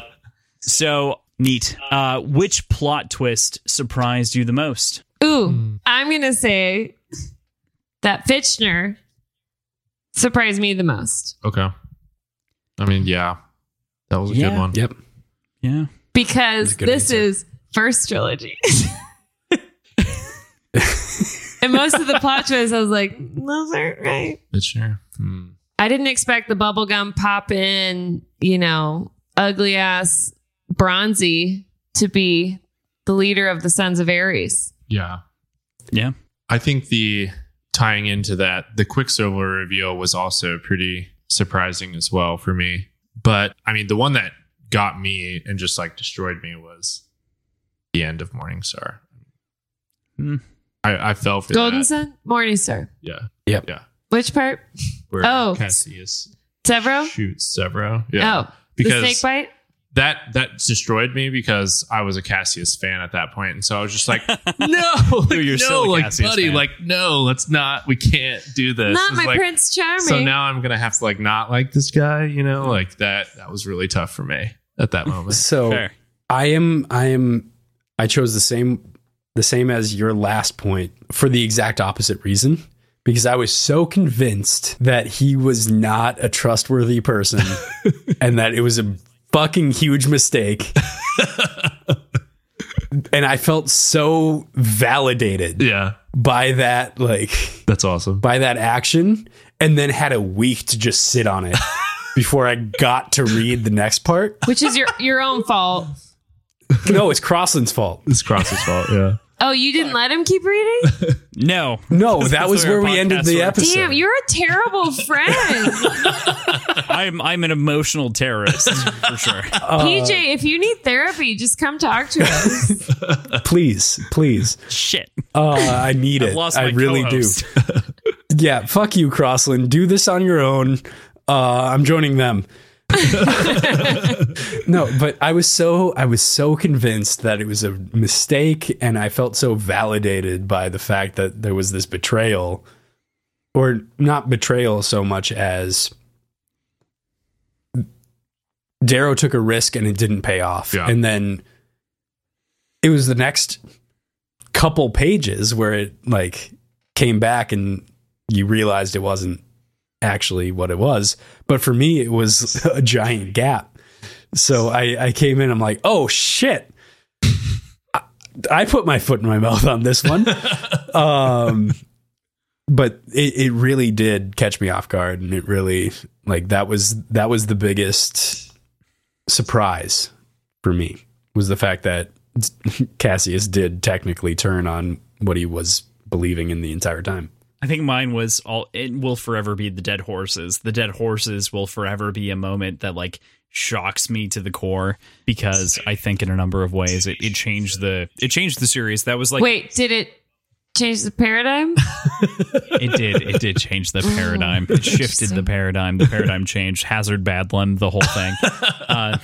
Speaker 3: so neat. Uh, which plot twist surprised you the most?
Speaker 2: Ooh, I'm gonna say that Fitchner surprised me the most
Speaker 1: Okay. I mean, yeah, that was a
Speaker 3: Yeah.
Speaker 1: good one.
Speaker 4: Yep.
Speaker 3: Yeah.
Speaker 2: because
Speaker 4: That's a good
Speaker 2: this
Speaker 4: answer.
Speaker 2: is first trilogy. and most of the plot twists, I was like, those aren't right.
Speaker 1: It's sure. Hmm.
Speaker 2: I didn't expect the bubblegum pop in, you know, ugly ass Bronzy to be the leader of the Sons of Ares.
Speaker 1: Yeah.
Speaker 3: Yeah.
Speaker 1: I think the tying into that, the Quicksilver reveal was also pretty surprising as well for me. But I mean, the one that got me and just like destroyed me was the end of Morningstar.
Speaker 3: Hmm.
Speaker 1: I, I fell for
Speaker 2: Golden
Speaker 1: that.
Speaker 2: Sun, Morningstar.
Speaker 1: Yeah.
Speaker 2: Which part?
Speaker 1: Where
Speaker 2: Oh.
Speaker 1: Cassius
Speaker 2: Severo?
Speaker 1: shoots Severo.
Speaker 2: Oh, the snake bite?
Speaker 1: that that destroyed me because I was a Cassius fan at that point, and so I was just like, no, like,
Speaker 3: You're
Speaker 1: no,
Speaker 3: still a
Speaker 1: like
Speaker 3: Cassius
Speaker 1: buddy,
Speaker 3: fan.
Speaker 1: like no, let's not, we can't do this.
Speaker 2: Not
Speaker 1: It's
Speaker 2: my
Speaker 1: like-
Speaker 2: Prince Charming.
Speaker 1: So now I'm gonna have to like not like this guy, you know, like that. That was really tough for me at that moment.
Speaker 4: So
Speaker 3: Fair.
Speaker 4: I am I am I chose the same the same as your last point for the exact opposite reason because I was so convinced that he was not a trustworthy person and that it was a fucking huge mistake. and I felt so validated
Speaker 1: yeah,
Speaker 4: by that like
Speaker 1: that's awesome.
Speaker 4: by that action and then had a week to just sit on it before I got to read the next part.
Speaker 2: which is your your own fault.
Speaker 4: No, it's Crossland's fault.
Speaker 1: It's Cross's fault. Yeah,
Speaker 2: Oh, you didn't let him keep reading?
Speaker 3: No,
Speaker 4: No,
Speaker 3: This
Speaker 4: that
Speaker 3: is
Speaker 4: was
Speaker 3: where
Speaker 4: where
Speaker 3: our
Speaker 4: we ended
Speaker 3: podcast
Speaker 4: the
Speaker 3: works.
Speaker 4: episode.
Speaker 2: Damn, you're a terrible friend.
Speaker 3: I'm I'm an emotional terrorist for sure.
Speaker 1: Uh,
Speaker 2: PJ, if you need therapy, just come talk to us.
Speaker 4: please, please.
Speaker 3: Shit,
Speaker 4: Uh, I need it.
Speaker 3: lost my
Speaker 4: I really
Speaker 3: co-host.
Speaker 4: do. yeah, fuck you, Crossland. Do this on your own. Uh, I'm joining them. no, but I was so I was so convinced that it was a mistake, and I felt so validated by the fact that there was this betrayal, or not betrayal so much as Darrow took a risk and it didn't pay off,
Speaker 1: Yeah.
Speaker 4: and then it was the next couple pages where it like came back and you realized it wasn't actually what it was. But for me, it was a giant gap. So I, I came in, I'm like, oh shit. I- I put my foot in my mouth on this one. um, but it, it really did catch me off guard. And it really, like, that was, that was the biggest surprise for me was the fact that Cassius did technically turn on what he was believing in the entire time.
Speaker 3: I think mine was all. It will forever be the dead horses. The dead horses will forever be a moment that like shocks me to the core because I think in a number of ways it, it changed the it changed the series. That was like
Speaker 2: Wait, did it change the paradigm?
Speaker 3: it did it did change the paradigm. It shifted the paradigm. The paradigm changed. Hazard Badlam, the whole thing. Uh,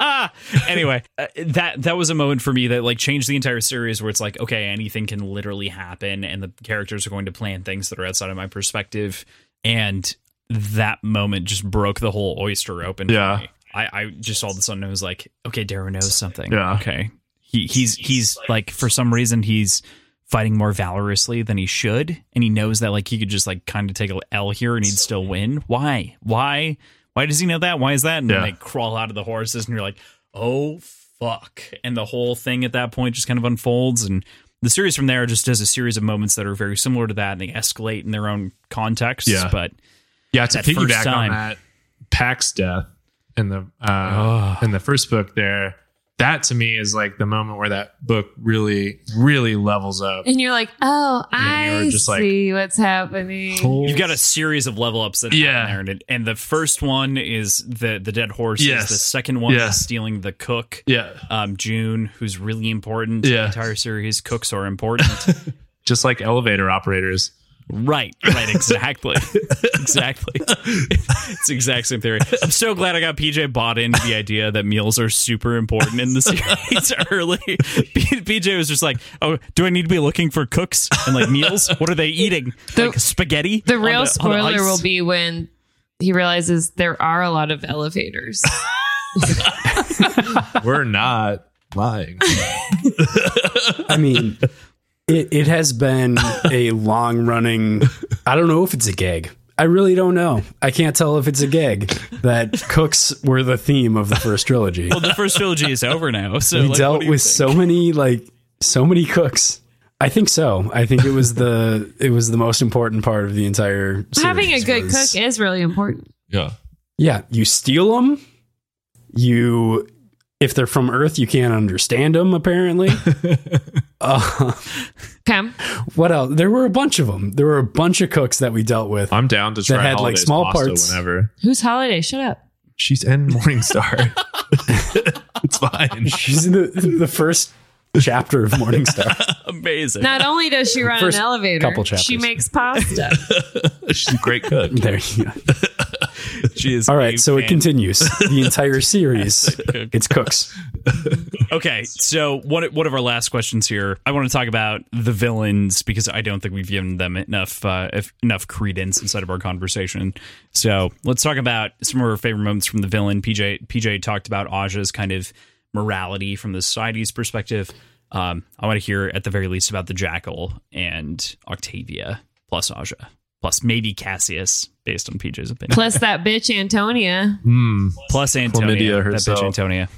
Speaker 3: ah, anyway, uh, that that was a moment for me that like changed the entire series. Where it's like, okay, anything can literally happen, and the characters are going to plan things that are outside of my perspective, and that moment just broke the whole oyster open. for
Speaker 1: Yeah.
Speaker 3: me. I, I just all of a sudden I was like, okay, Darrow knows something.
Speaker 1: Yeah.
Speaker 3: Okay. He he's he's like for some reason he's fighting more valorously than he should, and he knows that like he could just like kind of take a L here and he'd still win. Why? Why? Why does he know that? Why is that? And then
Speaker 1: Yeah.
Speaker 3: they crawl out of the horses, and you're like, oh fuck! And the whole thing at that point just kind of unfolds, and the series from there just does a series of moments that are very similar to that, and they escalate in their own contexts.
Speaker 1: Yeah.
Speaker 3: But
Speaker 1: yeah. To
Speaker 3: That first
Speaker 1: piggyback
Speaker 3: time.
Speaker 1: on that, Pax death in the uh,
Speaker 3: Ugh.
Speaker 1: in the first book there. That to me is like the moment where that book really, really levels up.
Speaker 2: And you're like, oh,
Speaker 1: Yeah, you
Speaker 2: I
Speaker 1: were just like-
Speaker 2: see what's happening.
Speaker 3: You've got a series of level ups that
Speaker 1: Yeah.
Speaker 3: happen there, and, it, and the first one is the the dead horses.
Speaker 1: Yes.
Speaker 3: The second one
Speaker 1: Yeah.
Speaker 3: is stealing the cook,
Speaker 1: yeah,
Speaker 3: um, June, who's really important. to The
Speaker 1: Yeah.
Speaker 3: entire series cooks are important.
Speaker 1: just like elevator operators.
Speaker 3: right, right, exactly, exactly. it's the exact same theory. I'm so glad I got PJ bought into the idea that meals are super important in the series early. P- PJ was just like, "Oh, do I need to be looking for cooks and like meals? What are they eating?
Speaker 2: The-
Speaker 3: like spaghetti?
Speaker 2: The
Speaker 3: on
Speaker 2: real
Speaker 3: on
Speaker 2: spoiler
Speaker 3: ice?"
Speaker 2: will be when he realizes there are a lot of elevators.
Speaker 1: We're not lying.
Speaker 4: I mean, it, it has been a long running. I don't know if it's a gag. I really don't know. I can't tell if it's a gag that cooks were the theme of the first trilogy.
Speaker 3: Well, the first trilogy is over now, so
Speaker 4: We
Speaker 3: like, what
Speaker 4: dealt
Speaker 3: do you
Speaker 4: with
Speaker 3: think?
Speaker 4: so many like so many cooks. I think so. I think it was the it was the most important part of the entire. Series
Speaker 2: Having a good
Speaker 4: was-
Speaker 2: cook is really important.
Speaker 1: Yeah.
Speaker 4: Yeah, you steal them. You, if they're from Earth, you can't understand them. Apparently. uh,
Speaker 2: Come.
Speaker 4: what else? There were a bunch of them. There were a bunch of cooks that we dealt with.
Speaker 1: I'm down to try
Speaker 4: had, like,
Speaker 1: holidays
Speaker 4: small
Speaker 1: pasta
Speaker 4: parts.
Speaker 1: whenever.
Speaker 2: Who's holiday? Shut up.
Speaker 1: She's in Morningstar. it's fine.
Speaker 4: She's in the, the first chapter of Morningstar.
Speaker 3: amazing.
Speaker 2: Not only does she run an
Speaker 4: First
Speaker 2: elevator,
Speaker 4: couple
Speaker 2: she
Speaker 4: chapters.
Speaker 2: makes pasta.
Speaker 1: She's a great cook.
Speaker 4: there you go.
Speaker 3: She is
Speaker 4: All
Speaker 3: a
Speaker 4: right, so it
Speaker 3: fan.
Speaker 4: continues the entire series. it's cooks.
Speaker 3: Okay, so one one of our last questions here. I want to talk about the villains because I don't think we've given them enough uh, if- enough credence inside of our conversation. So let's talk about some of our favorite moments from the villain. PJ PJ talked about Aja's kind of morality from the society's perspective. Um, I want to hear at the very least about the Jackal and Octavia plus Aja plus maybe Cassius based on PJ's opinion
Speaker 2: Plus that bitch Antonia.
Speaker 1: Hmm.
Speaker 3: plus Antonia
Speaker 1: Chlamydia
Speaker 3: that bitch
Speaker 1: herself.
Speaker 3: Antonia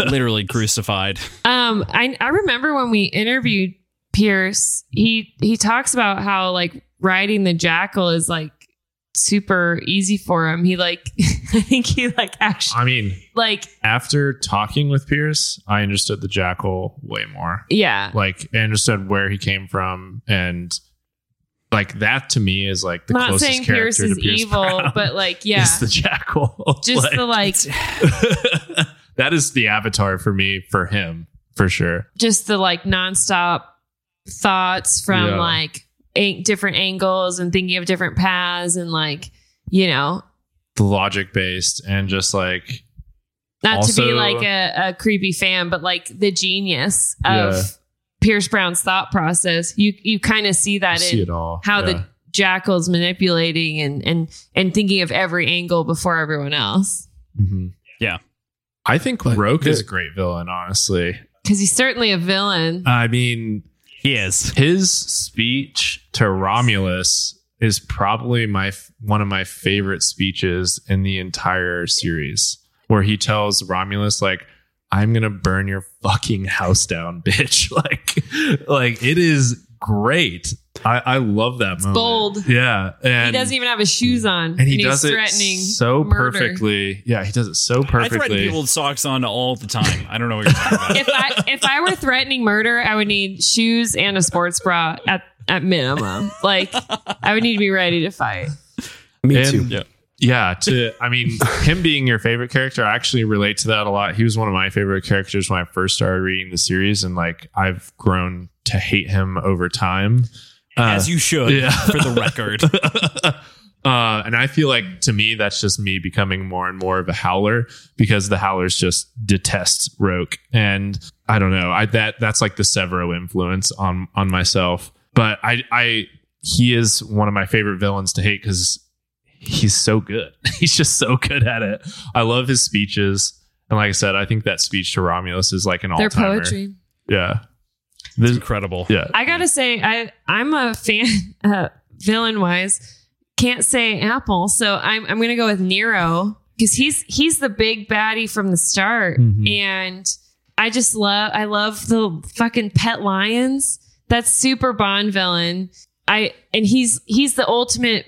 Speaker 3: literally crucified.
Speaker 2: Um, I I remember when we interviewed Pierce, he he talks about how like riding the jackal is like super easy for him. He like I think he like actually
Speaker 1: I mean,
Speaker 2: like
Speaker 1: after talking with Pierce, I understood the jackal way more.
Speaker 2: yeah.
Speaker 1: Like, I understood where he came from, and like that to me is like the
Speaker 2: Not
Speaker 1: closest
Speaker 2: saying
Speaker 1: character
Speaker 2: Pierce is
Speaker 1: to Pierce
Speaker 2: evil,
Speaker 1: Brown
Speaker 2: but like yeah.
Speaker 1: is the jackal.
Speaker 2: just the like
Speaker 1: that is the avatar for me for him for sure.
Speaker 2: just the like nonstop thoughts from
Speaker 1: Yeah.
Speaker 2: like eight different angles and thinking of different paths and like you know
Speaker 1: The logic based and just like
Speaker 2: not to be
Speaker 1: Also-
Speaker 2: like a, a creepy fan but like the genius of
Speaker 1: Yeah.
Speaker 2: pierce brown's thought process you you kind of see that
Speaker 1: see
Speaker 2: in
Speaker 1: it all.
Speaker 2: how
Speaker 1: Yeah.
Speaker 2: the jackal's manipulating and and and thinking of every angle before everyone else
Speaker 1: Mhm.
Speaker 3: Yeah.
Speaker 1: I think
Speaker 4: But
Speaker 1: Roke
Speaker 4: the-
Speaker 1: is a great villain, honestly.
Speaker 2: because he's certainly a villain
Speaker 1: I mean,
Speaker 3: He is.
Speaker 1: his speech to Romulus is probably my f- one of my favorite speeches in the entire series where he tells Romulus like I'm going to burn your fucking house down bitch like like it is great I I love that moment
Speaker 2: bold.
Speaker 1: yeah and Mm.
Speaker 2: he doesn't even have his shoes on
Speaker 1: and he does
Speaker 2: he's
Speaker 1: it
Speaker 2: threatening
Speaker 1: so
Speaker 2: murder.
Speaker 1: perfectly yeah he does it so
Speaker 3: I threaten
Speaker 1: perfectly
Speaker 3: people with socks on all the time. I don't know what you're talking about.
Speaker 2: if I if I were threatening murder, I would need shoes and a sports bra at at minimum. Like I would need to be ready to fight.
Speaker 4: Me
Speaker 1: And-
Speaker 4: too.
Speaker 1: Yeah. to I mean, him being your favorite character, I actually relate to that a lot. He was one of my favorite characters when I first started reading the series, and like I've grown to hate him over time. Uh,
Speaker 3: As you should,
Speaker 1: yeah.
Speaker 3: for the record.
Speaker 1: uh, and I feel like to me, that's just me becoming more and more of a howler because the howlers just detest Roke, and I don't know. I that that's like the Severo influence on on myself. But I I he is one of my favorite villains to hate because he's so good. he's just so good at it. I love his speeches, and like I said, I think that speech to Romulus is like an all
Speaker 2: Their
Speaker 1: timer.
Speaker 2: poetry.
Speaker 1: Yeah,
Speaker 3: It's
Speaker 1: this,
Speaker 3: incredible.
Speaker 1: yeah.
Speaker 2: I gotta say, I I'm a fan uh, villain wise. Can't say Apple, so I'm I'm gonna go with Nero because he's he's the big baddie from the start,
Speaker 1: Mhm.
Speaker 2: and I just love I love the fucking pet lions. That's super Bond villain. I and he's he's the ultimate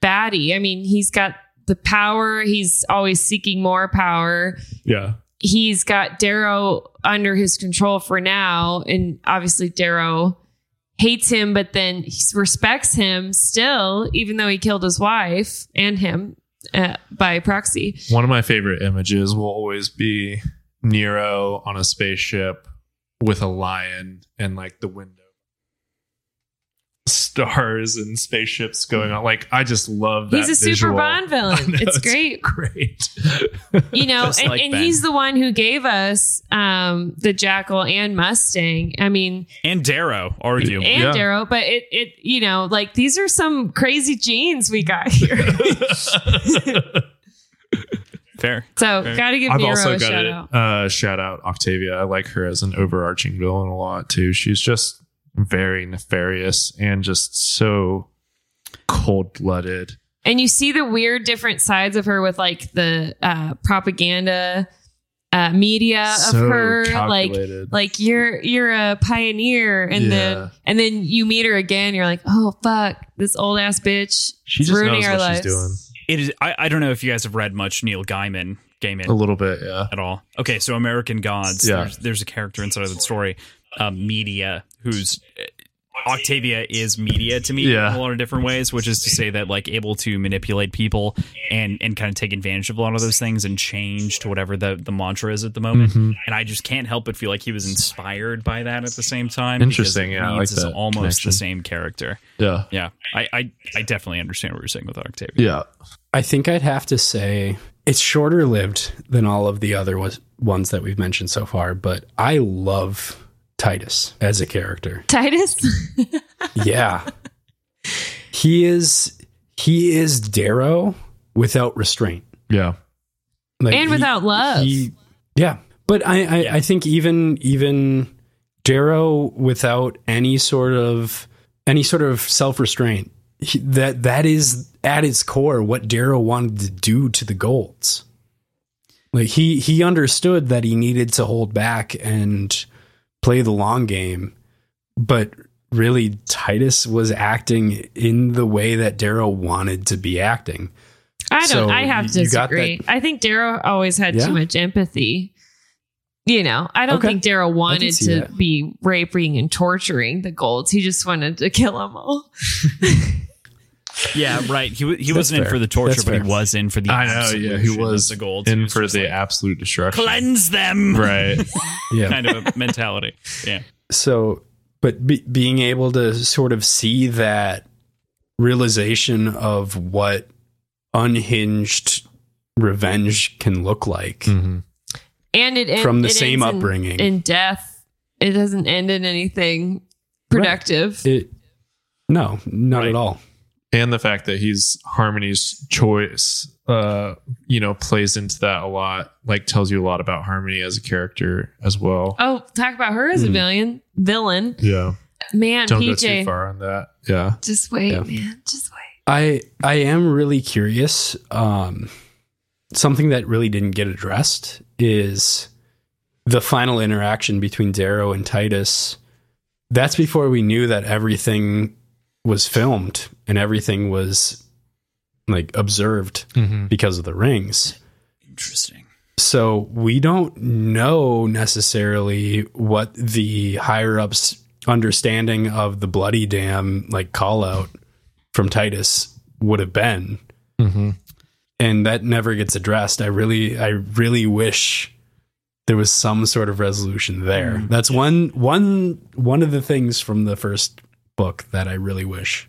Speaker 2: baddie. I mean, he's got the power. He's always seeking more power
Speaker 1: yeah.
Speaker 2: he's got Darrow under his control for now, and obviously Darrow hates him, but then he respects him still, even though he killed his wife and him uh, by proxy.
Speaker 1: One of my favorite images will always be Nero on a spaceship with a lion and like the window stars and spaceships going on. Like I just love that.
Speaker 2: He's a super
Speaker 1: visual.
Speaker 2: Bond
Speaker 1: I
Speaker 2: villain.
Speaker 1: know,
Speaker 2: it's
Speaker 1: it's
Speaker 2: great.
Speaker 1: Great.
Speaker 2: you know,
Speaker 3: Just
Speaker 2: and,
Speaker 3: like
Speaker 2: and
Speaker 3: Ben.
Speaker 2: he's the one who gave us um, the Jackal and Mustang. I mean,
Speaker 3: And Darrow, arguably.
Speaker 2: and
Speaker 1: Yeah.
Speaker 2: Darrow, but it, it, you know, like these are some crazy genes we got here.
Speaker 3: Fair.
Speaker 2: so, gotta give
Speaker 1: I've
Speaker 2: Nero
Speaker 1: also
Speaker 2: a
Speaker 1: got
Speaker 2: shout
Speaker 1: a
Speaker 2: out.
Speaker 1: Uh, shout out Octavia. I like her as an overarching villain a lot too. She's just very nefarious and just so cold blooded.
Speaker 2: and you see the weird different sides of her with like the uh, propaganda uh, media
Speaker 1: so
Speaker 2: of her like
Speaker 1: calculated.
Speaker 2: like you're you're a pioneer and
Speaker 1: Yeah.
Speaker 2: then and then you meet her again you're like oh fuck this old ass bitch
Speaker 1: She just
Speaker 2: ruining
Speaker 1: knows
Speaker 2: our
Speaker 1: what
Speaker 2: lives
Speaker 1: she's doing.
Speaker 3: It is I, I don't know if you guys have read much Neil Gaiman Gaiman
Speaker 1: A little bit, yeah.
Speaker 3: at all. Okay, so American Gods.
Speaker 1: Yeah.
Speaker 3: There's, there's a character inside of the story, um, Media, who's Octavia is media to me
Speaker 1: Yeah.
Speaker 3: in a lot of different ways, which is to say that like able to manipulate people and and kind of take advantage of a lot of those things and change to whatever the, the mantra is at the
Speaker 1: Um,
Speaker 3: moment.
Speaker 2: Mm-hmm.
Speaker 3: And I just can't help but feel like he was inspired by that at the same time. because
Speaker 1: Interesting, yeah, I
Speaker 3: Leeds
Speaker 1: like
Speaker 3: is
Speaker 1: that
Speaker 3: almost
Speaker 1: connection.
Speaker 3: the same character.
Speaker 1: Yeah.
Speaker 3: Yeah, I, I I definitely understand what you're saying with Octavia.
Speaker 1: Yeah.
Speaker 4: I think I'd have to say it's shorter lived than all of the other was, ones that we've mentioned so far, but I love Titus as a character.
Speaker 2: Titus?
Speaker 4: Yeah. he is he is Darrow without restraint.
Speaker 1: Yeah.
Speaker 4: Like,
Speaker 2: And
Speaker 4: he-
Speaker 2: without love.
Speaker 4: he- yeah. But I, I, I think even even Darrow without any sort of any sort of self restraint, that that is at its core what Darrow wanted to do to the Golds. Like he he understood that he needed to hold back and play the long game, but really Titus was acting in the way that Darrow wanted to be acting.
Speaker 2: I don't.
Speaker 4: So
Speaker 2: I have to
Speaker 4: you got
Speaker 2: disagree. I think Daryl always had
Speaker 4: Yeah.
Speaker 2: too much empathy. You know, I don't
Speaker 4: Okay.
Speaker 2: think Daryl wanted
Speaker 4: see
Speaker 2: to
Speaker 4: that.
Speaker 2: be raping and torturing the Golds. He just wanted to kill them all.
Speaker 3: Yeah, right. He wa- he
Speaker 4: That's
Speaker 3: wasn't in
Speaker 4: fair.
Speaker 3: for the torture,
Speaker 4: That's
Speaker 3: but
Speaker 4: fair.
Speaker 3: he was in for the.
Speaker 1: I know. Yeah. He
Speaker 3: absolution of
Speaker 1: was
Speaker 3: the gold
Speaker 1: in for the absolute destruction.
Speaker 3: cleanse them.
Speaker 1: Right.
Speaker 4: Yeah.
Speaker 3: kind of a mentality. Yeah.
Speaker 4: so but be, being able to sort of see that realization of what unhinged revenge can look like
Speaker 1: mm-hmm.
Speaker 2: And it end,
Speaker 4: From the
Speaker 2: it
Speaker 4: same
Speaker 2: ends in-
Speaker 4: upbringing.
Speaker 2: in, death. It doesn't end in anything productive.
Speaker 4: it no not
Speaker 3: Right.
Speaker 4: at all
Speaker 1: and the fact that he's Harmony's choice, uh, you know, plays into that a lot. Like, tells you a lot about Harmony as a character as well.
Speaker 2: Oh, talk about her as a
Speaker 4: Mm.
Speaker 2: villain. Villain,
Speaker 1: yeah,
Speaker 2: man.
Speaker 1: don't go too
Speaker 2: PJ,
Speaker 1: far on that. Yeah,
Speaker 2: just wait,
Speaker 4: Yeah.
Speaker 2: man. Just wait.
Speaker 4: i i am really curious um something that really didn't get addressed is the final interaction between darrow and titus that's before we knew that everything was filmed and everything was like observed
Speaker 1: Hmm. Mm-hmm.
Speaker 4: because of the rings.
Speaker 3: Interesting.
Speaker 4: So we don't know necessarily what the higher ups understanding of the bloody dam like call out from Titus would have been.
Speaker 1: mm-hmm.
Speaker 4: And that never gets addressed. I really I really wish there was some sort of resolution there. That's one one one of the things from the first book that I really wish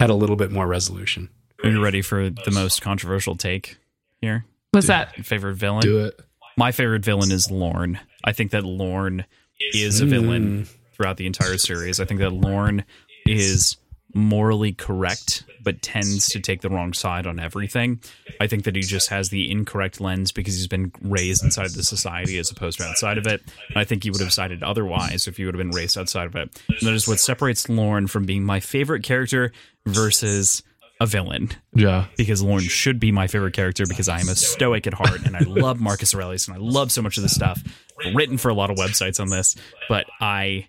Speaker 4: had a little bit more resolution.
Speaker 3: Are you ready for the most controversial take here?
Speaker 2: What's that?
Speaker 3: Favorite villain?
Speaker 1: do it.
Speaker 3: My favorite villain is Lorne. I think that Lorne is a villain
Speaker 1: Hmm.
Speaker 3: throughout the entire series. I think that Lorne is morally correct, but tends to take the wrong side on everything. I think that he just has the incorrect lens because he's been raised inside the society as opposed to outside of it. And I think he would have sided otherwise if he would have been raised outside of it. And that is what separates Lorne from being my favorite character versus a villain
Speaker 1: Yeah,
Speaker 3: because Lauren should be my favorite character because I am a stoic at heart and I love Marcus Aurelius and I love so much of this stuff. I've written for a lot of websites on this, but I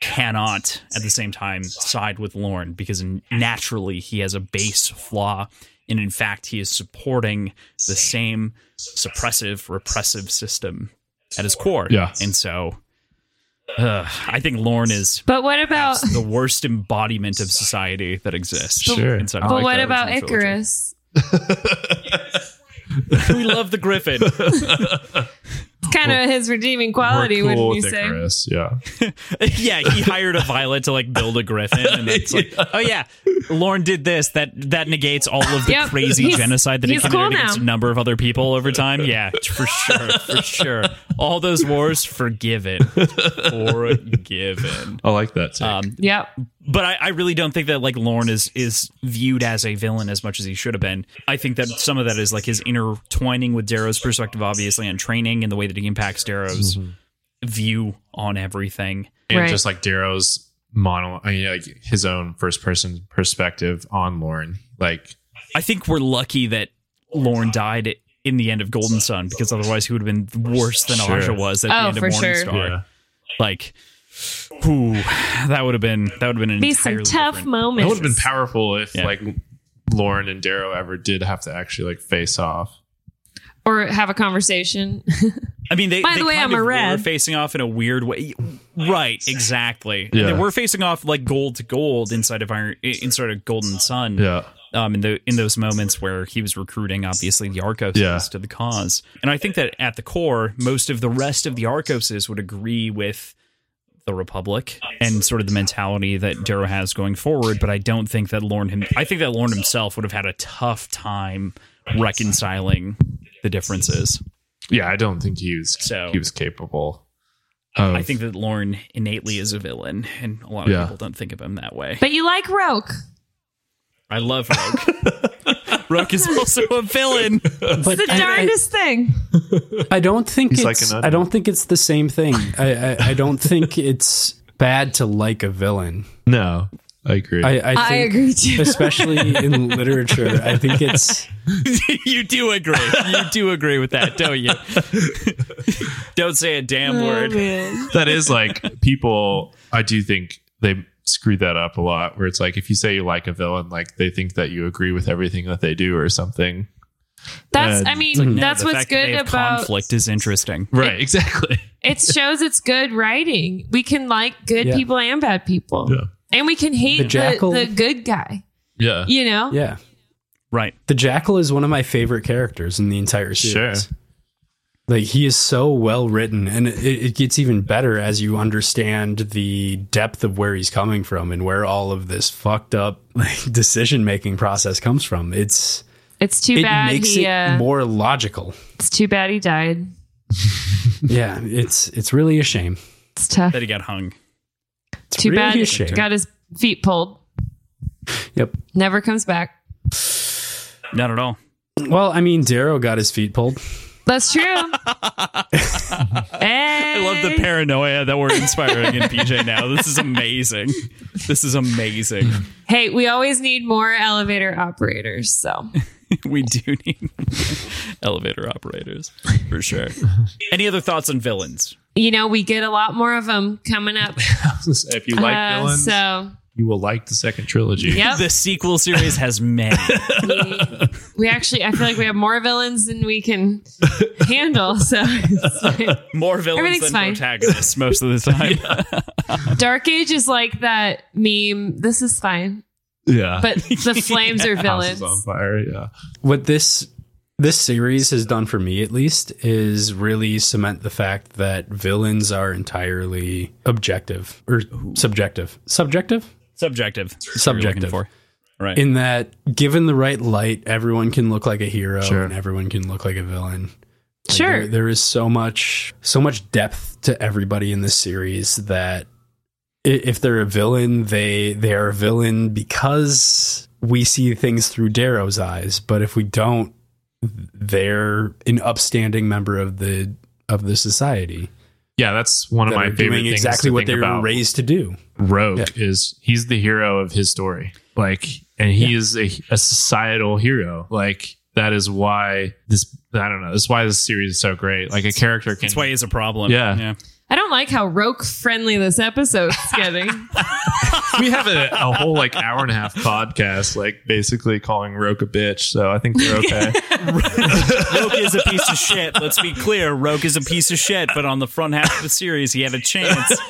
Speaker 3: cannot at the same time side with Lauren because naturally he has a base flaw. And in fact, he is supporting the same suppressive, repressive system at his core.
Speaker 1: Yeah.
Speaker 3: And so uh, I think Lauren is
Speaker 2: But what about?
Speaker 3: the worst embodiment of society that exists.
Speaker 1: Sure.
Speaker 3: Inside of
Speaker 2: But
Speaker 3: the
Speaker 2: what
Speaker 3: original
Speaker 2: about
Speaker 3: trilogy.
Speaker 2: Icarus?
Speaker 3: we love the Griffin.
Speaker 2: kind of his redeeming quality,
Speaker 1: We're cool
Speaker 2: wouldn't
Speaker 1: with
Speaker 2: you say?
Speaker 1: Icarus, Yeah,
Speaker 3: yeah, he hired a violet to like build a griffin, and it's like, oh yeah, Lauren did this. That that negates all of the
Speaker 2: Yep.
Speaker 3: crazy
Speaker 2: He's-
Speaker 3: genocide that he
Speaker 2: he's
Speaker 3: committed
Speaker 2: cool
Speaker 3: against
Speaker 2: now.
Speaker 3: a number of other people over time. Yeah, for sure, for sure. All those wars forgiven, forgiven.
Speaker 1: I like that. Take.
Speaker 3: Um,
Speaker 2: Yep.
Speaker 3: but I, I really don't think that like Lorne is is viewed as a villain as much as he should have been. I think that some of that is like his intertwining with Darrow's perspective, obviously, and training and the way that he impacts Darrow's
Speaker 1: Mm-hmm.
Speaker 3: view on everything.
Speaker 1: and
Speaker 2: Right.
Speaker 1: just like Darrow's monologue, I mean, like his own first person perspective on Lauren. Like,
Speaker 3: I think we're lucky that Lorne died in the end of Golden Sun because otherwise he would have been worse than
Speaker 1: Sure.
Speaker 3: Asha was at
Speaker 2: Oh,
Speaker 3: the end of
Speaker 2: for sure.
Speaker 3: Morningstar. Like, whew, that would have been that would have been an
Speaker 2: Be some
Speaker 3: entirely
Speaker 2: tough
Speaker 3: different-
Speaker 1: it
Speaker 2: moments.
Speaker 1: would have been powerful if
Speaker 3: Yeah.
Speaker 1: like Lauren and Darrow ever did have to actually like face off.
Speaker 2: Or have a conversation.
Speaker 3: I mean, they,
Speaker 2: By
Speaker 3: they
Speaker 2: the way,
Speaker 3: kind
Speaker 2: I'm a
Speaker 3: of
Speaker 2: red.
Speaker 3: were facing off in a weird way. Right, exactly.
Speaker 1: Yeah.
Speaker 3: They were facing off like gold to gold inside of Iron, inside of Golden Sun.
Speaker 1: Yeah.
Speaker 3: Um, in the in those moments where he was recruiting, obviously the Arcoses
Speaker 1: Yeah.
Speaker 3: to the cause, and I think that at the core, most of the rest of the Arcoses would agree with the Republic and sort of the mentality that Darrow has going forward. But I don't think that Lorne him. I think that Lorne himself would have had a tough time reconciling the differences.
Speaker 1: Yeah, I don't think he was
Speaker 3: So-
Speaker 1: he was capable. Of,
Speaker 3: I think that Lorne innately is a villain, and a lot of
Speaker 1: Yeah.
Speaker 3: people don't think of him that way.
Speaker 2: But you like Roke.
Speaker 3: I love Roke. Roke is also a villain.
Speaker 4: But
Speaker 2: It's the
Speaker 4: I-
Speaker 2: darndest thing.
Speaker 4: I, I don't think
Speaker 1: He's
Speaker 4: it's.
Speaker 1: like an
Speaker 4: I don't think it's the same thing. I, I, I don't think it's bad to like a villain.
Speaker 1: no, I agree.
Speaker 4: I, I, think,
Speaker 2: I agree too.
Speaker 4: especially in literature. I think it's.
Speaker 3: you do agree. You do agree with that, don't you? don't say a damn
Speaker 2: Oh,
Speaker 3: word.
Speaker 1: that is like people. I do think they screw that up a lot. Where it's like if you say you like a villain, like they think that you agree with everything that they do or something.
Speaker 2: That's
Speaker 1: Uh,
Speaker 2: I mean,
Speaker 3: Like, no,
Speaker 2: that's
Speaker 3: the
Speaker 2: what's
Speaker 3: fact that they
Speaker 2: good
Speaker 3: have
Speaker 2: about
Speaker 3: conflict is interesting.
Speaker 1: Right. Exactly.
Speaker 2: it shows it's good writing. We can like good
Speaker 4: Yeah.
Speaker 2: people and bad people.
Speaker 1: Yeah.
Speaker 2: And we can hate
Speaker 4: The
Speaker 2: the,
Speaker 4: jackal-
Speaker 2: the good guy.
Speaker 1: Yeah.
Speaker 2: You know?
Speaker 4: Yeah.
Speaker 3: Right.
Speaker 4: The Jackal is one of my favorite characters in the entire series.
Speaker 1: Sure.
Speaker 4: Like he is so well written, and it, it gets even better as you understand the depth of where he's coming from and where all of this fucked up like decision making process comes from. It's
Speaker 2: It's too
Speaker 4: it
Speaker 2: bad
Speaker 4: makes
Speaker 2: he
Speaker 4: it
Speaker 2: uh,
Speaker 4: more logical.
Speaker 2: it's too bad he died.
Speaker 4: Yeah, it's it's really a shame.
Speaker 2: It's tough.
Speaker 3: That he got hung.
Speaker 4: It's
Speaker 2: Too
Speaker 4: really
Speaker 2: bad
Speaker 4: a
Speaker 2: he
Speaker 4: shame.
Speaker 2: got his feet pulled.
Speaker 4: Yep.
Speaker 2: Never comes back.
Speaker 3: Not at all.
Speaker 4: Well, I mean, Darrow got his feet pulled.
Speaker 2: That's true. hey.
Speaker 3: I love the paranoia that we're inspiring in PJ now. This is amazing. This is amazing.
Speaker 2: Hey, we always need more elevator operators. So
Speaker 3: we do need elevator operators for sure. Any other thoughts on villains?
Speaker 2: you know we get a lot more of them coming up.
Speaker 1: if you like
Speaker 2: Uh,
Speaker 1: villains,
Speaker 2: so
Speaker 1: you will like the second trilogy.
Speaker 2: yep.
Speaker 3: The sequel series has many.
Speaker 2: we, we actually I feel like we have more villains than we can handle. So it's like-
Speaker 3: More villains
Speaker 2: Everything's
Speaker 3: than
Speaker 2: fine.
Speaker 3: protagonists most of the time.
Speaker 2: Dark Age is like that meme. This is fine,
Speaker 1: Yeah.
Speaker 2: but the flames are
Speaker 1: House
Speaker 2: villains.
Speaker 1: is on fire. Yeah.
Speaker 4: what this this series has done for me at least is really cement the fact that villains are entirely objective or subjective subjective
Speaker 3: Subjective. That's what you're looking
Speaker 4: Subjective.
Speaker 3: For. Right.
Speaker 4: in that given the right light everyone can look like a hero
Speaker 1: Sure.
Speaker 4: and everyone can look like a villain Like,
Speaker 2: Sure.
Speaker 4: there- there is so much so much depth to everybody in this series that i- if they're a villain, they they are a villain because we see things through Darrow's eyes. But if we don't, they're an upstanding member of the of the society.
Speaker 1: Yeah. That's one of
Speaker 4: that
Speaker 1: my
Speaker 4: are
Speaker 1: favorite
Speaker 4: doing
Speaker 1: things
Speaker 4: exactly
Speaker 1: to
Speaker 4: what
Speaker 1: think
Speaker 4: they were
Speaker 1: about
Speaker 4: raised to do.
Speaker 1: Rogue
Speaker 4: Yeah.
Speaker 1: is he's the hero of his story. Like, and he is a, a societal hero. Like, that is why this, I don't know, that's why this series is so great. Like, a character can.
Speaker 3: That's why he's a problem.
Speaker 1: Yeah.
Speaker 3: yeah.
Speaker 2: I don't like how roke friendly this episode's getting.
Speaker 1: we have a, a whole like hour and a half podcast, like basically calling Rogue a bitch. So I think we're okay.
Speaker 3: Roke is a piece of shit. Let's be clear. Roke is a piece of shit, but on the front half of the series, he had a chance.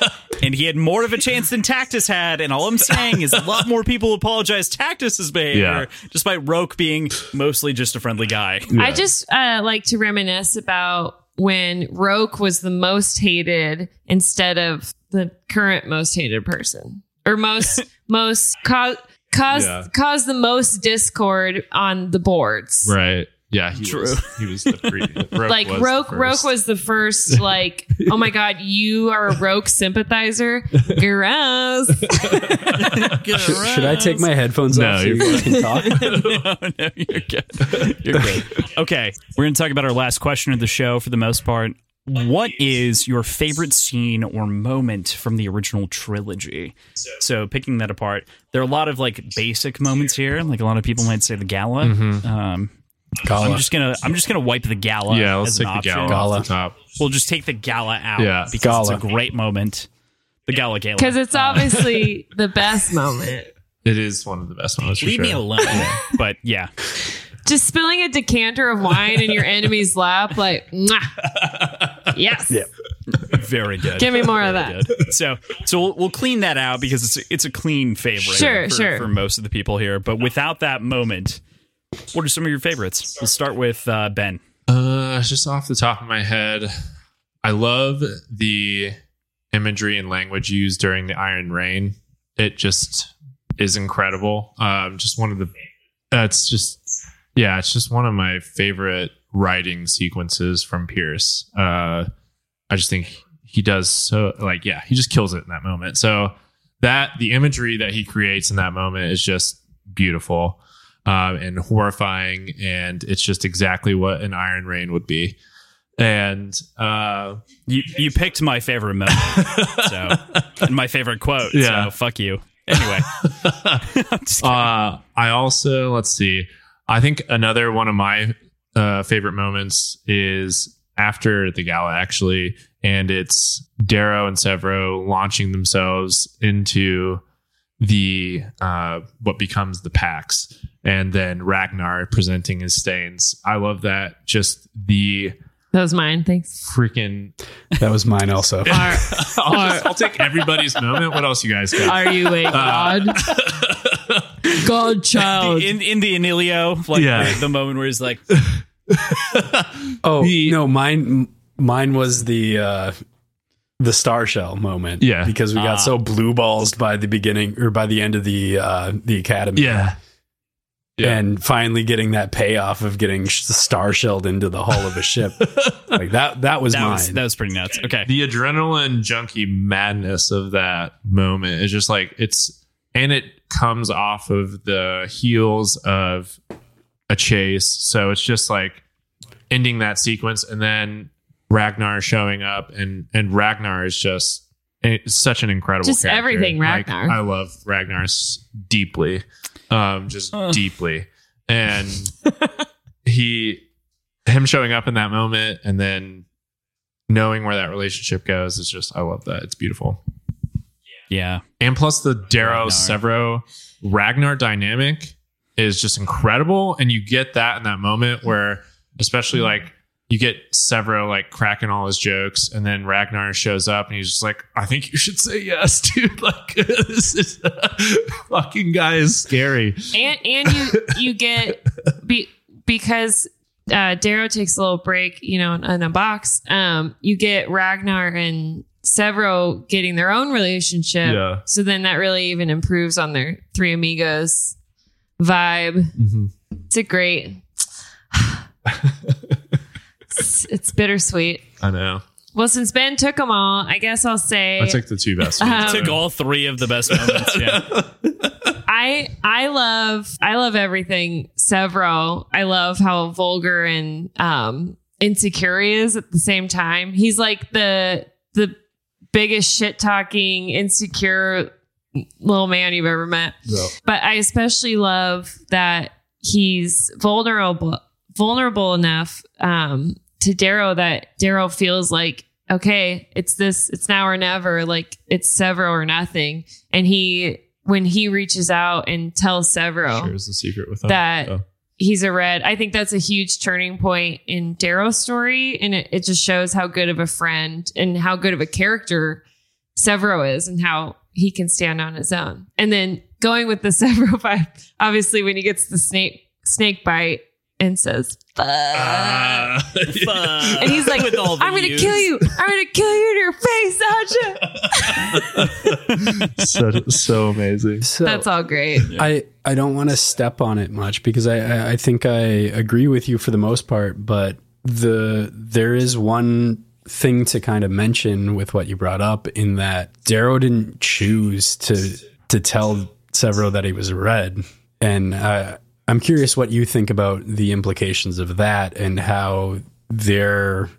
Speaker 3: And he had more of a chance than Tactus had. And all I'm saying is a lot more people apologize Tactus's behavior, despite Roke being mostly just a friendly guy.
Speaker 2: I just uh, like to reminisce about when Roke was the most hated instead of the current most hated person or most most cause cause
Speaker 1: Yeah.
Speaker 2: cause the most discord on the boards.
Speaker 1: right. Yeah. He
Speaker 3: True.
Speaker 1: Was, he was the pre. Rogue
Speaker 2: like
Speaker 1: was the
Speaker 2: Roke, Roke
Speaker 1: first.
Speaker 2: was the first. Like, oh my god, you are a Roke sympathizer. Gross.
Speaker 4: Should, should I take my headphones
Speaker 1: No,
Speaker 4: off so you
Speaker 1: you're
Speaker 4: guys can talk?
Speaker 3: no, no, you're good. You're good. Okay, we're going to talk about our last question of the show for the most part. What is your favorite scene or moment from the original trilogy? So, picking that apart, there are a lot of like basic moments here. Like a lot of people might say the gala.
Speaker 1: Mm-hmm.
Speaker 3: Um, I'm
Speaker 4: Gala.
Speaker 3: just gonna I'm just gonna wipe the gala.
Speaker 1: Yeah. Let's
Speaker 3: as
Speaker 1: take
Speaker 3: an
Speaker 1: the
Speaker 3: option.
Speaker 1: gala,
Speaker 4: Gala.
Speaker 1: off the top.
Speaker 3: We'll just take the gala out.
Speaker 1: Yeah,
Speaker 3: because
Speaker 4: gala.
Speaker 3: it's a great moment. The gala gala.
Speaker 2: Because it's obviously the best moment.
Speaker 1: It is one of the best ones. for
Speaker 3: leave me
Speaker 1: sure.
Speaker 3: alone. but yeah,
Speaker 2: Just spilling a decanter of wine in your enemy's lap, like, mwah. Yes.
Speaker 4: Yeah.
Speaker 3: Very good.
Speaker 2: Give me more of
Speaker 3: Very
Speaker 2: that.
Speaker 3: good. So, so we'll, we'll clean that out because it's it's a clean favorite
Speaker 2: Sure,
Speaker 3: for,
Speaker 2: sure.
Speaker 3: for most of the people here. But without that moment, what are some of your favorites? We'll start with uh, Ben.
Speaker 1: Uh, just off the top of my head, I love the imagery and language used during the Iron Rain. It just is incredible. Um, just one of the, that's just, yeah, it's just one of my favorite writing sequences from Pierce. Uh, I just think he does so, like, yeah, he just kills it in that moment. So that the imagery that he creates in that moment is just beautiful um, and horrifying, and it's just exactly what an Iron Rain would be. And uh,
Speaker 3: You you picked my favorite moment, so and my favorite quote.
Speaker 1: Yeah.
Speaker 3: So fuck you. Anyway, I'm just kidding.
Speaker 1: uh, I also let's see. I think another one of my uh, favorite moments is after the gala, actually, and it's Darrow and Severo launching themselves into the uh, what becomes the PAX, and then Ragnar presenting his stains. I love that. Just the
Speaker 2: That was mine. Thanks.
Speaker 1: freaking
Speaker 4: That was mine also.
Speaker 2: Are,
Speaker 1: I'll, just- I'll take everybody's moment. What else you guys got?
Speaker 2: are you
Speaker 1: Uh,
Speaker 2: a god? God child.
Speaker 3: in in the Emilio, like
Speaker 1: Yeah.
Speaker 3: the, the moment where he's like,
Speaker 4: Oh no, mine mine was the uh the star shell moment.
Speaker 1: Yeah.
Speaker 4: Because we
Speaker 3: Ah.
Speaker 4: got so blue balls by the beginning or by the end of the uh the academy.
Speaker 1: yeah. Yeah.
Speaker 4: And finally getting that payoff of getting sh- star shelled into the hull of a ship. like that that was
Speaker 3: that
Speaker 4: mine.
Speaker 3: was that was pretty nuts. Okay,
Speaker 1: the adrenaline junkie madness of that moment is just like it's and it comes off of the heels of a chase so it's just like ending that sequence and then ragnar showing up and and ragnar is just it's such an incredible
Speaker 2: Just
Speaker 1: character.
Speaker 2: everything
Speaker 1: Like,
Speaker 2: Ragnar.
Speaker 1: i love ragnar s- deeply um just
Speaker 3: Ugh.
Speaker 1: deeply and he him showing up in that moment and then knowing where that relationship goes is just I love that. It's beautiful.
Speaker 3: yeah,
Speaker 1: And plus the Darrow
Speaker 3: Ragnar.
Speaker 1: Severo Ragnar dynamic is just incredible. And you get that in that moment where especially like you get Severo like cracking all his jokes and then Ragnar shows up and he's just like, I think you should say yes, dude. Like this is fucking guy is scary.
Speaker 2: and and you you get be, because uh Darrow takes a little break, you know, in, in a box. Um, you get Ragnar and Severo getting their own relationship.
Speaker 1: Yeah.
Speaker 2: So then that really even improves on their three amigos vibe. It's a great. it's, it's bittersweet.
Speaker 1: I know.
Speaker 2: Well, since Ben took them all, I guess I'll say
Speaker 1: I took the two best ones.
Speaker 2: Um,
Speaker 3: took all three of the best moments. Yeah,
Speaker 2: I I love I love everything Severo. I love how vulgar and um insecure he is at the same time. He's like the the biggest shit talking, insecure little man you've ever met.
Speaker 4: Yeah.
Speaker 2: But I especially love that he's vulnerable vulnerable enough um to Darrow that Darrow feels like okay, it's this it's now or never, like it's Severo or nothing. And he when he reaches out and tells Severo
Speaker 1: shares the secret with them.
Speaker 2: that
Speaker 1: Oh.
Speaker 2: he's a red. I think that's a huge turning point in Darrow's story, and it, it just shows how good of a friend and how good of a character Severo is, and how he can stand on his own. And then going with the Severo vibe, obviously when he gets the snake snake bite and says, "Fuck,"
Speaker 1: Uh,
Speaker 3: Fuck.
Speaker 2: and he's like,
Speaker 3: With all the
Speaker 2: "I'm gonna
Speaker 3: yous.
Speaker 2: kill you! I'm gonna kill you in your face, Aja!"
Speaker 1: so, so amazing.
Speaker 4: So-
Speaker 2: That's all great.
Speaker 4: I, I don't want to step on it much because I, I, I think I agree with you for the most part, but the there is one thing to kind of mention with what you brought up in that Darrow didn't choose to to tell Severo that he was red, and uh, I'm curious what you think about the implications of that and how their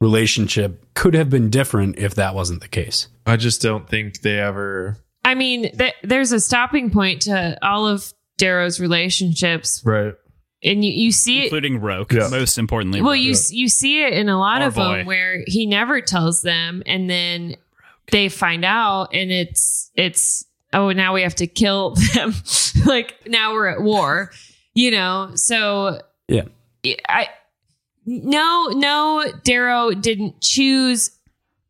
Speaker 4: relationship could have been different if that wasn't the case.
Speaker 1: I just don't think they ever.
Speaker 2: I mean, th- there's a stopping point to all of Darrow's relationships
Speaker 1: Right.
Speaker 2: and you, you see it
Speaker 3: including Roke.
Speaker 1: Yeah.
Speaker 3: Most importantly,
Speaker 2: well
Speaker 3: Roke.
Speaker 2: you s- you see it in a lot
Speaker 3: Our
Speaker 2: of
Speaker 3: boy.
Speaker 2: them where he never tells them and then they find out and it's it's oh now we have to kill them like now we're at war you know so
Speaker 4: Yeah.
Speaker 2: I no, no, Darrow didn't choose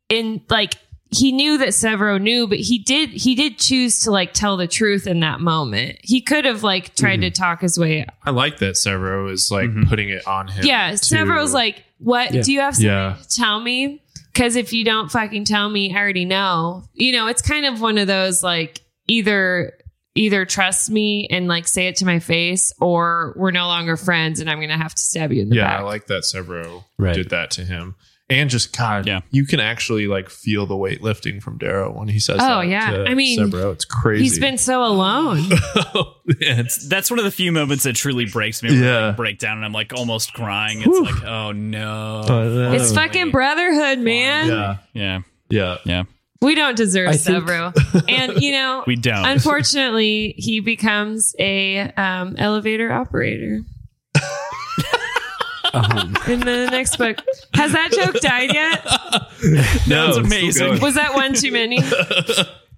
Speaker 2: in like he knew that Severo knew, but he did he did choose to like tell the truth in that moment. He could have like tried to talk his way out.
Speaker 1: I like that Severo is like
Speaker 3: Mhm.
Speaker 1: putting it on him.
Speaker 2: Yeah,
Speaker 1: to-
Speaker 2: Severo's like, "What
Speaker 4: Yeah.
Speaker 2: do you have something
Speaker 1: Yeah.
Speaker 2: to tell me?" Because if you don't fucking tell me, I already know. You know, it's kind of one of those like either either trust me and like say it to my face, or we're no longer friends, and I'm gonna have to stab you in the
Speaker 1: yeah,
Speaker 2: back.
Speaker 1: I like that Severo
Speaker 4: Right.
Speaker 1: did that to him. And just God,
Speaker 3: Yeah.
Speaker 1: you can actually like feel the weightlifting from Darrow when he says,
Speaker 2: Oh,
Speaker 1: that
Speaker 2: yeah.
Speaker 1: to
Speaker 2: I mean,
Speaker 1: Severo, it's crazy. Oh,
Speaker 2: He's been so alone.
Speaker 1: Yeah.
Speaker 3: That's one of the few moments that truly breaks me. Where I
Speaker 1: Yeah.
Speaker 3: break down and I'm like almost crying. It's like, oh no.
Speaker 2: it's fucking brotherhood, man.
Speaker 1: yeah,
Speaker 3: yeah,
Speaker 1: yeah.
Speaker 3: yeah.
Speaker 2: We don't deserve
Speaker 4: I think-
Speaker 2: Severo. and you know,
Speaker 3: We don't.
Speaker 2: unfortunately, he becomes a um, elevator operator
Speaker 4: Um,
Speaker 2: in the next book. Has that joke died yet?
Speaker 1: No,
Speaker 3: That's
Speaker 1: it's still
Speaker 3: amazing.
Speaker 1: going.
Speaker 2: Was that one too many?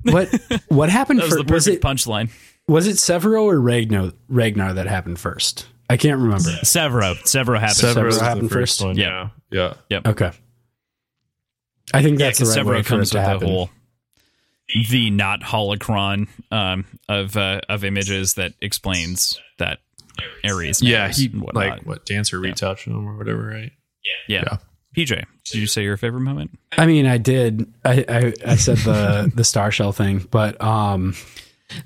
Speaker 4: what what happened
Speaker 3: that was
Speaker 4: first?
Speaker 3: the
Speaker 4: Was, it
Speaker 3: perfect punchline.
Speaker 4: was it Severo or Ragnar, Ragnar that happened first? I can't remember.
Speaker 3: Severo. Severo happens.
Speaker 1: Severo's
Speaker 4: Severo
Speaker 1: is the
Speaker 4: happened first.
Speaker 1: one. Yeah, yeah.
Speaker 4: Okay. I think
Speaker 3: Yeah,
Speaker 4: that's
Speaker 3: 'cause
Speaker 4: the right
Speaker 3: Severo
Speaker 4: way for it
Speaker 3: comes
Speaker 4: to
Speaker 3: with
Speaker 4: happen.
Speaker 3: the whole the not holocron um, of uh, of images that explains that Aries.
Speaker 1: Yeah,
Speaker 3: matters
Speaker 1: he
Speaker 3: and whatnot.
Speaker 1: like what dancer retouched him or whatever, right?
Speaker 3: yeah.
Speaker 1: yeah.
Speaker 3: PJ, did you say your favorite moment?
Speaker 4: I mean, I did. I I, I said the the star shell thing, but um,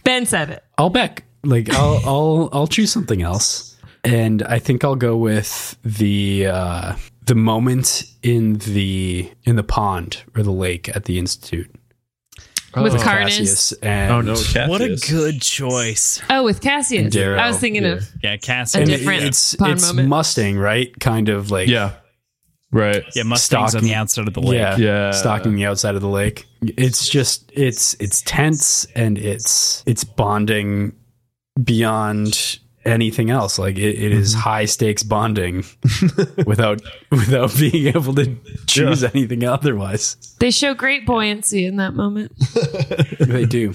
Speaker 2: Ben said it.
Speaker 4: I'll back. Like I'll I'll I'll choose something else, and I think I'll go with the uh, the moment in the in the pond or the lake at the institute
Speaker 2: With
Speaker 1: Oh.
Speaker 2: Car- Carnus.
Speaker 4: Cassius and
Speaker 1: Oh no, Cassius.
Speaker 3: What a good choice.
Speaker 2: Oh, with Cassius.
Speaker 4: Darrow,
Speaker 2: I was thinking of
Speaker 3: Yeah, Cass.
Speaker 2: A
Speaker 4: and it-
Speaker 2: different
Speaker 4: it's
Speaker 2: pond
Speaker 4: it's
Speaker 2: moment.
Speaker 4: Mustang right kind of like
Speaker 1: Yeah, right.
Speaker 3: yeah, Mustangs on
Speaker 4: stalking-
Speaker 3: the outside of the lake.
Speaker 4: Yeah,
Speaker 1: Yeah.
Speaker 4: stalking the outside of the lake. It's just it's it's tense and it's it's bonding beyond anything else. Like it, it is high stakes bonding without without being able to choose anything otherwise.
Speaker 2: They show great buoyancy in that moment.
Speaker 4: They do,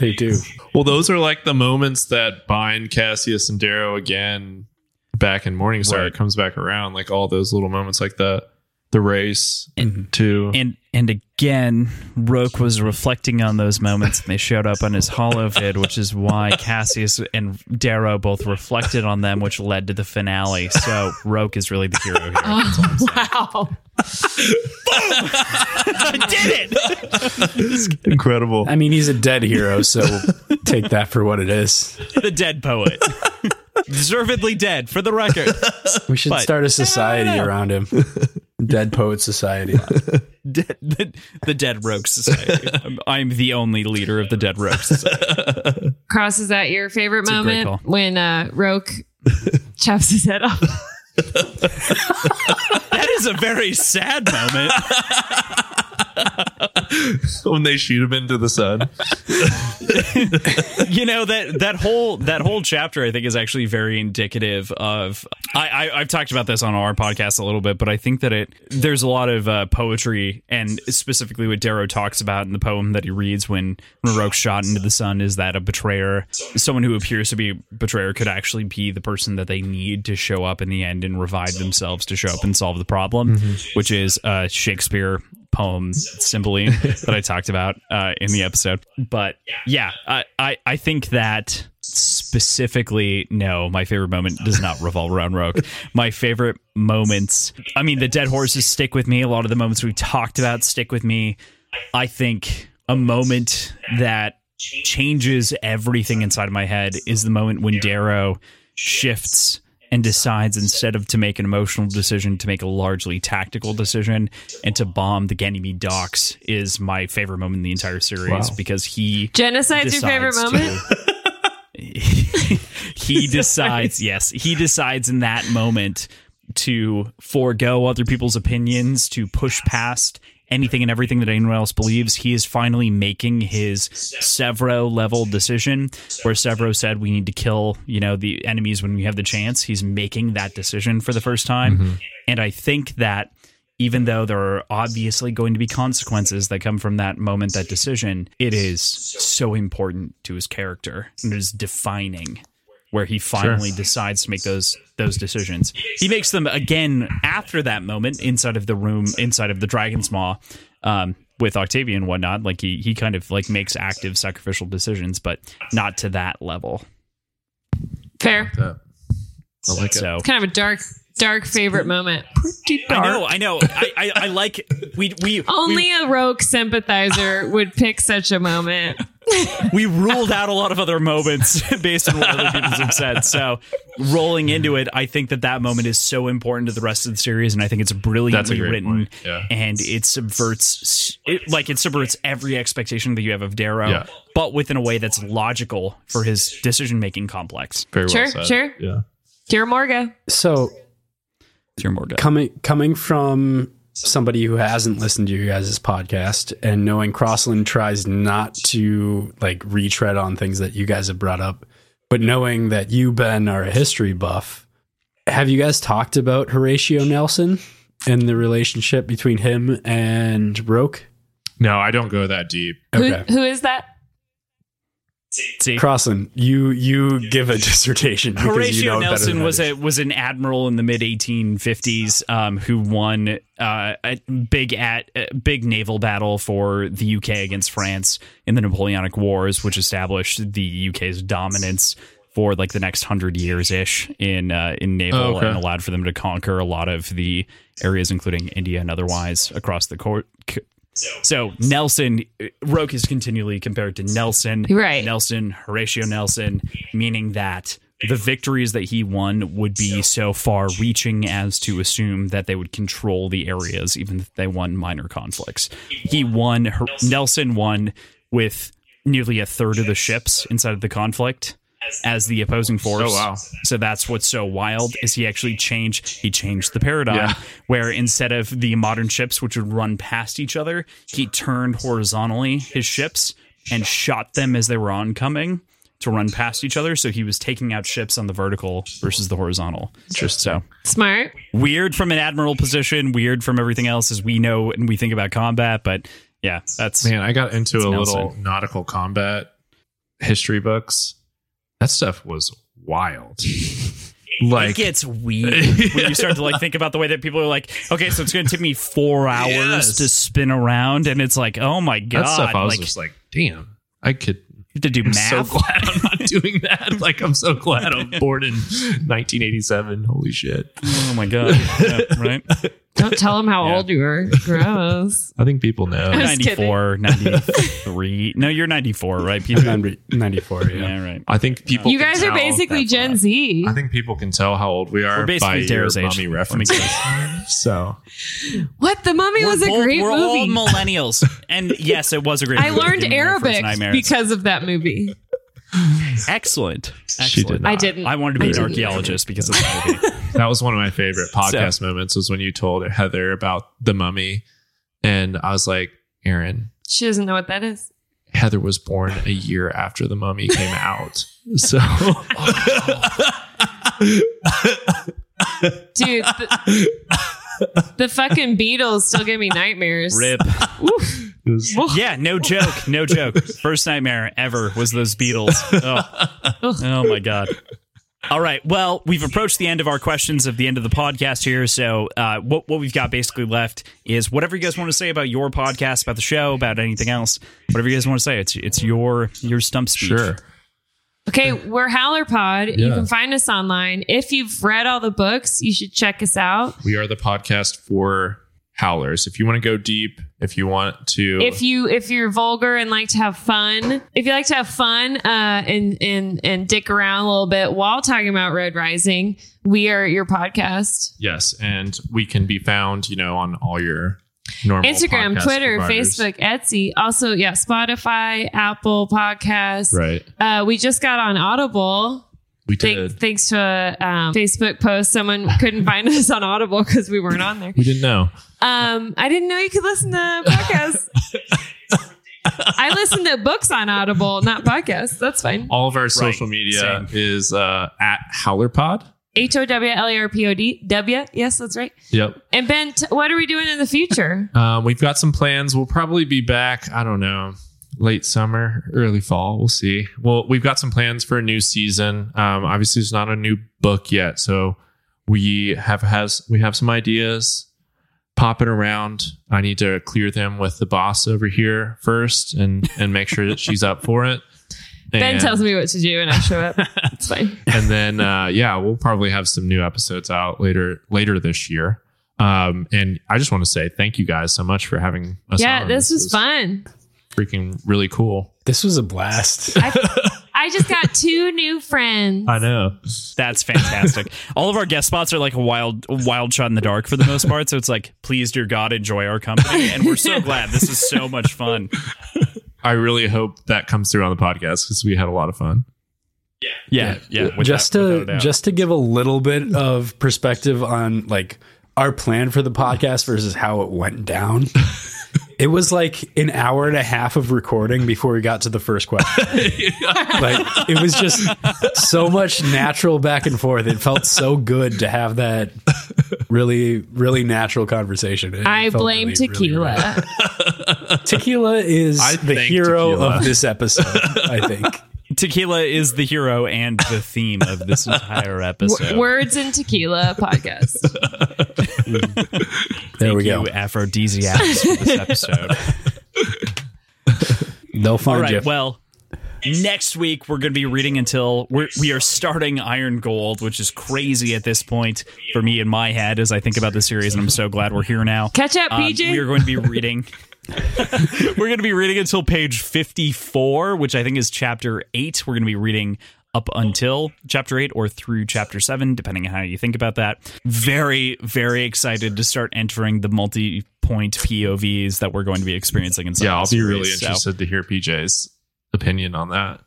Speaker 4: they do.
Speaker 1: Well, those are like the moments that bind Cassius and Darrow again back in Morningstar.
Speaker 3: Right.
Speaker 1: It comes back around, like all those little moments, like the the race too.
Speaker 3: And and again, Roke was reflecting on those moments and they showed up on his hollow vid, which is why Cassius and Darrow both reflected on them, which led to the finale. So Roke is really the hero here.
Speaker 2: Oh, wow.
Speaker 3: I did it!
Speaker 1: Incredible.
Speaker 4: I mean, he's a dead hero, so take that for what it is.
Speaker 3: The dead poet. Deservedly dead, for the record.
Speaker 4: We should
Speaker 3: But-
Speaker 4: start a society around him. Dead Poet Society.
Speaker 3: Dead, the, the Dead Rogue Society. I'm, I'm the only leader of the Dead Rogue Society.
Speaker 2: Cross, is that your favorite
Speaker 3: a great
Speaker 2: moment
Speaker 3: call.
Speaker 2: when uh, Roke chops his head off?
Speaker 3: That is a very sad moment.
Speaker 1: when they shoot him into the sun.
Speaker 3: you know that that whole that whole chapter I think is actually very indicative of I, I I've talked about this on our podcast a little bit, but I think that it there's a lot of uh, poetry and specifically what Darrow talks about in the poem that he reads when when Roke's shot into the sun is that a betrayer, someone who appears to be a betrayer, could actually be the person that they need to show up in the end and revive themselves to show up and solve the problem, which is uh, Shakespeare poem Cymbeline that I talked about uh, in the episode. But yeah, I, I, I think that specifically, no, my favorite moment does not revolve around Rogue. My favorite moments, I mean, the dead horses stick with me. A lot of the moments we talked about stick with me. I think a moment that changes everything inside of my head is the moment when Darrow shifts and decides instead of to make an emotional decision to make a largely tactical decision and to bomb the Ganymede docks is my favorite moment in the entire series
Speaker 1: Wow.
Speaker 3: because he
Speaker 2: Genocide's your favorite
Speaker 3: decides
Speaker 2: moment?
Speaker 3: to- he decides, yes, he decides in that moment to forego other people's opinions, to push past anything and everything that anyone else believes. He is finally making his Severo level decision where Severo said we need to kill, you know, the enemies when we have the chance. He's making that decision for the first time. And I think that even though there are obviously going to be consequences that come from that moment, that decision, it is so important to his character and it is defining where he finally decides to make those those decisions. He makes them again after that moment inside of the room, inside of the dragon's maw, um, with Octavia and whatnot. Like he he kind of like makes active sacrificial decisions, but not to that level.
Speaker 2: Fair.
Speaker 1: That- I like it.
Speaker 3: So
Speaker 2: It's kind of a dark, dark favorite moment. Pretty
Speaker 3: I know, I know. I, I, I like we we we,
Speaker 2: Only a rogue sympathizer would pick such a moment.
Speaker 3: we ruled out a lot of other moments based on what other people have said. So rolling into it, I think that that moment is so important to the rest of the series, and I think it's
Speaker 1: That's a
Speaker 3: brilliantly
Speaker 1: great
Speaker 3: written.
Speaker 1: point. Yeah.
Speaker 3: And it subverts, it, like it subverts every expectation that you have of Darrow,
Speaker 1: Yeah.
Speaker 3: but within a way that's logical for his decision making complex.
Speaker 1: Very
Speaker 2: Sure,
Speaker 1: well said.
Speaker 2: sure.
Speaker 1: Yeah.
Speaker 2: Dear Morga.
Speaker 4: So
Speaker 3: Dear Morgan.
Speaker 4: coming coming from somebody who hasn't listened to you guys' podcast and knowing Crossland tries not to like retread on things that you guys have brought up, but knowing that you Ben are a history buff, have you guys talked about Horatio Nelson and the relationship between him and Roke?
Speaker 1: No, I don't go that deep.
Speaker 4: Okay.
Speaker 2: Who, who is that?
Speaker 3: See,
Speaker 4: Crossland, you you give a dissertation. because you know
Speaker 3: Horatio
Speaker 4: it better
Speaker 3: Nelson
Speaker 4: than I
Speaker 3: was
Speaker 4: do.
Speaker 3: a was an admiral in the mid 1850s um, who won uh, a big at a big naval battle for the UK against France in the Napoleonic Wars, which established the UK's dominance for like the next hundred years ish in uh, in naval
Speaker 1: Oh, okay.
Speaker 3: and allowed for them to conquer a lot of the areas, including India and otherwise, across the court. So Nelson, Roke is continually compared to Nelson.
Speaker 2: Right.
Speaker 3: Nelson, Horatio Nelson, meaning that the victories that he won would be so far reaching as to assume that they would control the areas, even if they won minor conflicts. He won, Her- Nelson won with nearly a third of the ships inside of the conflict as the opposing force.
Speaker 1: Oh, wow.
Speaker 3: So that's what's so wild is he actually changed he changed the paradigm
Speaker 1: Yeah.
Speaker 3: where instead of the modern ships which would run past each other, he turned horizontally his ships and shot them as they were oncoming to run past each other. So he was taking out ships on the vertical versus the horizontal. So
Speaker 2: Smart.
Speaker 3: weird from an admiral position, weird from everything else as we know and we think about combat, but yeah, that's
Speaker 1: Man, I got into a
Speaker 3: Nelson.
Speaker 1: little nautical combat history books. That stuff was wild.
Speaker 3: it
Speaker 1: like
Speaker 3: gets weird when you start to like think about the way that people are like, okay, so it's going to take me four hours
Speaker 1: Yes.
Speaker 3: to spin around, and it's like, oh my god,
Speaker 1: that stuff, I was
Speaker 3: like
Speaker 1: just like, damn, I could.
Speaker 3: you have to do math.
Speaker 1: So glad I'm not doing that. Like, I'm so glad I'm born in 1987. Holy shit!
Speaker 3: oh my god, Yeah, right?
Speaker 2: Don't tell him how
Speaker 3: Yeah.
Speaker 2: old you are. Gross.
Speaker 1: I think people know.
Speaker 2: was kidding.
Speaker 3: 94, 93. No, you're 94, right? People, yeah,
Speaker 4: 90 94, yeah.
Speaker 3: right.
Speaker 1: I think people.
Speaker 2: you
Speaker 1: can
Speaker 2: guys are
Speaker 1: tell-
Speaker 2: basically Gen Z.
Speaker 1: I think people can tell how old we are
Speaker 3: We're basically
Speaker 1: by your
Speaker 3: Dara's age.
Speaker 1: mummy references. so
Speaker 2: What? The Mummy was a
Speaker 3: both-
Speaker 2: great
Speaker 3: we're all
Speaker 2: movie.
Speaker 3: millennials, and yes, it was a great.
Speaker 2: I
Speaker 3: movie. It
Speaker 2: learned
Speaker 3: gave me my first
Speaker 2: Arabic
Speaker 3: nightmares.
Speaker 2: because of that movie.
Speaker 3: excellent. excellent.
Speaker 1: She did
Speaker 2: I
Speaker 1: not.
Speaker 2: didn't.
Speaker 3: I wanted to be
Speaker 2: I
Speaker 3: an
Speaker 2: didn't.
Speaker 3: archaeologist because of that movie.
Speaker 1: That was one of my favorite podcast moments was when you told Heather about the mummy. And I was like, Aaron,
Speaker 2: She doesn't know what that is.
Speaker 1: Heather was born a year after the mummy came out. So
Speaker 2: Dude, the, the fucking Beatles still give me nightmares.
Speaker 3: Rip. yeah, no joke, no joke. First nightmare ever was those Beatles. Oh, oh my god. All right. Well, we've approached the end of our questions of the end of the podcast here. So, uh, what what we've got basically left is whatever you guys want to say about your podcast, about the show, about anything else, whatever you guys want to say. It's it's your your stump speech.
Speaker 1: sure.
Speaker 2: Okay, we're HowlerPod. You
Speaker 1: Yeah.
Speaker 2: can find us online. If you've read all the books, you should check us out.
Speaker 1: We are the podcast for howlers. If you want to go deep, if you want to
Speaker 2: If you if you're vulgar and like to have fun, if you like to have fun uh, and and and dick around a little bit while talking about Red Rising, we are your podcast.
Speaker 1: Yes. And we can be found, you know, on all your normal
Speaker 2: Instagram,
Speaker 1: podcast
Speaker 2: Twitter,
Speaker 1: providers.
Speaker 2: Facebook, Etsy. Also, yeah, Spotify, Apple Podcasts.
Speaker 1: Right.
Speaker 2: Uh, we just got on Audible.
Speaker 1: We did.
Speaker 2: Thank, thanks to a um, Facebook post, someone couldn't find us on Audible because we weren't on there.
Speaker 1: we didn't know.
Speaker 2: Um, I didn't know you could listen to podcasts. I listen to books on Audible, not podcasts. That's fine.
Speaker 1: All of our social media is uh, at Howlerpod.
Speaker 2: H O W L E R P O D W. Yes, that's right.
Speaker 1: Yep.
Speaker 2: And Ben, t- what are we doing in the future?
Speaker 1: Um, we've got some plans. We'll probably be back. I don't know. late summer, early fall. We'll see. Well, we've got some plans for a new season. Um, obviously, it's not a new book yet, so we have has we have some ideas popping around. I need to clear them with the boss over here first, and and make sure that she's up for it.
Speaker 2: ben
Speaker 1: And-
Speaker 2: tells me what to do and I show up. it's fine.
Speaker 1: and then uh, yeah, we'll probably have some new episodes out later later this year. Um, and I just want to say thank you guys so much for having us.
Speaker 2: yeah,
Speaker 1: on.
Speaker 2: this was fun.
Speaker 1: Freaking really cool.
Speaker 4: This was a blast.
Speaker 2: I just got two new friends.
Speaker 1: know.
Speaker 3: That's fantastic. All of our guest spots are like a wild, wild shot in the dark for the most part. So it's like, please, dear God, enjoy our company, and we're so glad. This is so much fun.
Speaker 1: I really hope that comes through on the podcast because we had a lot of fun.
Speaker 3: Yeah, yeah. without-
Speaker 4: just
Speaker 3: without a
Speaker 4: to
Speaker 3: doubt.
Speaker 4: just to give a little bit of perspective on like our plan for the podcast versus how it went down. it was like an hour and a half of recording before we got to the first question. like it was just so much natural back and forth. It felt so good to have that really really natural conversation. It
Speaker 2: I
Speaker 4: felt
Speaker 2: blame
Speaker 4: really, really
Speaker 2: tequila.
Speaker 4: right. tequila is
Speaker 1: I
Speaker 4: the
Speaker 1: thank
Speaker 4: hero
Speaker 1: tequila.
Speaker 4: of this episode, I think.
Speaker 3: tequila is the hero and the theme of this entire episode.
Speaker 2: W- Words and tequila podcast.
Speaker 4: Um, There we
Speaker 3: Thank
Speaker 4: go.
Speaker 3: you, aphrodisiacs for this episode.
Speaker 4: They'll find
Speaker 3: All right.
Speaker 4: you.
Speaker 3: Well, next week we're going to be reading until we're, we are starting Iron Gold, which is crazy at this point for me in my head as I think about the series, and I'm so glad we're here now.
Speaker 2: Catch up,
Speaker 3: Um,
Speaker 2: PJ.
Speaker 3: We are going to be reading. we're going to be reading until page 54, which I think is chapter 8. We're going to be reading up until chapter 8 or through chapter 7, depending on how you think about that. Very, very excited to start entering the multi point POVs that we're going to be experiencing in some
Speaker 1: Yeah,
Speaker 3: of
Speaker 1: I'll
Speaker 3: the
Speaker 1: be really
Speaker 3: series. So-
Speaker 1: interested to hear PJ's opinion on that.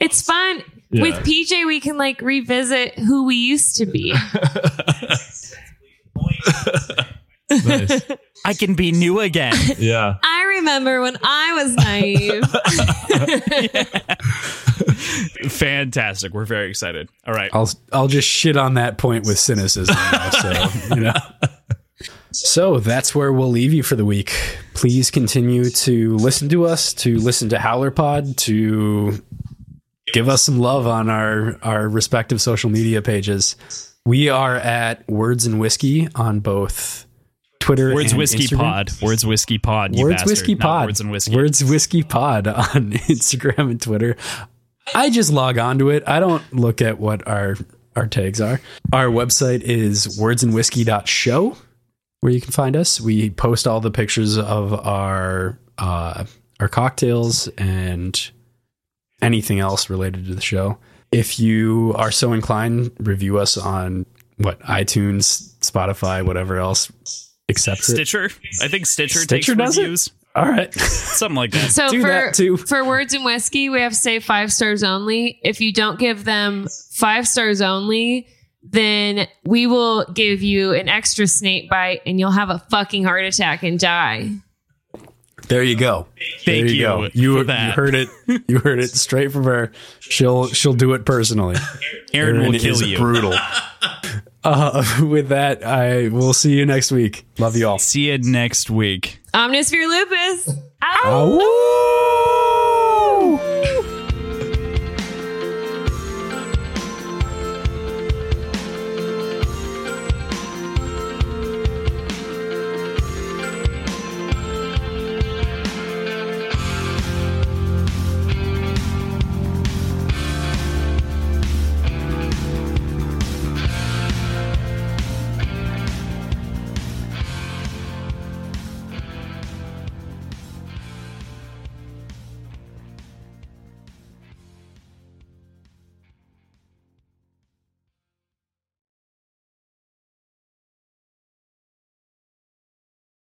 Speaker 2: It's fun.
Speaker 1: Yeah.
Speaker 2: With PJ, we can like revisit who we used to be.
Speaker 1: Nice.
Speaker 3: I can be new again.
Speaker 1: yeah.
Speaker 2: I remember when I was naive.
Speaker 3: Fantastic. We're very excited. All right.
Speaker 4: I'll I'll just shit on that point with cynicism. now, so you know. So that's where we'll leave you for the week. Please continue to listen to us, to listen to HowlerPod, to give us some love on our our respective social media pages. We are at Words and Whiskey on both Twitter,
Speaker 3: Words
Speaker 4: and
Speaker 3: Whiskey
Speaker 4: Instagram.
Speaker 3: Pod. Words Whiskey Pod. You
Speaker 4: Words
Speaker 3: bastard.
Speaker 4: Whiskey
Speaker 3: Not
Speaker 4: Pod.
Speaker 3: Words and Whiskey.
Speaker 4: Words Whiskey Pod on Instagram and Twitter. I just log onto it. I don't look at what our our tags are. Our website is wordsandwhiskey.show where you can find us. We post all the pictures of our uh, our cocktails and anything else related to the show. If you are so inclined, review us on what iTunes, Spotify, whatever else accepts it.
Speaker 3: Stitcher. I think Stitcher,
Speaker 4: Stitcher
Speaker 3: takes
Speaker 4: does it?
Speaker 3: reviews.
Speaker 4: All right.
Speaker 3: Something like that.
Speaker 2: So
Speaker 4: Do
Speaker 2: for
Speaker 4: that too.
Speaker 2: for words and whiskey, we have to say five stars only. If you don't give them five stars only, then we will give you an extra snake bite, and you'll have a fucking heart attack and die.
Speaker 4: There you go.
Speaker 3: Thank
Speaker 4: there
Speaker 3: you
Speaker 4: go.
Speaker 3: for
Speaker 4: You,
Speaker 3: that.
Speaker 4: you heard it. You heard it straight from her. She'll she'll do it personally.
Speaker 3: Aaron, will
Speaker 4: is
Speaker 3: kill you.
Speaker 4: Brutal. Uh, with that, I will see you next week. Love you all.
Speaker 3: See you next week.
Speaker 2: Omnis for lupus. Ow.
Speaker 4: Ow.